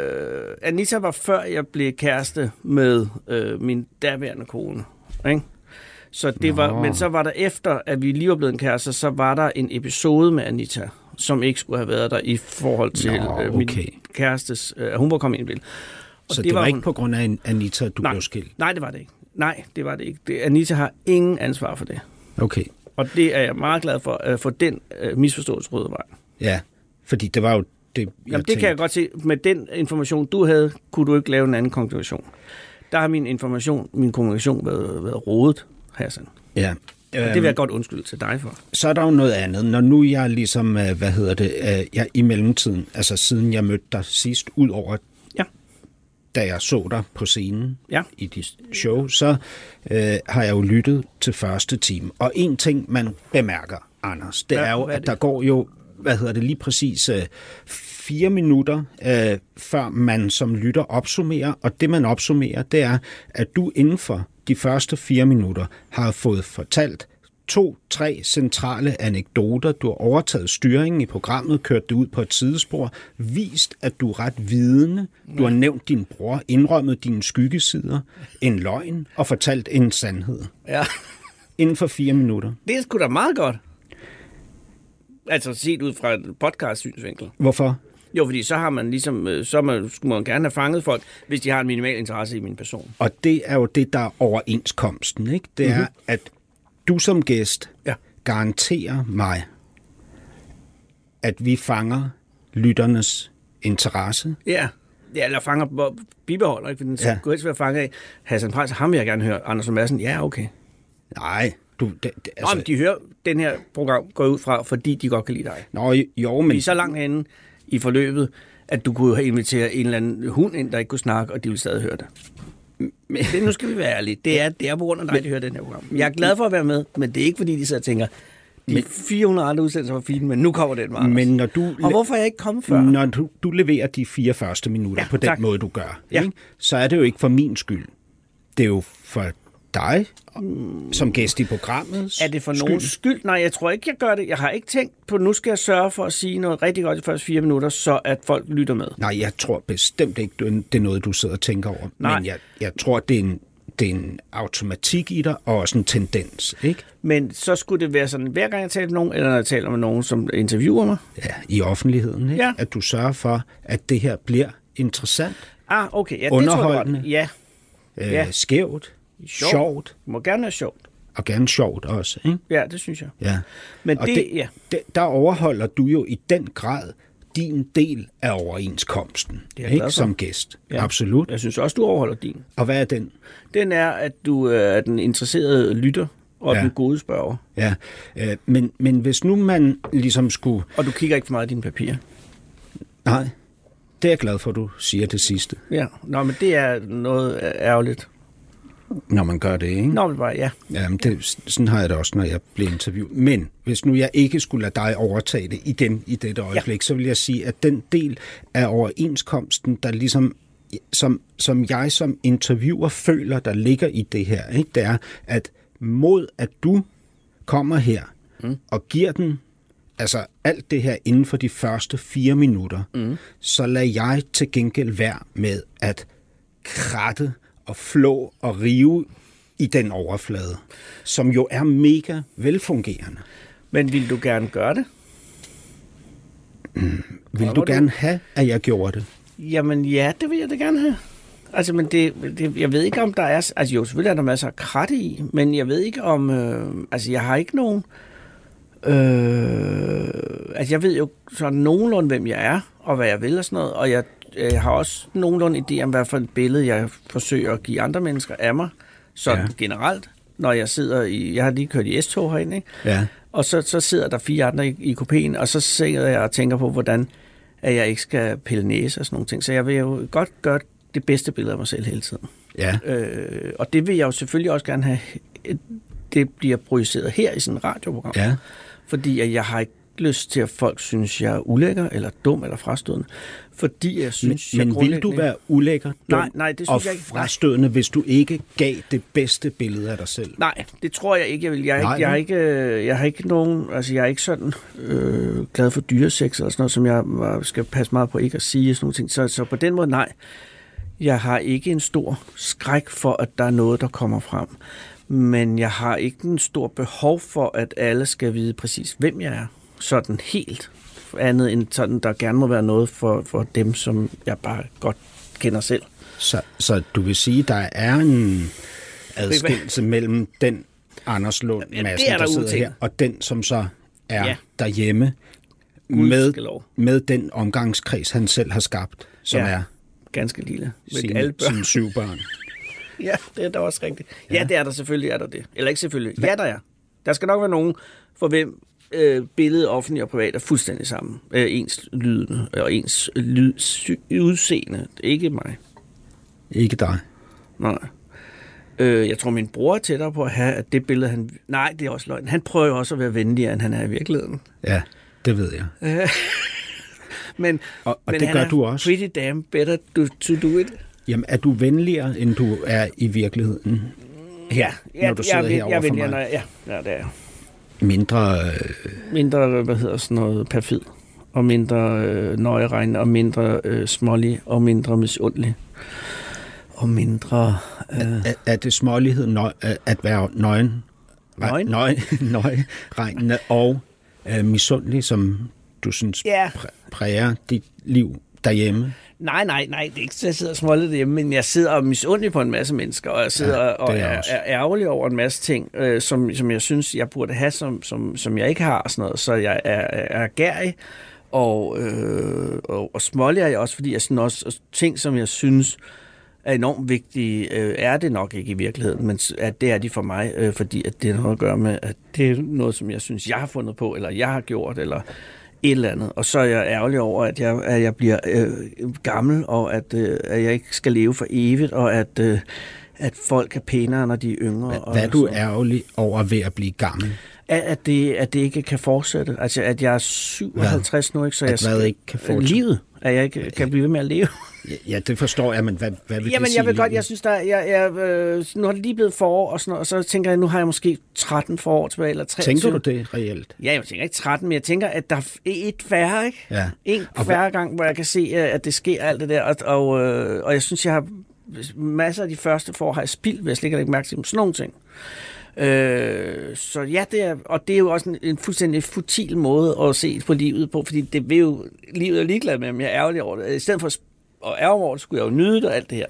Øh, Anita var før jeg blev kæreste med øh, min daværende kone. Ikke? Så det Nå. var, men så var der efter, at vi lige var blevet en kæreste, så var der en episode med Anita, som ikke skulle have været der i forhold til Nå, øh, min okay. kærestes, øh, at hun var kommet ind i billedet. Og Så det, det var, var hun- ikke på grund af en- Anita, du nej, blev skilt? Nej, det var det ikke. Nej, det var det ikke. Det, Anita har ingen ansvar for det. Okay, Og det er jeg meget glad for, at få den øh, misforståelse ryddet af vejen. ja. Fordi det var jo... Det, jeg Jamen, det kan jeg tænkte- godt se. Med den information, du havde, kunne du ikke lave en anden konklusion. Der har min information, min kommunikation været, været rodet, Hassan. Ja. Øhm, Og det vil jeg godt undskylde til dig for. så er der jo noget andet. Når nu jeg ligesom, øh, hvad hedder det, øh, jeg i mellemtiden, altså siden jeg mødte dig sidst, ud over Ja, da jeg så dig på scenen Ja. i dit show, så øh, har jeg jo lyttet til første time. Og en ting, man bemærker, Anders, det Hvad- er jo, hvad er at det? der går jo, hvad hedder det, lige præcis øh, fire minutter, øh, før man som lytter opsummerer. Og det, man opsummerer, det er, at du inden for de første fire minutter har fået fortalt to-tre centrale anekdoter. Du har overtaget styringen i programmet, kørt det ud på et sidespor, vist, at du er ret vidende. Du har nævnt din bror, indrømmet dine skyggesider, en løgn og fortalt en sandhed. ja. Inden for fire minutter. det er sgu da meget godt. Altså set ud fra en podcast-synsvinkel. Hvorfor? Jo, fordi så har man ligesom, øh, så er man, skulle man gerne have fanget folk, hvis de har en minimal interesse i min person. Og det er jo det, der er overenskomsten, ikke? Det er, mm-hmm. at du som gæst Mhm. Ja. garanterer mig, at vi fanger lytternes interesse. Ja. Ja, eller fanger hvor- bibeholder, ikke? For den ja. Ja. kunne helst være fanget af. Hassan Prejs, ham vil jeg gerne høre. Anders Lund Madsen, ja, okay. Nej, du... Det, det, Altså, Om de hører den her program, går jeg ud fra, fordi de godt kan lide dig. Nå, jo, men... Vi er så langt henne i forløbet, at du kunne jo have inviteret en eller anden hund ind, der ikke kunne snakke, og de ville stadig høre det. Men det, nu skal vi være ærlige. Det er, det er på grund af dig, de hører den her program. Jeg er glad for at være med, men det er ikke, fordi de sidder og tænker, de 400 andre udsendelser var fine, men nu kommer den meget. Men når du... og hvorfor er jeg ikke kommet før? Når du, du leverer de fire første minutter Ja, ja, på den tak. tak. måde, du gør, Ja. ja. ikke? så er det jo ikke for min skyld. Det er jo for dig, som gæst i programmet. Er det for nogen skyld? Nej, jeg tror ikke, jeg gør det. Jeg har ikke tænkt på, nu skal jeg sørge for at sige noget rigtig godt de første fire minutter, så at folk lytter med. Nej, jeg tror bestemt ikke, du- det er noget, du sidder og tænker over. Nej. Men jeg, jeg tror, det er, en, det er en automatik i dig, og også en tendens, ikke? Men så skulle det være sådan, hver gang jeg taler med nogen, eller når jeg taler med nogen, som interviewer mig. Ja, I offentligheden, ikke? Ja. At du sørger for, at det her bliver interessant, Ah, okay, ja, det tror jeg Underholdende. godt. Ja, øh, Ja. ja. skævt, Sjovt. sjovt. sjovt, det må gerne være sjovt. og gerne sjovt også, ikke? Ja, det synes jeg. Ja. Men Og det, det, ja, det, der overholder du jo i den grad din del af overenskomsten, er jeg glad for. ikke? Som gæst. Ja. Ja. Absolut. jeg synes også, du overholder din. Og hvad er den? Den er, at du øh, er den interesserede lytter, og ja. Ja. den gode spørger. Ja. Øh, men, men hvis nu man ligesom skulle... Og du kigger ikke for meget i dine papirer. Nej, det er jeg glad for, du siger det sidste, Ja, Nå, men det er noget øh, ærgerligt. når man gør det, ikke? Nå, men bare, ja. Jamen, det, sådan har jeg det også, når jeg bliver interviewet. Men hvis nu jeg ikke skulle lade dig overtage det igen i dette øjeblik, ja. så vil jeg sige, at den del af overenskomsten, der ligesom som, som jeg som interviewer føler, der ligger i det her, ikke, det er, at mod at du kommer her mm. og giver den altså alt det her inden for de første fire minutter, mm. så lader jeg til gengæld være med at kratte og flå og rive i den overflade, som jo er mega velfungerende. Men vil du gerne gøre det? Vil hvor du er det- gerne have, at jeg gjorde det? Jamen ja, det vil jeg da gerne have. Altså, men det, det, jeg ved ikke, om der er... Altså jo, selvfølgelig er der masser af kratte i, men jeg ved ikke om... Øh, altså, jeg har ikke nogen... Øh, altså, jeg ved jo sådan nogenlunde, hvem jeg er, og hvad jeg vil og sådan noget, og jeg øh, har også nogenlunde idé om, hvad for et billede, jeg forsøger at give andre mennesker af mig, sådan ja. generelt, når jeg sidder i... Jeg har lige kørt i S-tog herinde, ikke? Ja. Og så, så sidder der fire andre i, i kopien, og så sidder jeg og tænker på, hvordan at jeg ikke skal pille næse og sådan nogle ting. Så jeg vil jo godt gøre det bedste billede af mig selv hele tiden. Ja. Øh, og det vil jeg jo selvfølgelig også gerne have, det bliver projiceret her i sådan et radioprogram. Ja. Fordi at jeg har ikke lyst til, at folk synes, jeg er ulækker, eller dum, eller frastødende. Fordi jeg Men, synes, jeg men vil du grundlæggende- være ulækker, dum Nej, nej, det synes og jeg ikke. Nej. frastødende, hvis du ikke gav det bedste billede af dig selv? Nej, det tror jeg ikke, jeg vil. Jeg, er Nej, ikke, jeg, har nej. ikke, øh, jeg har ikke nogen... Altså, jeg er ikke sådan øh, glad for dyresex eller sådan noget, som jeg var- skal passe meget på ikke at sige og sådan nogle ting. Så, så på den måde, nej. Jeg har ikke en stor skræk for, at der er noget, der kommer frem. Men jeg har ikke en stor behov for, at alle skal vide præcis, hvem jeg er. Sådan helt andet end sådan, der gerne må være noget for, for dem, som jeg bare godt kender selv. Så, så du vil sige, der er en adskillelse mellem den Anders Lund Ja, det er Madsen, der der, sidder ubetinget. her, og den, som så er Ja. ja. derhjemme med, Gudskelov. med den omgangskreds, han selv har skabt, som Ja. ja. er Ganske lille. Med alle sine, børn. sine syv børn. Ja, det er da også rigtigt. Ja, det er der selvfølgelig, er der det. Eller ikke selvfølgelig. Ja, der er. Der skal nok være nogen, for hvem øh, billedet offentligt og privat er fuldstændig sammen. Øh, ens lydende og ens lyd, sy- udseende. Ikke mig. Ikke dig. Nej. Øh, jeg tror, min bror er tættere på at have, at det billede, han... Nej, det er også løgn. Han prøver jo også at være venligere, end han er i virkeligheden. Ja, det ved jeg. Men, Og- og men det han gør er du også. pretty damn better do, to do it. Jamen, er du venligere, end du er i virkeligheden? Ja, Ja, når du jeg sidder er ven- herovre jeg er for venligere, mig. når jeg- Ja, ja, det er jeg. Mindre... Øh, mindre, hvad hedder sådan noget, perfid, og mindre øh, nøjeregn, og mindre øh, smålig, og mindre misundelig, og mindre... Øh, er, er det smålighed nøj, øh, at være nøgen? Re- Nøgen? Nøj, nøj, regnende og øh, misundelig, som du synes Ja. præ- præger dit liv derhjemme? nej, nej, nej, det er ikke, så jeg sidder og smålig derhjemme, men jeg sidder og er misundelig på en masse mennesker, og jeg sidder ja, Ja, og det er jeg er, også. er ærgerlig over en masse ting, øh, som, som jeg synes, jeg burde have, som, som, som jeg ikke har, og sådan noget, så jeg er, er, er gærig, og, øh, og, og smålig er jeg også, fordi jeg sådan også, ting, som jeg synes, er enormt vigtige, øh, er det nok ikke i virkeligheden, men s- at det er de for mig, øh, fordi at det har noget at gøre med, at det er noget, som jeg synes, jeg har fundet på, eller jeg har gjort, eller et eller andet. Og så er jeg ærgerlig over, at jeg, at jeg bliver øh, gammel, og at, øh, at jeg ikke skal leve for evigt, og at, øh, at folk er pænere, når de er yngre. og Hvad er du sådan. ærgerlig over ved at blive gammel? At, at, det, at det ikke kan fortsætte. Altså, at jeg er 57 nu, ikke? Så At jeg hvad ikke kan fortsætte? Livet. At jeg ikke kan blive ved med at leve. Ja, Ja, det forstår jeg, men hvad, hvad vil Jamen, det sige? jeg vil godt, jeg synes, der, jeg, jeg, øh, nu har det lige blevet forår, og, sådan noget, og så tænker jeg, nu har jeg måske 13 forår tilbage, eller 23. Tænker du det reelt? Ja, jeg tænker ikke 13, men jeg tænker, at der er f- et færre, ikke? Ja. En Og færre gang, hvor jeg kan se, øh, at det sker alt det der, og, og, øh, og jeg synes, jeg har masser af de første forår har jeg spildt, hvis jeg slet ikke har lagt mærke til dem. sådan nogle ting. Øh, så ja, det er, og det er jo også en, en fuldstændig futil måde at se på livet på, fordi det vil jo, livet er ligeglad med, om jeg er ærgerlig over det. I stedet for at sp- at ærge mig over det, skulle jeg jo nyde det og alt det her.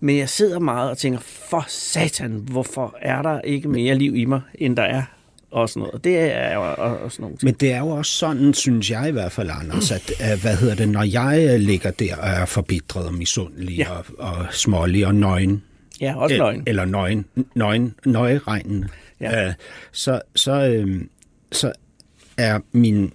Men jeg sidder meget og tænker, for satan, hvorfor er der ikke mere liv i mig, end der er? Og sådan noget. Og det er jo og, og sådan nogle ting. Men det er jo også sådan, synes jeg i hvert fald, Anders, at øh, hvad hedder det, når jeg øh, ligger der og er forbitret og misundelig Ja. ja. og, og smålig og nøgen, Ja, også El- løgn. Eller nøgen, nøgen, nøjeregnen. Ja. Ja. Øh, så, så, øh, så er min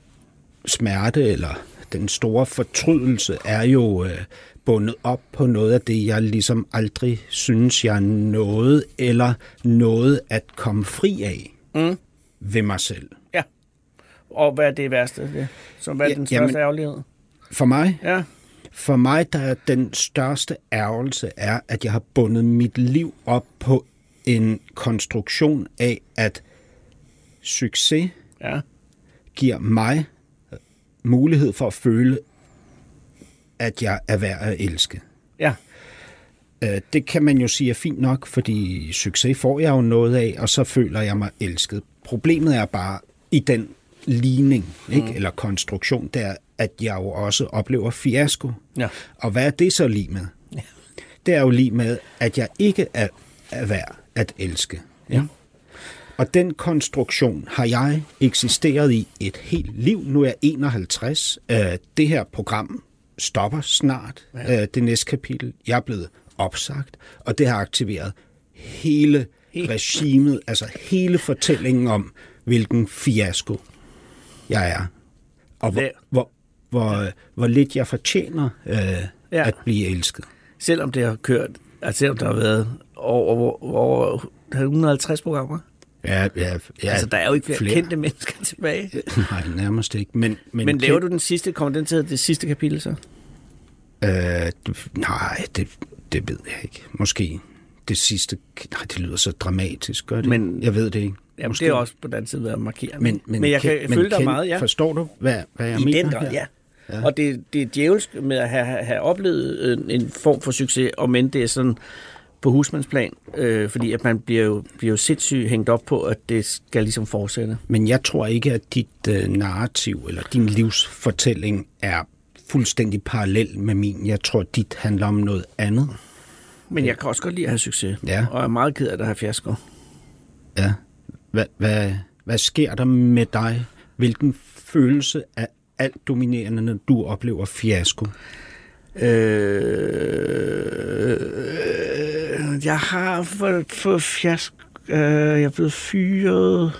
smerte, eller den store fortrydelse, er jo øh, bundet op på noget af det, jeg ligesom aldrig synes, jeg nåede, eller noget at komme fri af mm. ved mig selv. Ja. Og hvad er det værste? ved Det? Så hvad er Ja, den største jamen- ærgerlighed? For mig, Ja. for mig der er den største ærgelse, er, at jeg har bundet mit liv op på en konstruktion af, at succes Ja. giver mig mulighed for at føle, at jeg er værd at elske. Ja. Øh, Det kan man jo sige er fint nok, fordi succes får jeg jo noget af, og så føler jeg mig elsket. Problemet er bare i den ligning, ikke? eller konstruktion, der at jeg jo også oplever fiasko. Ja. Og hvad er det så lige med? Det er jo lige med, at jeg ikke er, er værd at elske. Ja. Og den konstruktion har jeg eksisteret i et helt liv. Nu er jeg 51. Øh, Det her program stopper snart. Ja. Det næste kapitel. Jeg er blevet opsagt, og det har aktiveret hele regimet, altså hele fortællingen om, hvilken fiasko jeg er. Og hvor, Ja. hvor, hvor, øh, hvor lidt jeg fortjener øh, Ja. ja. at blive elsket. Selvom det har kørt, altså selvom der har været over, over, over 150 programmer, Ja, ja, ja. altså, der er jo ikke flere, kendte mennesker tilbage. Nej, nærmest ikke. Men, men, Men laver du den sidste, kommer den til at hedde det sidste kapitel så? Øh, det- nej, det, det ved jeg ikke. Måske det sidste... Nej, det lyder så dramatisk, gør det? Men- jeg ved det ikke. Jamen, Måske. det er også på den anden side været markerende. Men, men, men jeg Ken- kan følge dig Ken, meget, ja. Forstår du, hvad, hvad jeg I mener den grad, her? ja. ja. Og det, det er djævelsk med at have, have, have oplevet en, en form for succes, og men det er sådan på husmandsplan, øh, fordi at man bliver jo, bliver jo sindssygt hængt op på, at det skal ligesom fortsætte. Men jeg tror ikke, at dit øh, narrativ eller din livsfortælling er fuldstændig parallel med min. Jeg tror, dit handler om noget andet. Men jeg kan også godt lide at have succes, Ja. og er meget ked af at have fiasko. Ja. Hvad, hvad, hvad sker der med dig? Hvilken følelse er alt dominerende, når du oplever fiasko? Øh, jeg har fået for fjask. Øh, jeg er blevet fyret.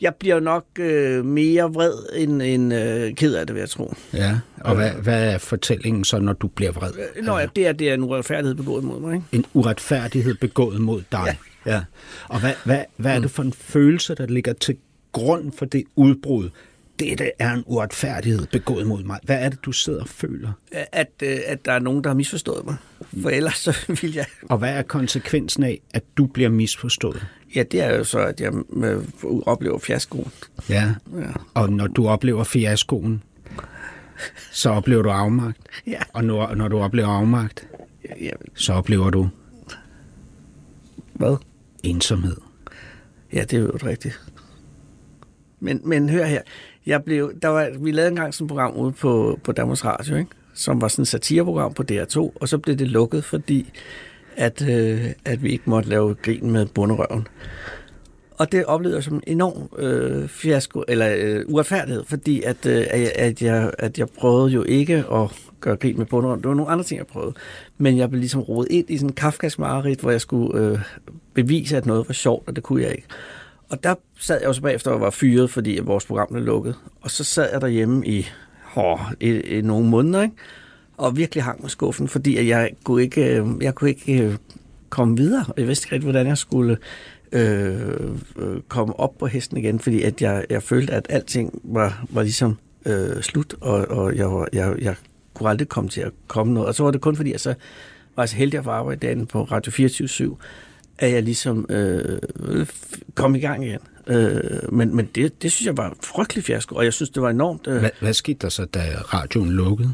Jeg bliver nok øh, mere vred end, end øh, ked af det, vil jeg tro. Ja, og hvad, hvad er fortællingen så, når du bliver vred? Øh, Altså, Nå ja, det er, det er en uretfærdighed begået mod mig, ikke? En uretfærdighed begået mod dig. Ja. ja. Og hvad, hvad, hvad er det for en følelse, der ligger til grund for det udbrud? Dette er en uretfærdighed begået mod mig. Hvad er det, du sidder og føler? At, øh, at der er nogen, der har misforstået mig. For ellers så vil jeg... Og hvad er konsekvensen af, at du bliver misforstået? Ja, det er jo så, at jeg øh, oplever fiaskoen. Ja. Ja. Og når du oplever fiaskoen, så oplever du afmagt. Ja. Og når, når du oplever afmagt, ja. så oplever du Hvad? ensomhed. Ja, det er jo rigtigt. Men, men hør her, jeg blev, der var, vi lavede engang sådan et program ude på, på Danmarks Radio, ikke? som var sådan et satireprogram på DR2, og så blev det lukket, fordi at, øh, at vi ikke måtte lave grin med bunderøven. Og det oplevede jeg som en enorm øh, fiasko, eller øh, uretfærdighed, fordi at, øh, at, jeg- at, jeg, at jeg prøvede jo ikke at gøre grin med bunderøven. Det var nogle andre ting, jeg prøvede. Men jeg blev ligesom rodet ind i sådan en kafkas mareridt, hvor jeg skulle øh, bevise, at noget var sjovt, og det kunne jeg ikke. Og der sad jeg jo så bagefter og var fyret, fordi at vores program blev lukket. Og så sad jeg derhjemme i, åh, i, i nogle måneder, ikke? og virkelig hang med skuffen, fordi at jeg kunne ikke, øh, jeg kunne ikke øh, komme videre. Og Jeg vidste ikke rigtig, hvordan jeg skulle øh, øh, komme op på hesten igen, fordi at jeg, jeg følte, at alting var, var ligesom øh, slut, og, og jeg, var- jeg, jeg kunne aldrig komme til at komme noget. Og så var det kun fordi, jeg så var så heldig at få arbejde derinde på Radio 24 at jeg ligesom øh, f- kom i gang igen. Øh, men men det, det synes jeg var en frygtelig fiasko, og jeg synes, det var enormt... Øh, Hvad, hvad skete der så, da radioen lukkede?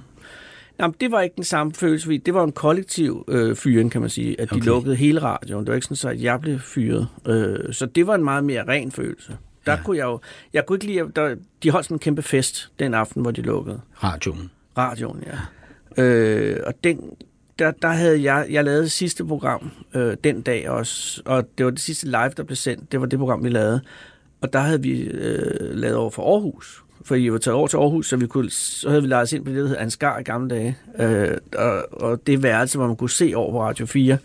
Jamen, det var ikke den samme følelse, fordi det var en kollektiv øh, fyring, kan man sige, at de Okay. okay. lukkede hele radioen. Det var ikke sådan, så, at jeg blev fyret. Øh, så det var en meget mere ren følelse. Der ja. kunne jeg jo... Jeg kunne ikke lide... at- Der, de holdt sådan en kæmpe fest den aften, hvor de lukkede Radioen. radioen, ja. Øh, og den, der, der havde jeg, jeg lavede sidste program øh, den dag også, og det var det sidste live, der blev sendt, det var det program, vi lavede. Og der havde vi øh, lavet over for Aarhus, for I var taget over til Aarhus, så, vi kunne, så havde vi lejet os ind på det, der hed Ansgar i gamle dage. Øh, og, og det værelse, hvor man kunne se over på Radio 4,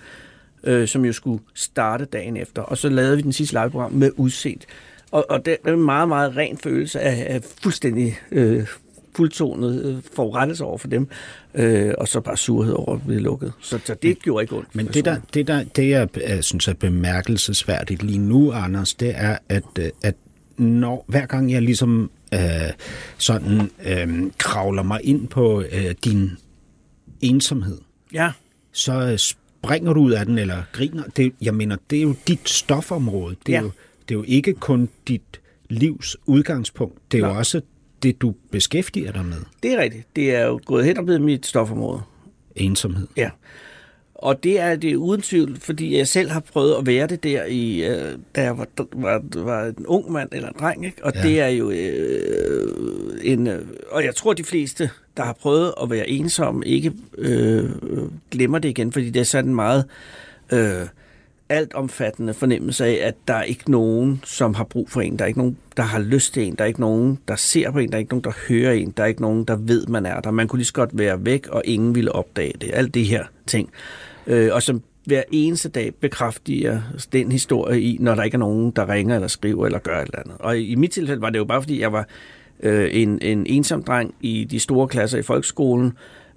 øh, som jo skulle starte dagen efter. Og så lavede vi den sidste liveprogram med udset. Og, og det er en meget, meget ren følelse af, af fuldstændig øh, fuldtonet øh, forurettelse over for dem, øh, og så bare surhed over at blive lukket. Så, så det gjorde ikke ondt. Men det, der, det, der, det jeg øh, synes er bemærkelsesværdigt lige nu, Anders, det er, at, øh, at når, hver gang jeg ligesom øh, sådan øh, kravler mig ind på øh, din ensomhed, Ja, så øh, springer du ud af den eller griner. Det, jeg mener, det er jo dit stofområde. Det er, Ja. jo, det er jo ikke kun dit livs udgangspunkt. Det er jo Nej. også det, du beskæftiger dig med. det er rigtigt. Det er jo gået hen og blevet mit stofområde. Ensomhed. Ja. Og det er det er uden tvivl, fordi jeg selv har prøvet at være det der, i, øh, da jeg var, var, var en ung mand eller en dreng. Ikke? Og Ja. ja. det er jo øh, en... Øh, og jeg tror, de fleste, der har prøvet at være ensom, ikke øh, øh, glemmer det igen, fordi det er sådan en meget øh, altomfattende fornemmelse af, at der er ikke nogen, som har brug for en. Der er ikke nogen, der har lyst til en. Der er ikke nogen, der ser på en. Der er ikke nogen, der hører en. Der er ikke nogen, der ved, man er der. Man kunne lige så godt være væk, og ingen ville opdage det. Alt det her ting. Øh, og som hver eneste dag bekræftiger den historie i, når der ikke er nogen, der ringer eller skriver eller gør et eller andet. Og i mit tilfælde var det jo bare, fordi jeg var øh, en, en ensom dreng i de store klasser i folkeskolen,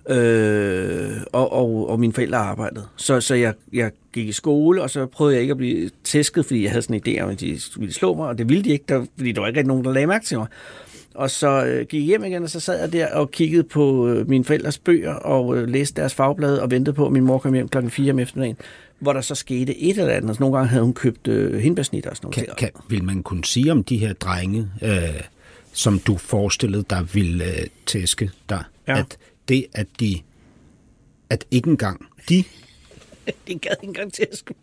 øh, og, og, og mine forældre arbejdede. Så, så jeg, jeg gik i skole, og så prøvede jeg ikke at blive tæsket, fordi jeg havde sådan en idé om, at de ville slå mig, og det ville de ikke, der, fordi der var ikke rigtig nogen, der lagde mærke til mig. Og så øh, gik jeg hjem igen, og så sad jeg der og kiggede på øh, mine forældres bøger og øh, læste deres fagblade og ventede på, at min mor kom hjem klokken 4 om eftermiddagen, hvor der så skete et eller andet. Altså, nogle gange havde hun købt øh, hindbærsnitter og sådan noget. Kan, kan, vil man kunne sige om de her drenge, øh, som du forestillede dig ville øh, tæske dig, Ja. at det, at de, at ikke engang de Det gad ikke engang til at skulle.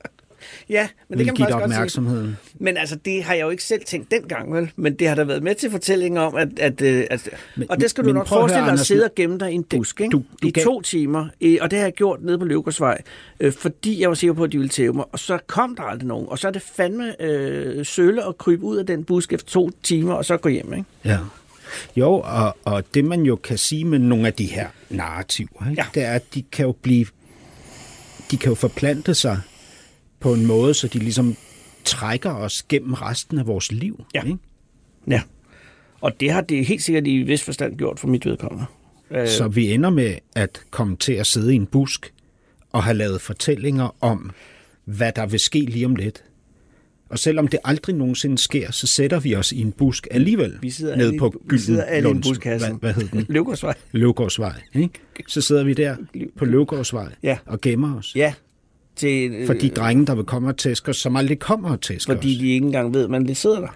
Ja, men ville det kan give man dig faktisk godt sige. opmærksomheden? Men altså, det har jeg jo ikke selv tænkt dengang, vel? Men det har der været med til fortællingen om, at... at, øh, at Men- men, og det skal du men nok prøv at høre, forestille dig at Anders, sidde nu- og gemme dig i en busk, ikke? du- du I gav- to timer. Øh, Og det har jeg gjort nede på Løvgårdsvej, øh, fordi jeg var sikker på, at de ville tæve mig. Og så kom der aldrig nogen. Og så er det fandme øh, sølle at krybe ud af den busk efter to timer, og så gå hjem, ikke? Ja. Jo, og, og det man jo kan sige med nogle af de her narrativer, ikke, Ja. det er, at de kan jo blive, de kan jo forplante sig på en måde, så de ligesom trækker os gennem resten af vores liv. Ja. Ikke? Ja. Og det har det helt sikkert i vis forstand gjort for mit vedkommende. Øh, Så vi ender med at komme til at sidde i en busk og have lavet fortællinger om, hvad der vil ske lige om lidt. Og selvom det aldrig nogensinde sker, så sætter vi os i en busk alligevel vi sidder ned alle, i- på vi sidder alle i en Gyldenlunds- buskasse. Hvad, hvad hed den? Løvgårdsvej. Løvgårdsvej. Ikke? Så sidder vi der på Løvgårdsvej Ja. og gemmer os. Ja. Til, øh, For de drenge, der vil komme og tæske os, som aldrig kommer og tæsker Fordi os. de ikke engang ved, at man lige sidder der.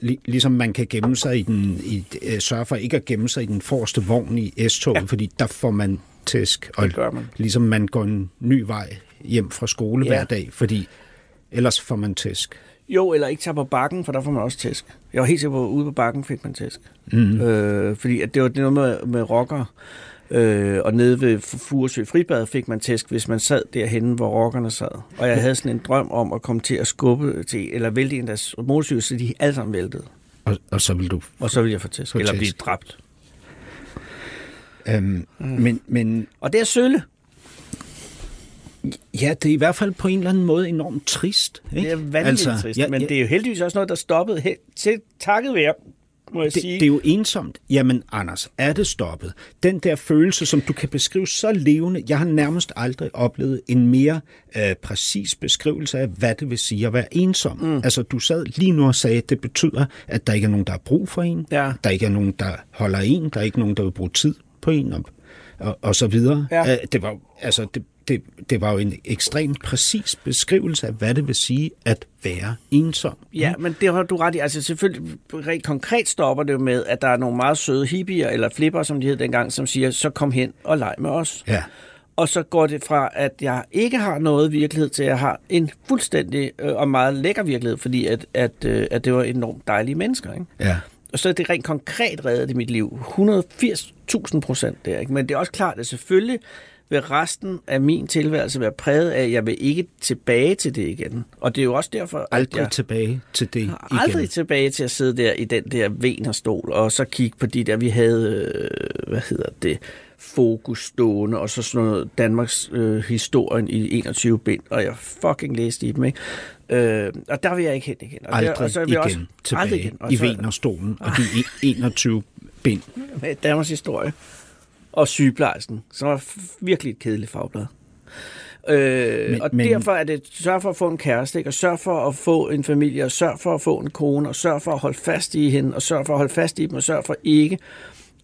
Lig- Ligesom man kan gemme sig i den, i, øh, sørge for ikke at gemme sig i den forreste vogn i S-toget, ja. fordi der får man tæsk. Og Det gør man. Ligesom man går en ny vej hjem fra skole ja. Ja. hver dag, fordi ellers får man tæsk. Jo, eller ikke tager på bakken, for der får man også tæsk. Jeg var helt sikker på, at ude på bakken fik man tæsk. Mhm. Mm. Øh, fordi at det var det var noget med, med rockere. Øh, og nede ved F- Furesø Fribad fik man tæsk, hvis man sad derhenne, hvor rockerne sad. Og jeg havde sådan en drøm om at komme til at skubbe til, eller vælte en af deres motorcykel, så de alle sammen væltede. Og, og så vil du... Og så ville jeg få tæsk, Få eller tæsk. blive dræbt. Øhm, Mm. men, men Og det er sølle. ja, det er i hvert fald på en eller anden måde enormt trist. Ikke? Det er vanvittigt altså, trist, ja, men ja. det er jo heldigvis også noget, der stoppede helt til takket være, må jeg det, sige. det er jo ensomt. Jamen, Anders, er det stoppet? Den der følelse, som du kan beskrive så levende, jeg har nærmest aldrig oplevet en mere øh, præcis beskrivelse af, hvad det vil sige at være ensom. Mm. Altså, du sad lige nu og sagde, at det betyder, at der ikke er nogen, der har brug for en, Ja. der ikke er nogen, der holder en, der er ikke nogen, der vil bruge tid på en, og, og, og så videre. Ja. Øh, det var jo- altså, det, det, det var jo en ekstremt præcis beskrivelse af, hvad det vil sige at være ensom. Ja, men det har du ret i. Altså selvfølgelig, rent konkret stopper det jo med, at der er nogle meget søde hippier, eller flipper, som de hed dengang, som siger, så kom hen og leg med os. Ja. Og så går det fra, at jeg ikke har noget virkelighed, til at jeg har en fuldstændig øh, og meget lækker virkelighed, fordi at, at, øh, at det var enormt dejlige mennesker. Ikke? ja. Og så er det rent konkret reddet i mit liv. 180.000 procent der. Ikke? Men det er også klart, at selvfølgelig vil resten af min tilværelse være præget af, at jeg vil ikke tilbage til det igen. Og det er jo også derfor, Aldrig at ja. jeg tilbage til det har aldrig igen. tilbage til at sidde der i den der venerstol, og så kigge på de der, vi havde, øh, hvad hedder det, fokus stående, og så sådan noget Danmarks øh, historien i 21 bind, og jeg fucking læste i dem, ikke? Øh, og der vil jeg ikke hen igen. Og aldrig der, og så vil igen jeg også, Ah. tilbage aldrig igen. Og i så- Venerstolen og de e- 21 bind. med Danmarks Historie og sygeplejersken, som var f- virkelig et kedeligt fagblad. Øh, Men- men, og men- men, derfor er det sørg for at få en kæreste, ikke? og sørg for at få en familie, og sørg for at få en kone, og sørg for at holde fast i hende, og sørg for at holde fast i dem, og sørg for ikke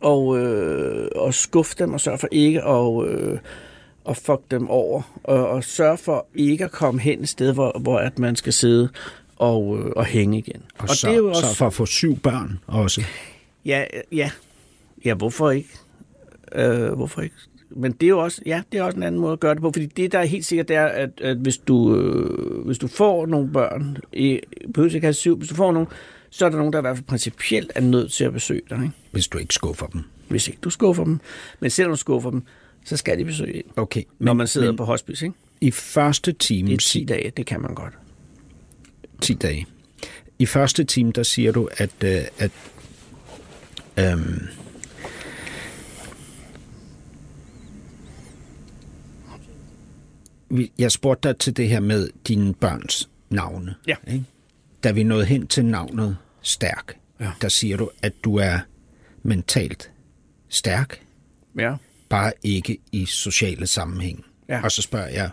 og, øh, og skuffe dem, og sørg for ikke og, øh, og fuck dem over, og, og sørg for ikke at komme hen et sted, hvor, hvor at man skal sidde og, øh, og hænge igen. Og, og så, så for at få syv børn også. Ja, øh, ja. Ja, hvorfor ikke? Øh, hvorfor ikke? Men det er jo også, ja, det er også en anden måde at gøre det på, fordi det, der er helt sikkert, det er, at, at hvis, du, øh, hvis du får nogle børn, i, behøver ikke have syv, hvis du får nogle, så er der nogen, der i hvert fald principielt er nødt til at besøge dig, ikke? Hvis du ikke skuffer dem. hvis ikke du skuffer dem. Men selvom du skuffer dem, så skal de besøge en, Okay, når man sidder men på hospice. Ikke? i første time, Det er 10 10, dage, det kan man godt. 10 dage, i første time, der siger du, at, øh, at øhm, vi- jeg spurgte dig til det her med dine børns navne. Ja. Ikke? Da vi nåede hen til navnet Stærk, ja. der siger du, at du er mentalt stærk, Ja. bare ikke i sociale sammenhæng. Ja. Ja. Og så spørger jeg,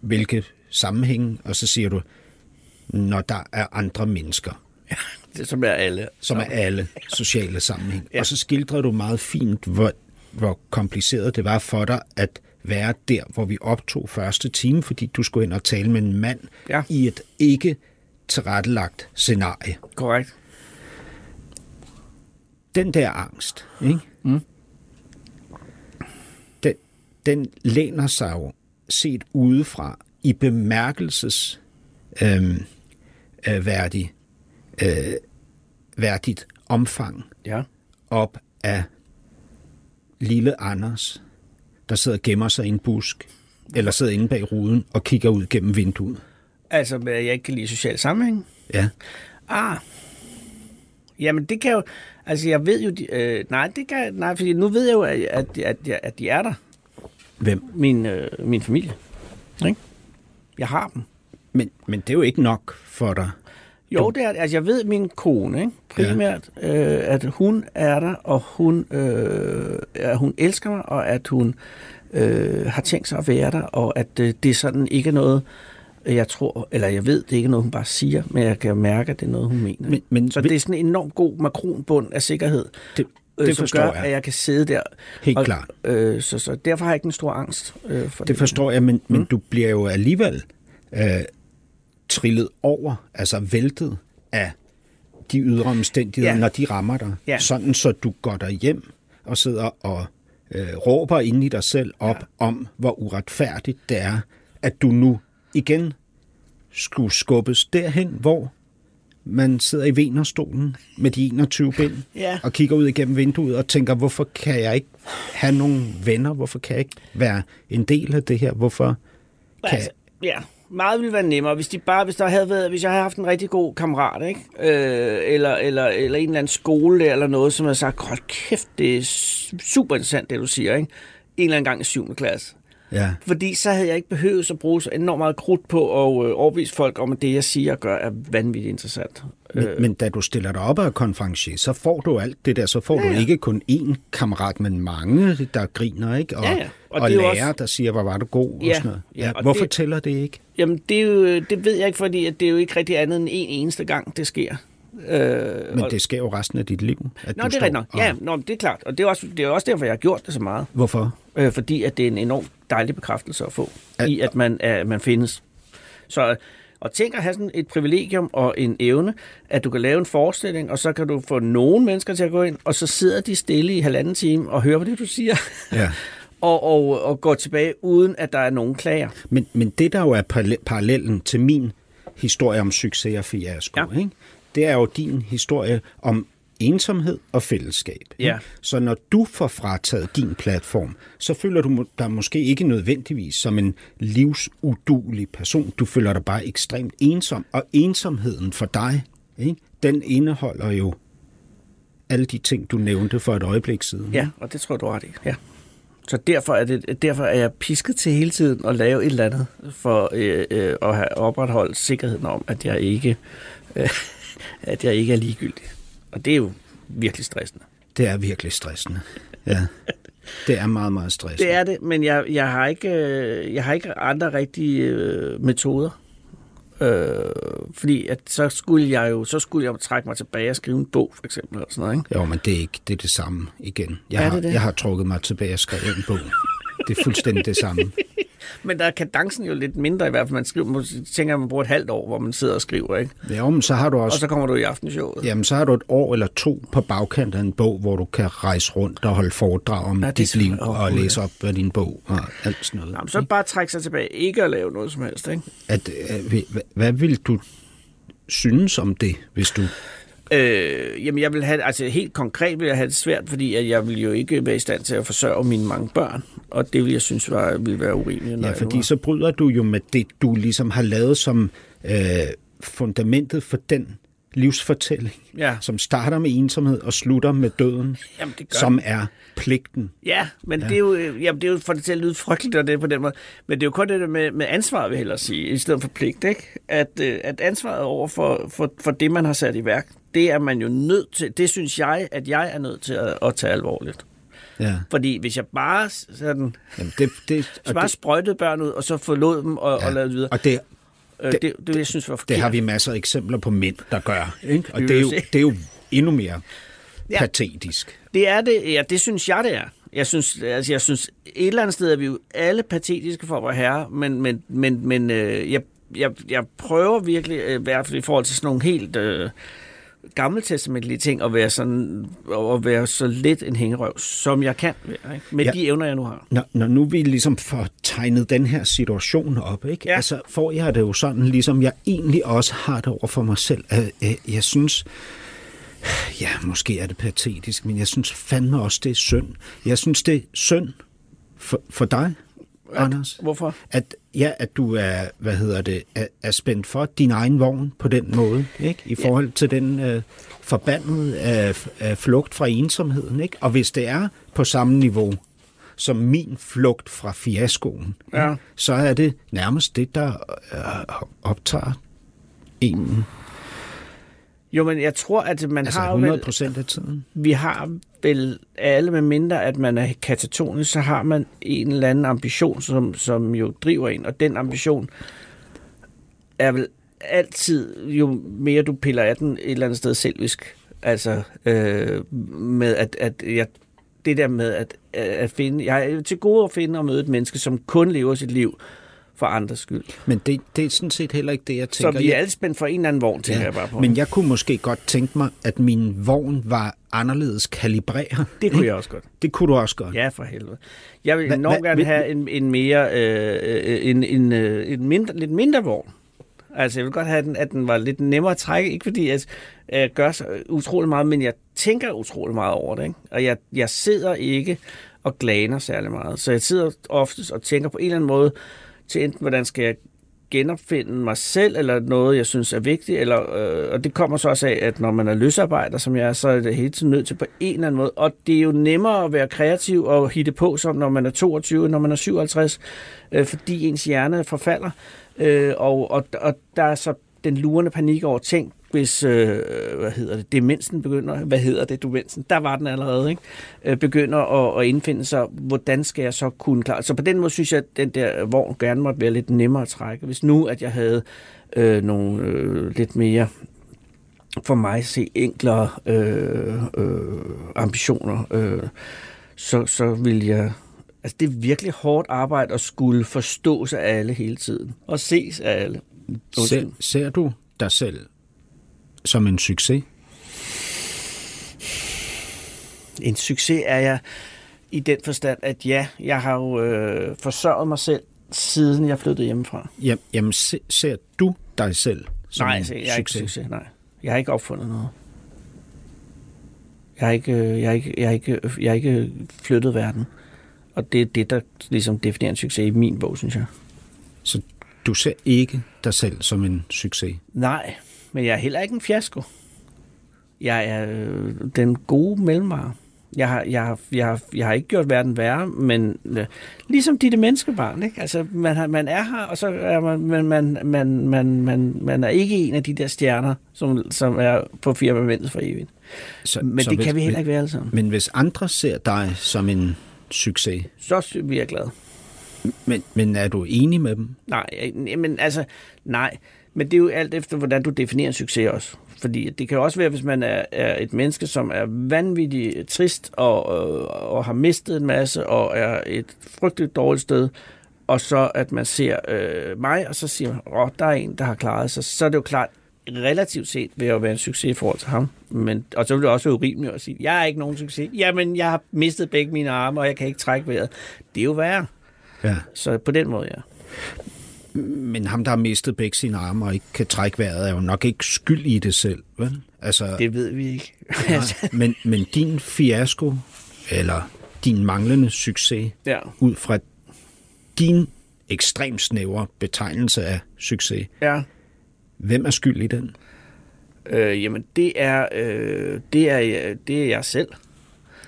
hvilke sammenhæng, og så siger du, når der er andre mennesker, Det, som er alle. som er alle sociale sammenhæng. ja. Og så skildrer du meget fint, hvor, hvor kompliceret det var for dig at være der, hvor vi optog første time, fordi du skulle ind og tale med en mand Ja. ja. i et ikke tilrettelagt scenarie. Korrekt. den der angst, ikke? Mm. Den, den læner sig jo set udefra i bemærkelses øhm, øh, værdig, øh, værdigt omfang Ja. op af lille Anders, der sidder og gemmer sig i en busk, eller sidder inde bag ruden og kigger ud gennem vinduet. Altså, med, at jeg ikke kan lide social sammenhæng. Ja. Ah. Jamen, det kan jo... Altså, jeg ved jo... De, øh, nej, det kan... Nej, fordi nu ved jeg jo, at, at, at, at de er der. Hvem? Min, øh, min familie. Ikke? Jeg har dem. Men, men det er jo ikke nok for dig. Jo, det er, altså jeg ved min kone, ikke? primært, ja. øh, at hun er der, og hun, øh, at hun elsker mig, og at hun øh, har tænkt sig at være der, og at øh, det er sådan ikke er noget, jeg tror, eller jeg ved, det er ikke noget, hun bare siger, men jeg kan mærke, at det er noget, hun mener. Men- men Så vi- det er sådan en enormt god makronbund af sikkerhed, Det, øh, det som forstår gør, jeg. at jeg kan sidde der. Helt og, klart. Øh, så, så derfor har jeg ikke en stor angst. Øh, for Det forstår jeg, men, Mm. men du bliver jo alligevel øh, trillet over, altså væltet af de ydre omstændigheder, Ja. ja. når de rammer dig. Ja. Sådan, så du går der hjem og sidder og øh, råber inde i dig selv op ja. om, hvor uretfærdigt det er, at du nu igen skulle skubbes derhen, hvor man sidder i venerstolen med de 21 bind Ja. og kigger ud igennem vinduet og tænker, hvorfor kan jeg ikke have nogle venner? Hvorfor kan jeg ikke være en del af det her? Hvorfor kan Altså, ja, meget ville være nemmere, hvis, de bare, hvis, der havde været, hvis jeg havde haft en rigtig god kammerat, ikke? Øh, eller, eller, eller en eller anden skole der, eller noget, som havde sagt, hold kæft, det er su- super interessant, det du siger, ikke? en eller anden gang i 7. klasse. Ja, Fordi så havde jeg ikke behøvet at bruge så enormt meget krudt på at øh, overbevise folk om, at det, jeg siger og gør, er vanvittigt interessant. men, øh. men da du stiller dig op af konferencier, så får du alt det der. Så får ja, ja. du ikke kun én kammerat, men mange, der griner, ikke? Og, Ja, ja. Og og, og det er jo lærer, også- også... der siger, hvor var du god, Ja, og sådan noget. ja, og Hvorfor det- det... tæller det ikke? Jamen, det, er jo, øh, det ved jeg ikke, fordi at det er jo ikke rigtig andet end en eneste gang, det Ah. sker. Øh, Men det sker jo resten af dit liv. At Nå, du det er står rigtigt nok. og- Ja, nå, men det er klart. Og det er, også, det er også derfor, jeg har gjort det så meget. Hvorfor? øh, fordi at det er en enorm dejlig bekræftelse at få, Al- i at man, er, man findes. Så øh, og tænk at have sådan et privilegium og en evne, at du kan lave en forestilling, og så kan du få nogle mennesker til at gå ind, og så sidder de stille i halvanden time og hører på det, du siger, Ja. og, og, og går tilbage, uden at der er nogen klager. Men, men det, der jo er parallel- parallellen til min historie om succes og fiasko, Ja. ja. ikke? det er jo din historie om ensomhed og fællesskab. ikke? Ja. Så når du får frataget din platform, så føler du må- dig måske ikke nødvendigvis som en livsudulig person. Du føler dig bare ekstremt ensom, og ensomheden for dig, ikke? den indeholder jo alle de ting, du nævnte for et øjeblik siden. Ja, og det tror jeg, du har ret i. Ja. Så derfor er, det, derfor er jeg pisket til hele tiden at lave et eller andet for øh, øh, at have opretholdt sikkerheden om, at jeg ikke, øh, at jeg ikke er ligegyldig. Og det er jo virkelig stressende. Det er virkelig stressende. Ja. Det er meget, meget stressende. Det er det, men jeg, jeg, har, ikke, øh, jeg har ikke andre rigtige øh, metoder. Øh, fordi at så skulle jeg jo så skulle jeg jo trække mig tilbage og skrive en bog, for eksempel. Og sådan noget, ikke? Jo, men det er ikke det, er det samme igen. Jeg, Er har, det det? jeg har trukket mig tilbage og skrevet en bog. Det er fuldstændig det samme. Men der er kadencen jo lidt mindre i hvert fald. Man skriver, man tænker, at man bruger et halvt år, hvor man sidder og skriver, ikke? Jo, men så har du Og også... så kommer du i aftenshowet. Jamen, så har du et år eller to på bagkant af en bog, hvor du kan rejse rundt og holde foredrag om Ja, ja, det dit er liv så- og Åh, læse op af din bog og alt sådan noget. Jamen, så er det bare at trække sig tilbage. Ikke at lave noget som helst, ikke? At, øh, hvad, hvad vil du synes om det, hvis du... Øh, jamen, jeg vil have, altså helt konkret vil jeg have det svært, fordi at jeg vil jo ikke være i stand til at forsørge mine mange børn. Og det vil jeg synes var, ville være urimeligt. når Ja, jeg nu fordi har- så bryder du jo med det, du ligesom har lavet som øh, fundamentet for den livsfortælling, Ja. som starter med ensomhed og slutter med døden, Jamen, det gør som er pligten. Ja, men ja. det er jo, øh, jamen, det er jo for det til at lyde frygteligt, og det er på den måde. Men det er jo kun det der med, med ansvar, vil jeg hellere sige, i stedet for pligt, ikke? At, øh, at ansvaret over for, for, for det, man har sat i værk, det er man jo nødt til, det synes jeg, at jeg er nødt til at, at tage alvorligt. Ja. Fordi hvis jeg bare sådan, Jamen, det, det, så bare det, sprøjtede børn ud, og så forlod dem og, ja. og lavede videre. og det, Øh, det, det, det, jeg synes var forkert. det har vi masser af eksempler på mænd, der gør. Ikke? Og Vi det er, vil jo, se. det er jo endnu mere Ja. ja. patetisk. Det er det, ja, det synes jeg, det er. Jeg synes, altså, jeg synes et eller andet sted er vi jo alle patetiske for vores herre, men, men, men, men øh, jeg, jeg, jeg prøver virkelig, øh, i hvert fald i forhold til sådan nogle helt øh, gammeltestamentlige ting, at være, sådan, at være så lidt en hængerøv, som jeg kan, være, ikke? med ja. Ja. de evner, jeg nu har. Når, når nu vi ligesom får tegnet den her situation op, ikke? Ja. Altså, får jeg det jo sådan, ligesom jeg egentlig også har det over for mig selv. Øh, øh, Jeg synes, ja, måske er det patetisk, men jeg synes fandme også, det er synd. Jeg synes, det er synd for, for dig, Anders. Hvorfor? at, ja, at du er, hvad hedder det, er, er spændt for din egen vogn på den måde, ikke? I forhold til den øh, forbandede af, af øh, flugt fra ensomheden, ikke? Og hvis det er på samme niveau som min flugt fra fiaskoen, Ja. så er det nærmest det, der øh, optager en, Jo, men jeg tror, at man altså har jo vel, 100 procent af tiden. vi har vel alle, med mindre at man er katatonisk, så har man en eller anden ambition, som, som jo driver en, og den ambition er vel altid, jo mere du piller af den et eller andet sted selvisk, altså øh, med at, at jeg, det der med at, at finde, jeg er til gode at finde og møde et menneske, som kun lever sit liv for andres skyld. Men det, det er sådan set heller ikke det, jeg Så tænker. vi er Jeg- alle spændt for en eller anden vogn, tænker ja, jeg bare på. Men jeg kunne måske godt tænke mig, at min vogn var anderledes kalibreret. det kunne jeg også godt. Det kunne du også godt. Ja, for helvede. Jeg vil Hva- enormt hva- gerne vil- have en, en mere, øh, øh, en, en, øh, en mindre, lidt mindre vogn. Altså, jeg vil godt have, den, at den var lidt nemmere at trække. Ikke fordi jeg øh, gør så utrolig meget, men jeg tænker utrolig meget over det. Ikke? Og jeg, jeg sidder ikke og glaner særlig meget. Så jeg sidder oftest og tænker på en eller anden måde til enten, hvordan skal jeg genopfinde mig selv, eller noget, jeg synes er vigtigt, eller, øh, og det kommer så også af, at når man er løsarbejder, som jeg er, så er det hele tiden nødt til på en eller anden måde, og det er jo nemmere at være kreativ og hitte på, som når man er 22, når man er 57, øh, fordi ens hjerne forfalder, øh, og, og, og der er så den lurende panik over ting, hvis, øh, hvad hedder det, demensen begynder, hvad hedder det, demensen, der var den allerede, ikke? Øh, begynder at, at indfinde sig, hvordan skal jeg så kunne klare Så på den måde synes jeg, at den der vogn gerne måtte være lidt nemmere at trække, hvis nu, at jeg havde øh, nogle øh, lidt mere, for mig at se, enklere øh, øh, ambitioner, øh, så, så vil jeg... Altså, det er virkelig hårdt arbejde at skulle forstås af alle hele tiden, og ses af alle. Undskyld. Ser, ser du dig selv som en succes? En succes er jeg i den forstand, at ja, jeg har jo øh, forsørget mig selv, siden jeg flyttede hjemmefra. Jam, jamen, se, ser du dig selv som nej, altså, en jeg er ikke succes, nej. Jeg har ikke opfundet noget. Jeg har ikke, øh, jeg har ikke, jeg har ikke, jeg har ikke flyttet verden. Og det er det, der ligesom definerer en succes i min bog, synes jeg. Så du ser ikke dig selv som en succes? Nej, men jeg er heller ikke en fiasko. Jeg er øh, den gode mellemvare. Jeg har, jeg, har, jeg, har, jeg har ikke gjort verden værre, men øh, ligesom dit menneskebarn, ikke? Altså, man, har, man er her, og så er man, men man, man, man, man, man er ikke en af de der stjerner, som, som er på firmamentet for evigt. Så, Men så det hvis, kan vi heller ikke være alle sammen. Men hvis andre ser dig som en succes, Så sy- vi er glade. men, men er du enig med dem? Nej, jeg- men altså, nej. Men det er jo alt efter, hvordan du definerer en succes også. Fordi det kan jo også være, hvis man er, er et menneske, som er vanvittigt trist og, og, og har mistet en masse og er et frygteligt dårligt sted, og så at man ser øh, mig, og så siger man, åh, der er en, der har klaret sig. Så er det jo klart, relativt set vil jeg jo være en succes i forhold til ham. Men, og så vil det også være urimeligt at sige, jeg er ikke nogen succes. Jamen, jeg har mistet begge mine arme, og jeg kan ikke trække vejret. Det er jo værre. Ja. Så på den måde, ja. Men ham, der har mistet begge sine arme og ikke kan trække vejret, er jo nok ikke skyld i det selv, vel? Altså, Det ved vi ikke. nej. men, men din fiasko, eller din manglende succes, ja. ud fra din ekstremt snævre betegnelse af succes. ja. Hvem er skyld i den? Øh, jamen, det er, øh, det, er, øh, det er jeg selv.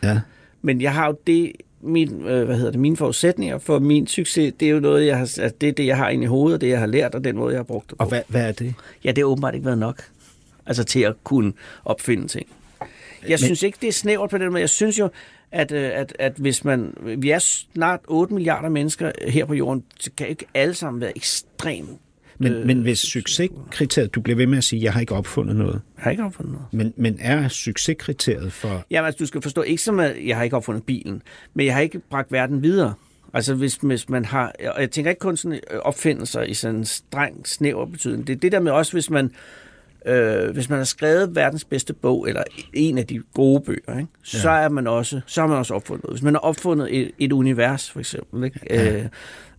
Ja. Men jeg har jo det, min, øh, hvad hedder det, mine forudsætninger for min succes, det er jo noget, jeg har, altså, det er det, jeg har inde i hovedet, og det, jeg har lært, og den måde, jeg har brugt det på. Og hvad, hvad er det? Ja, det har åbenbart ikke været nok. Altså til at kunne opfinde ting. Jeg Men... synes ikke, det er snævert på den måde. Jeg synes jo, at, øh, at, at hvis man... Vi er snart 8 milliarder mennesker her på jorden, så kan ikke alle sammen være ekstremt... Men, øh, men hvis succeskriteriet, du bliver ved med at sige, jeg har ikke opfundet noget, Jeg har ikke opfundet noget. men, men er succeskriteriet for... Jamen, altså, du skal forstå, ikke som at jeg har ikke opfundet bilen, men jeg har ikke bragt verden videre. Altså, hvis, hvis man har... Og jeg tænker ikke kun sådan øh, opfindelser i sådan en streng, snæver betydning. Det er det der med også, hvis man... Øh, hvis man har skrevet verdens bedste bog, eller en af de gode bøger, ikke? Så, er man også, så har man også opfundet noget. Hvis man har opfundet et, et univers, for eksempel, ikke? Øh,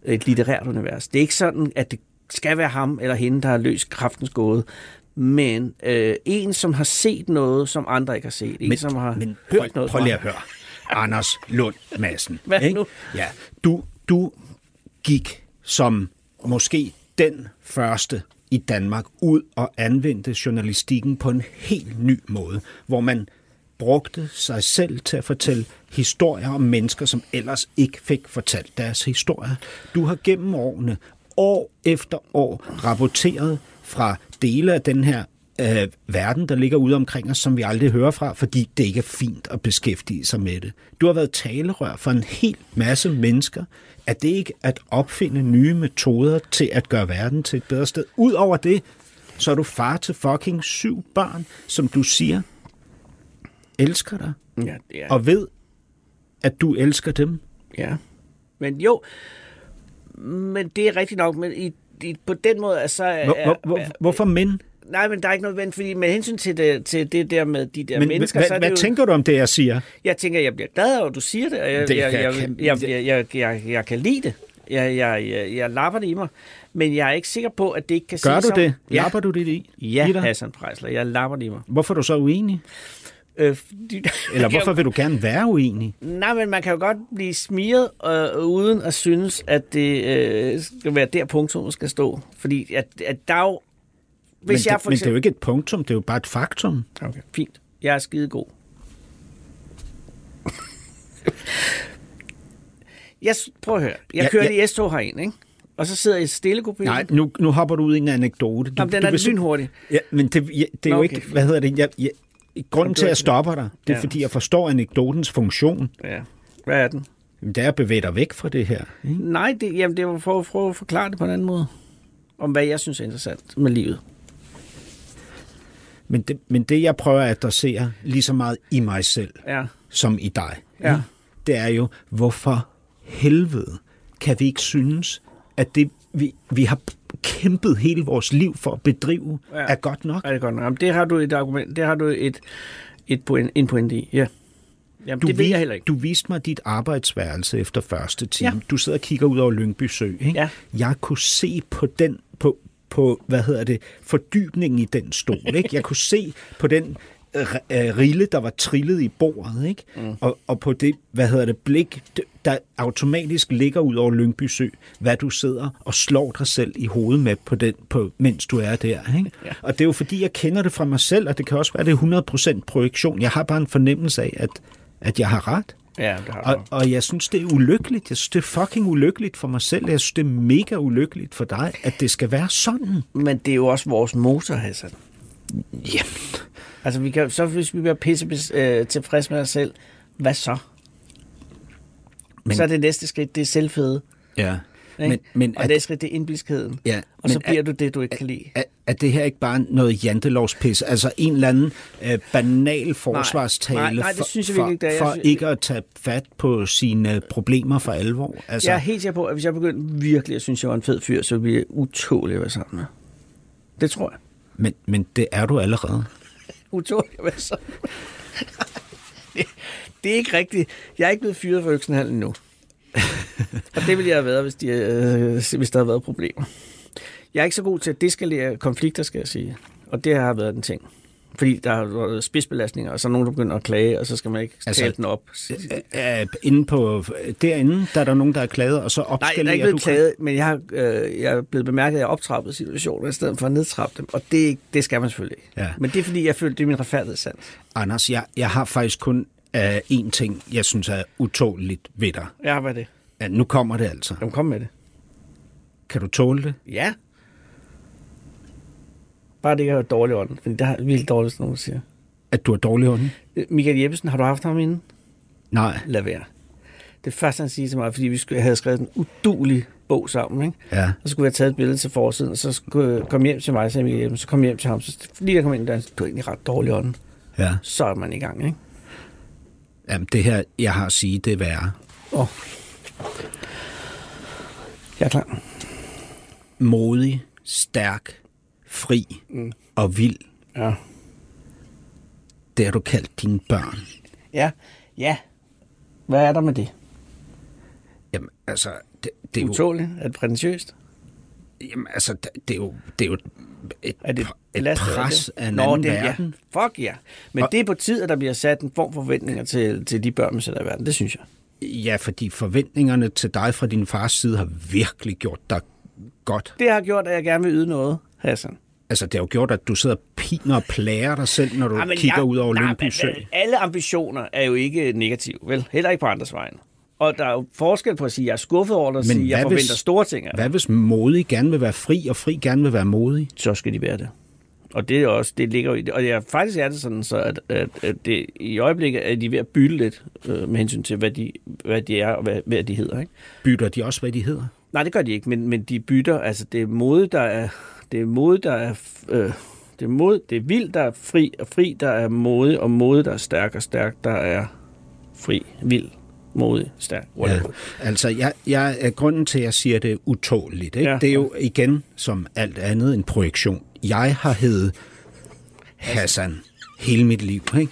et litterært univers, det er ikke sådan, at det skal være ham eller hende, der har løst kraftens gåde, men øh, en, som har set noget, som andre ikke har set. En, Men, som har men hørt prøv, noget prøv fra lige at høre. Anders Lund Madsen. Hvad nu? Ja, du, du gik som måske den første i Danmark ud og anvendte journalistikken på en helt ny måde, hvor man brugte sig selv til at fortælle historier om mennesker, som ellers ikke fik fortalt deres historier. Du har gennem årene, år efter år, rapporteret fra dele af den her øh, verden, der ligger ude omkring os, som vi aldrig hører fra, fordi det ikke er fint at beskæftige sig med det. Du har været talerør for en hel masse mennesker. Er det ikke at opfinde nye metoder til at gøre verden til et bedre sted? Udover det, så er du far til fucking syv børn, som du siger elsker dig, Ja, det er, og ved, at du elsker dem. ja. Men jo, men det er rigtigt nok, men i, i, på den måde er så... er- Hvor, hvor, hvor, er- hvorfor men? Nej, men der er ikke noget vent, fordi med hensyn til det, til det der med de der Men mennesker, så er hvad, det hvad jo... tænker du om det, jeg siger? Jeg tænker, jeg bliver glad over, at du siger det, og jeg, Det jeg, kan- jeg, jeg, kan- jeg, jeg, jeg, jeg, jeg kan lide det. Jeg, jeg, jeg, jeg lapper det i mig, men jeg er ikke sikker på, at det ikke kan Gør ses du som... det? Ja, Lapper du det i, i ja altså. dig? Hassan Prejsler, jeg lapper det i mig. Hvorfor er du så uenig? Øh, fordi... Eller hvorfor vil du gerne være uenig? Nej, men man kan jo godt blive smiret, øh, uden at synes, at det øh, skal være der, punktummet skal stå. Fordi at, at der er jo... Men, Hvis jeg det, for men det er jo eksempel... ikke et punktum, det er jo bare et faktum. Okay. Fint. Jeg er skidegod. jeg, s- prøv at høre. Jeg Ja, kører ja. ja. i S-tog herind, ikke? Og så sidder jeg i stille kupéen. Nej, nu, nu hopper du ud i en anekdote. Du, Jamen, den du er vil sim- lynhurtig. Ja, men det, ja, det er Nå, jo okay, ikke, fint. hvad hedder det, jeg, jeg, grunden Jamen, det til, at var jeg ikke- stopper dig, det er, Ja. fordi jeg forstår anekdotens funktion. Ja. Hvad er den? Jamen, det er at bevæge dig væk fra det her. ikke? Nej, det, jamen, det var for at prøve at forklare det på en anden måde. Om hvad jeg synes er interessant med livet. Men det, men det, jeg prøver at adressere lige så meget i mig selv, Ja. som i dig, Ja. ikke? det er jo, hvorfor helvede kan vi ikke synes, at det, vi, vi har kæmpet hele vores liv for at bedrive, Ja. er godt nok? Ja, det er godt nok. Jamen, det har du et argument, det har du et, et point, en point i, ja. Jamen, du det ved vi- jeg heller ikke. Du viste mig dit arbejdsværelse efter første time. Ja. Ja. Du sidder og kigger ud over Lyngby Sø. Ikke? Ja. Jeg kunne se på den, på, på, hvad hedder det, fordybningen i den stol. Ikke? Jeg kunne se på den øh, øh, rille, der var trillet i bordet, ikke? Mm. Og, og på det, hvad hedder det, blik, d- der automatisk ligger ud over Lyngby Sø, hvad du sidder og slår dig selv i hovedet med, på den, på, mens du er der. Ikke? Ja. Og det er jo fordi, jeg kender det fra mig selv, og det kan også være, det er 100% projektion. Jeg har bare en fornemmelse af, at, at jeg har ret. Ja, det har du. Og, og jeg synes, det er ulykkeligt. Jeg synes, det er fucking ulykkeligt for mig selv. Jeg synes, det er mega ulykkeligt for dig, at det skal være sådan. Men det er jo også vores motor, Hassan. Jamen, Altså, vi kan, så hvis vi bliver pisse øh, tilfredse med os selv, hvad så? Men, så er det næste skridt, det er selvfede. ja. Ikke? Men, men og er, næste skridt, det er indbilskheden. Ja, og så men er- bliver du det, du ikke kan lide. er, er det her ikke bare noget jantelovspis? Altså en eller anden øh, banal forsvarstale nej, nej, det for, synes jeg for, virkelig ikke, det er. Jeg for synes- ikke at tage fat på sine problemer for alvor? Altså, Jeg er helt sikker på, at hvis jeg begyndte virkelig at synes, jeg var en fed fyr, så ville jeg utålig at være sammen med. Det tror jeg. men, men det er du allerede. Utålig at være sammen med. Det- det er ikke rigtigt. Jeg er ikke blevet fyret for øksenhallen endnu. og det ville jeg have været, hvis, de, øh, hvis der havde været problemer. Jeg er ikke så god til at deskalere konflikter, skal jeg sige. Og det har været en ting. Fordi der har været spidsbelastninger, og så er nogen, der begynder at klage, og så skal man ikke Altså, altså, tale den op. Æ, Øh, inde på, derinde, der er der nogen, der er klaget, og så Nej, opskalerer jeg er ikke blevet du... klaget, men jeg, har, øh, jeg er blevet bemærket, at jeg har optrappet situationer, i stedet for at nedtrappe dem. Og det, er ikke- det skal man selvfølgelig ikke. Ja. Men det er fordi, jeg følte, det er min retfærdighedssans. Anders, jeg, jeg har faktisk kun øh, én ting, jeg synes er utåligt ved dig. Ja, hvad er det? Ja, nu kommer det altså. Jamen, kom med det. Kan du tåle det? Ja. Bare det ikke er dårlig ånd, fordi det er vildt dårligt, som nogen siger. At du er dårlig ånden? Øh, Michael Jeppesen, har du haft ham inden? Nej. lad være. Det første, han siger til mig, fordi vi skulle, havde skrevet en udulig bog sammen, ikke? Ja. Og så skulle vi have taget et billede til forsiden, og så skulle jeg komme hjem til mig, så, jeg, så kom jeg hjem til ham. Så, fordi jeg kom ind, der, du er egentlig ret dårlig ånden. Ja. Så er man i gang, ikke? Jamen, det her, jeg har at sige, det er værre. Og jeg er klar. Modig, stærk, fri mm. og vild. Ja. Det har du kaldt dine børn. Ja. Ja. Hvad er der med det? Jamen, altså, det, det er jo... Utåligt? Er det prætentiøst? Jamen, altså, det det er jo, det er jo et, Er det et belastet pres det? af en Nå, anden det, ja. verden. Fuck ja. Yeah. Men Og- det er på tid, at der bliver sat en form for forventninger til, til de børn, man sætter i verden. Det synes jeg. Ja. ja, fordi forventningerne til dig fra din fars side har virkelig gjort dig godt. Det har gjort, at jeg gerne vil yde noget, Hassan. Ah, Altså, det har jo gjort, at du sidder og piner og plager dig selv, når du Ah, men kigger jeg- ud over nej, Lyngby men- altså, Sø. men Alle ambitioner er jo ikke negative, vel? Heller ikke på andres vegne. Og der er jo forskel på at sige, at jeg er skuffet over det, og sige, at jeg hvad forventer hvis- store ting af Hvad hvis modig gerne vil være fri, og fri gerne vil være modig? så skal de være det. Og det er også, det ligger jo i det. Og jeg, faktisk er det sådan, så at, at, at det, i øjeblikket er de ved at bytte lidt øh, med hensyn til, hvad de, hvad de er og hvad, hvad de hedder. Ikke? Bytter de også, hvad de hedder? Nej, det gør de ikke, men, men de bytter. Altså, det er mode, der er... Det er mode, der er... Øh, det er, mode, det er vild, der er fri, og fri, der er mode, og mode, der er stærk, og stærk, der er fri, vild, mode, stærk. Ja. whatever. Altså, jeg, jeg, er grunden til, at jeg siger, at det er utåligt, ikke? Ja. Ja. det er jo igen, som alt andet, en projektion. Jeg har heddet Hassan hele mit liv. Ikke?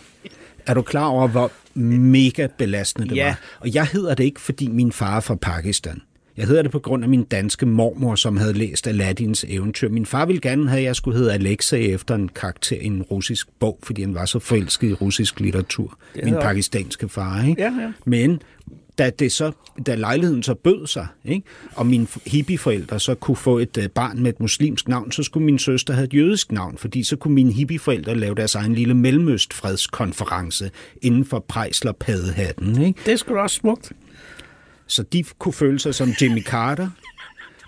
Er du klar over, hvor mega belastende det Ja. var? Og jeg hedder det ikke, fordi min far er fra Pakistan. Jeg hedder det på grund af min danske mormor, som havde læst Aladdins eventyr. Min far ville gerne have, at jeg skulle hedde Alexa efter en karakter i en russisk bog, fordi han var så forelsket i russisk litteratur. Min hedder- pakistanske far, ikke? Ja, ja. Men da, det så, da lejligheden så bød sig, ikke? og mine hippieforældre så kunne få et øh, barn med et muslimsk navn, så skulle min søster have et jødisk navn, fordi så kunne mine hippieforældre lave deres egen lille mellemøstfredskonference inden for Prejsler-padehatten. Ikke? Det er sgu da også smukt. Så de kunne føle sig som Jimmy Carter,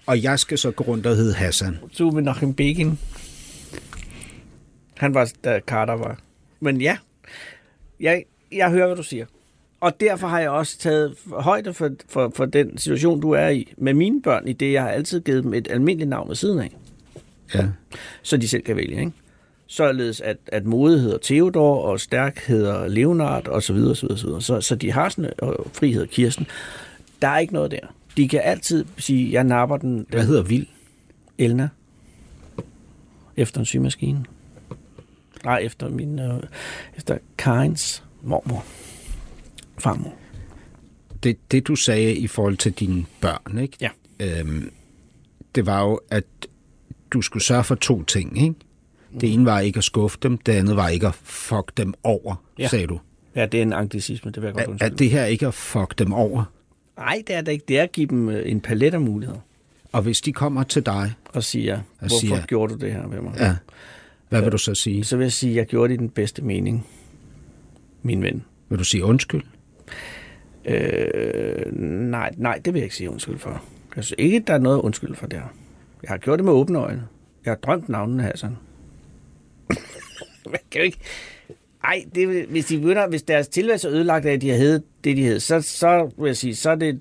og jeg skal så gå rundt og hedde Hassan. Så med Nachim Begin. Han var, da Carter var. Men ja, jeg, jeg hører, hvad du siger. Og derfor har jeg også taget højde for, for, for den situation, du er i med mine børn, i det, jeg har altid givet dem et almindeligt navn ved siden af, Ja. så de selv kan vælge, ikke? Således, at, at mode hedder Theodor, og stærk hedder Leonard, og så videre, så videre, så videre. Så, så de har sådan, og fri hedder Kirsten. Der er ikke noget der. De kan altid sige, jeg napper den, den Hvad hedder Vild? Elna. Efter en symaskine. Nej, efter min... Øh, efter Karins mormor. Farmor. Det, det, du sagde i forhold til dine børn, ikke? Ja. øhm, det var jo, at du skulle sørge for to ting, ikke? Det ene var ikke at skuffe dem, det andet var ikke at fuck dem over, ja. Ja. sagde du. Ja, det er en anglicisme, det vil jeg godt Er, er undskylde. det her ikke at fuck dem over? Nej, det er det ikke. Det er at give dem øh, en palet af muligheder. Og hvis de kommer til dig, Og siger, hvorfor siger- siger, gjorde du det her ved mig? ja, hvad vil du så sige? Så vil jeg sige, jeg gjorde det i den bedste mening. Min ven. Vil du sige undskyld? Øh, nej, nej, det vil jeg ikke sige undskyld for. Jeg synes ikke, der er noget undskyld for der. Jeg har gjort det med åbne øjne. Jeg har drømt navnene Hassan. Man kan jo ikke... Ej, det, vil- hvis, de begynder, hvis deres tilværelse er ødelagt af, at de har heddet det, de hed, så, så vil jeg sige, så er det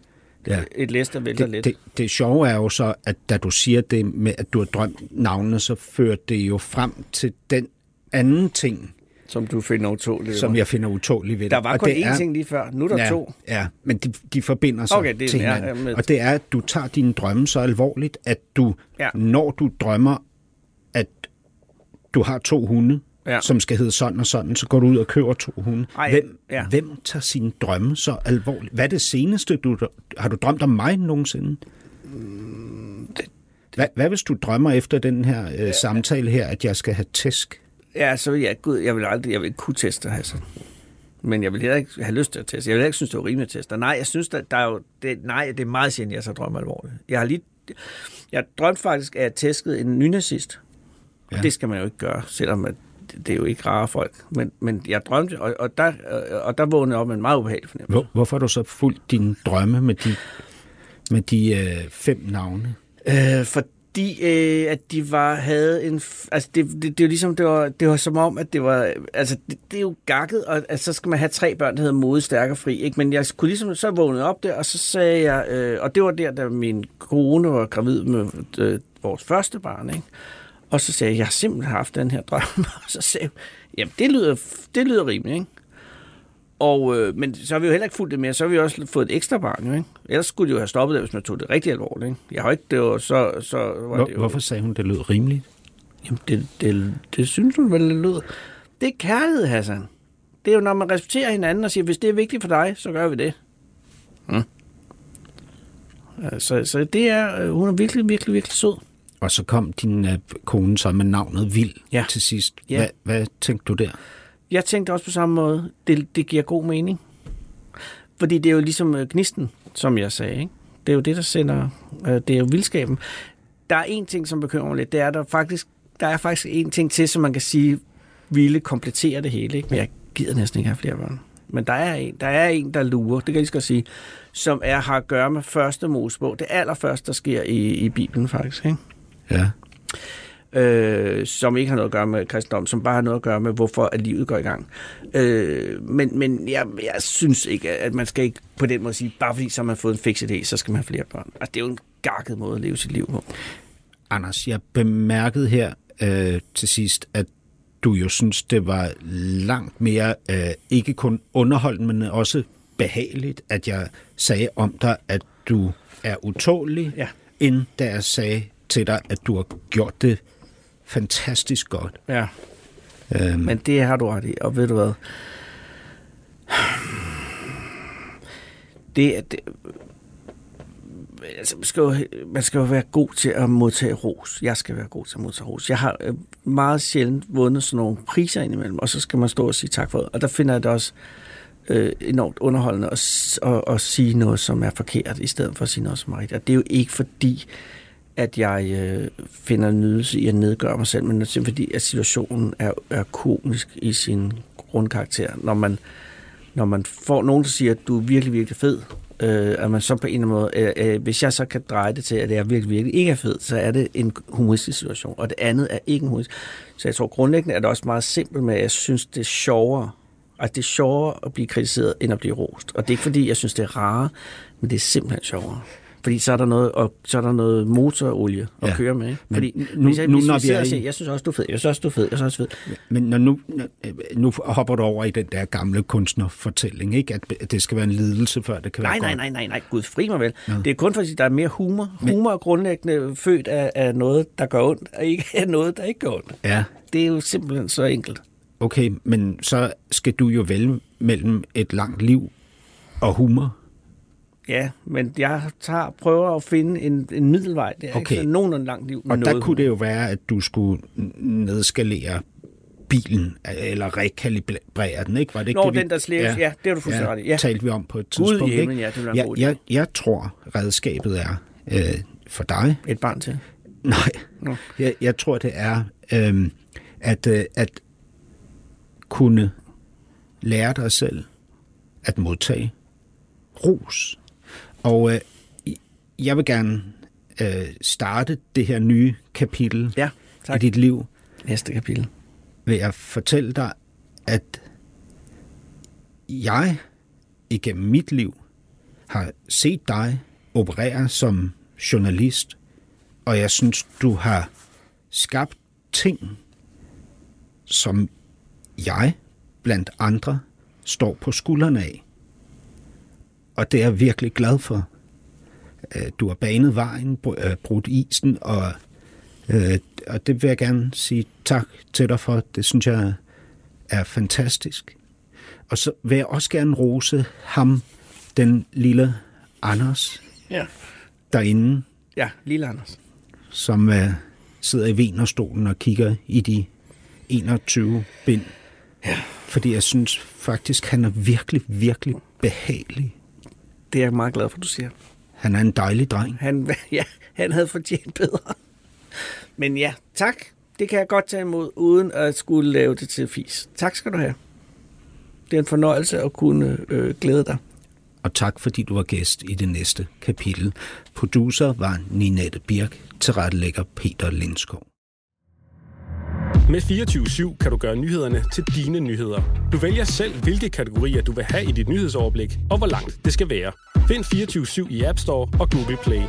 Ja. ja. et læs, der vælter Det, lidt. det, det sjove er jo så, at da du siger det med, at du har drømt navnene, så fører det jo frem til den anden ting, Som du finder utåligt. som jeg finder utålig ved det. Der var Og kun det én er- ting lige før. Nu er der ja, to. Ja, men de, de forbinder sig Okay, det er- til ja, hinanden. ja, men- Og det er, at du tager dine drømme så alvorligt, at du, ja. Ja. når du drømmer, at du har to hunde, ja. Ja. som skal hedde sådan og sådan, så går du ud og køber to hunde. Ej, hvem, ja. hvem tager sine drømme så alvorligt? Hvad er det seneste, du har du drømt om mig nogensinde? Mm, Hvad, hvad hvis du drømmer efter den her øh, samtale her, at jeg skal have tæsk? Ja, så vil jeg, gud, jeg vil aldrig, jeg vil ikke kunne teste Hassan. Men jeg vil heller ikke have lyst til at teste. Jeg vil heller ikke synes, det var rimeligt at teste. Nej, jeg synes, der, der er jo, det, nej, det er meget sjældent, jeg så drømmer alvorligt. Jeg har lige, jeg drømte faktisk, at jeg tæskede en nynazist. Ja. Ja. Og det skal man jo ikke gøre, selvom at, det, det er jo ikke rare folk. Men, men jeg drømte, og, og, der, og- og der vågnede jeg op med en meget ubehagelig fornemmelse. Hvor, hvorfor har du så fulgt dine drømme med de, med de øh, fem navne? Øh, fordi fordi øh, at de var havde en f- altså det, det, det var ligesom det var det var som om at det var altså det, det er jo gakket og altså, så skal man have tre børn der hedder mode stærk og fri, ikke? Men jeg kunne ligesom så vågnede jeg op der og så sagde jeg øh, og det var der da min kone var gravid med øh, vores første barn, ikke? Og så sagde jeg, jeg har simpelthen haft den her drøm. og så sagde hun, jamen det lyder, det lyder rimeligt, ikke? Og, øh, men så har vi jo heller ikke fulgt det mere, så har vi også fået et ekstra barn, jo, ikke? Ellers skulle de jo have stoppet det, hvis man tog det rigtig alvorligt, ikke? Jeg har ikke, det var så... så var Hvor, det jo, hvorfor sagde hun, det lød rimeligt? Jamen, det, det, det synes hun vel, det lyder... Det er kærlighed, Hassan. Det er jo, når man respekterer hinanden og siger, hvis det er vigtigt for dig, så gør vi det. Mm. Så, så det er, øh, hun er virkelig, virkelig, virkelig sød. Og så kom din øh, kone så med navnet Vild Ja. til sidst. Ja. Hvad, hvad tænkte du der? Jeg tænkte også på samme måde, det, det giver god mening. Fordi det er jo ligesom øh, gnisten, som jeg sagde. Ikke? Det er jo det, der sender, øh, det er jo vildskaben. Der er en ting, som bekymrer mig lidt, det er, der faktisk, der er faktisk en ting til, som man kan sige, ville komplettere det hele. Ikke? Men jeg gider næsten ikke have flere børn. Men der er, en, der er en, der lurer, det kan jeg lige skal sige, som er, har at gøre med første Mosebog. Det allerførste, der sker i, i Bibelen faktisk. Ikke? Ja. øh, som ikke har noget at gøre med kristendom, som bare har noget at gøre med, hvorfor at livet går i gang. Øh, men men jeg, jeg synes ikke, at man skal ikke på den måde sige, bare fordi så har man fået en fix idé, så skal man have flere børn. Altså, det er jo en gakket måde at leve sit liv på. Anders, jeg bemærkede her øh, til sidst, at du jo synes, det var langt mere øh, ikke kun underholdende, men også behageligt, at jeg sagde om dig, at du er utålig, Ja. end da jeg sagde til dig, at du har gjort det fantastisk godt. Ja. Øhm, Men det har du ret i, og ved du hvad? Det er... Det, altså, man, skal jo, man skal jo være god til at modtage ros. Jeg skal være god til at modtage ros. Jeg har øh, meget sjældent vundet sådan nogle priser indimellem, og så skal man stå og sige tak for det. Og der finder jeg det også øh, enormt underholdende at, s- at, at sige noget, som er forkert, i stedet for at sige noget, som er rigtigt. Og det er jo ikke fordi, at jeg øh, finder nydelse i at nedgøre mig selv, men simpelthen fordi, at situationen er, er komisk i sin grundkarakter. Når man, når man får nogen, der siger, at du er virkelig, virkelig fed, øh, at man så på en eller anden måde, øh, øh, hvis jeg så kan dreje det til, at jeg virkelig, virkelig ikke er fed, så er det en humoristisk situation, og det andet er ikke en humoristisk. Så jeg tror grundlæggende er det også meget simpelt med, at jeg synes, det er sjovere, at det er sjovere at blive kritiseret, end at blive rost. Og det er ikke fordi, jeg synes, det er rare, men det er simpelthen sjovere. Fordi så er der noget, og så er der noget motorolie at Ja. ja. køre med. Ikke? Men Fordi nu- hvis jeg, nu, hvis når vi vi sidder er og i- siger, jeg synes også, du er fed, jeg synes også, du er fed, jeg synes også, du er fed. Men når nu, når- øh, nu hopper du over i den der gamle kunstnerfortælling, ikke? At, at det skal være en lidelse, før det kan Nej, være nej, godt. nej, nej, nej, gud fri mig vel. Det er kun fordi, der er mere humor. Humor er grundlæggende født af, af noget, der gør ondt, og ikke af noget, der ikke gør ondt. Ja, Det er jo simpelthen så enkelt. okay, men så skal du jo vælge mellem et langt liv og humor. Ja, men jeg tager, prøver at finde en, en middelvej. Det er okay. Okay. ikke så nogenlunde langt liv. med Og noget der kunne det jo være, at du skulle n- nedskalere bilen, eller rekalibrere den, ikke? Var det ikke Nå, det, vi- den, der slæbes. Ja, det har du fuldstændig ret i. Ja. talte vi om på et Gud i tidspunkt, himlen, ikke? ja, det ville være en jeg, god idé. jeg, jeg tror, redskabet er øh, for dig, Et barn til. Nej, Nå. jeg, jeg tror, det er øhm, at, øh, at kunne lære dig selv at modtage ros. Og øh, i- jeg vil gerne øh, starte det her nye kapitel Ja, i tak. dit liv Næste kapitel. ved at fortælle dig, at jeg igennem mit liv har set dig operere som journalist, og jeg synes, du har skabt ting, som jeg blandt andre står på skuldrene af. Og det er jeg virkelig glad for. Øh, Du har banet vejen, br- øh, brudt isen, og, øh, og det vil jeg gerne sige tak til dig for. Det synes jeg er fantastisk. Og så vil jeg også gerne rose ham, den lille Anders Ja. derinde, Ja, lille Anders. som øh, sidder i Venerstolen og kigger i de 21 bind. Ja. Fordi jeg synes faktisk, han er virkelig, virkelig behagelig. Det er jeg meget glad for, du siger. Han er en dejlig dreng. Han, ja, han havde fortjent bedre. Men ja, tak. Det kan jeg godt tage imod, uden at skulle lave det til fis. Tak skal du have. Det er en fornøjelse at kunne øh, glæde dig. og tak fordi du var gæst i det næste kapitel. Producer var Ninette Birk, tilrettelægger Peter Lindskov. Med 24-7 kan du gøre nyhederne til dine nyheder. Du vælger selv, hvilke kategorier du vil have i dit nyhedsoverblik, og hvor langt det skal være. Find 24-7 i App Store og Google Play.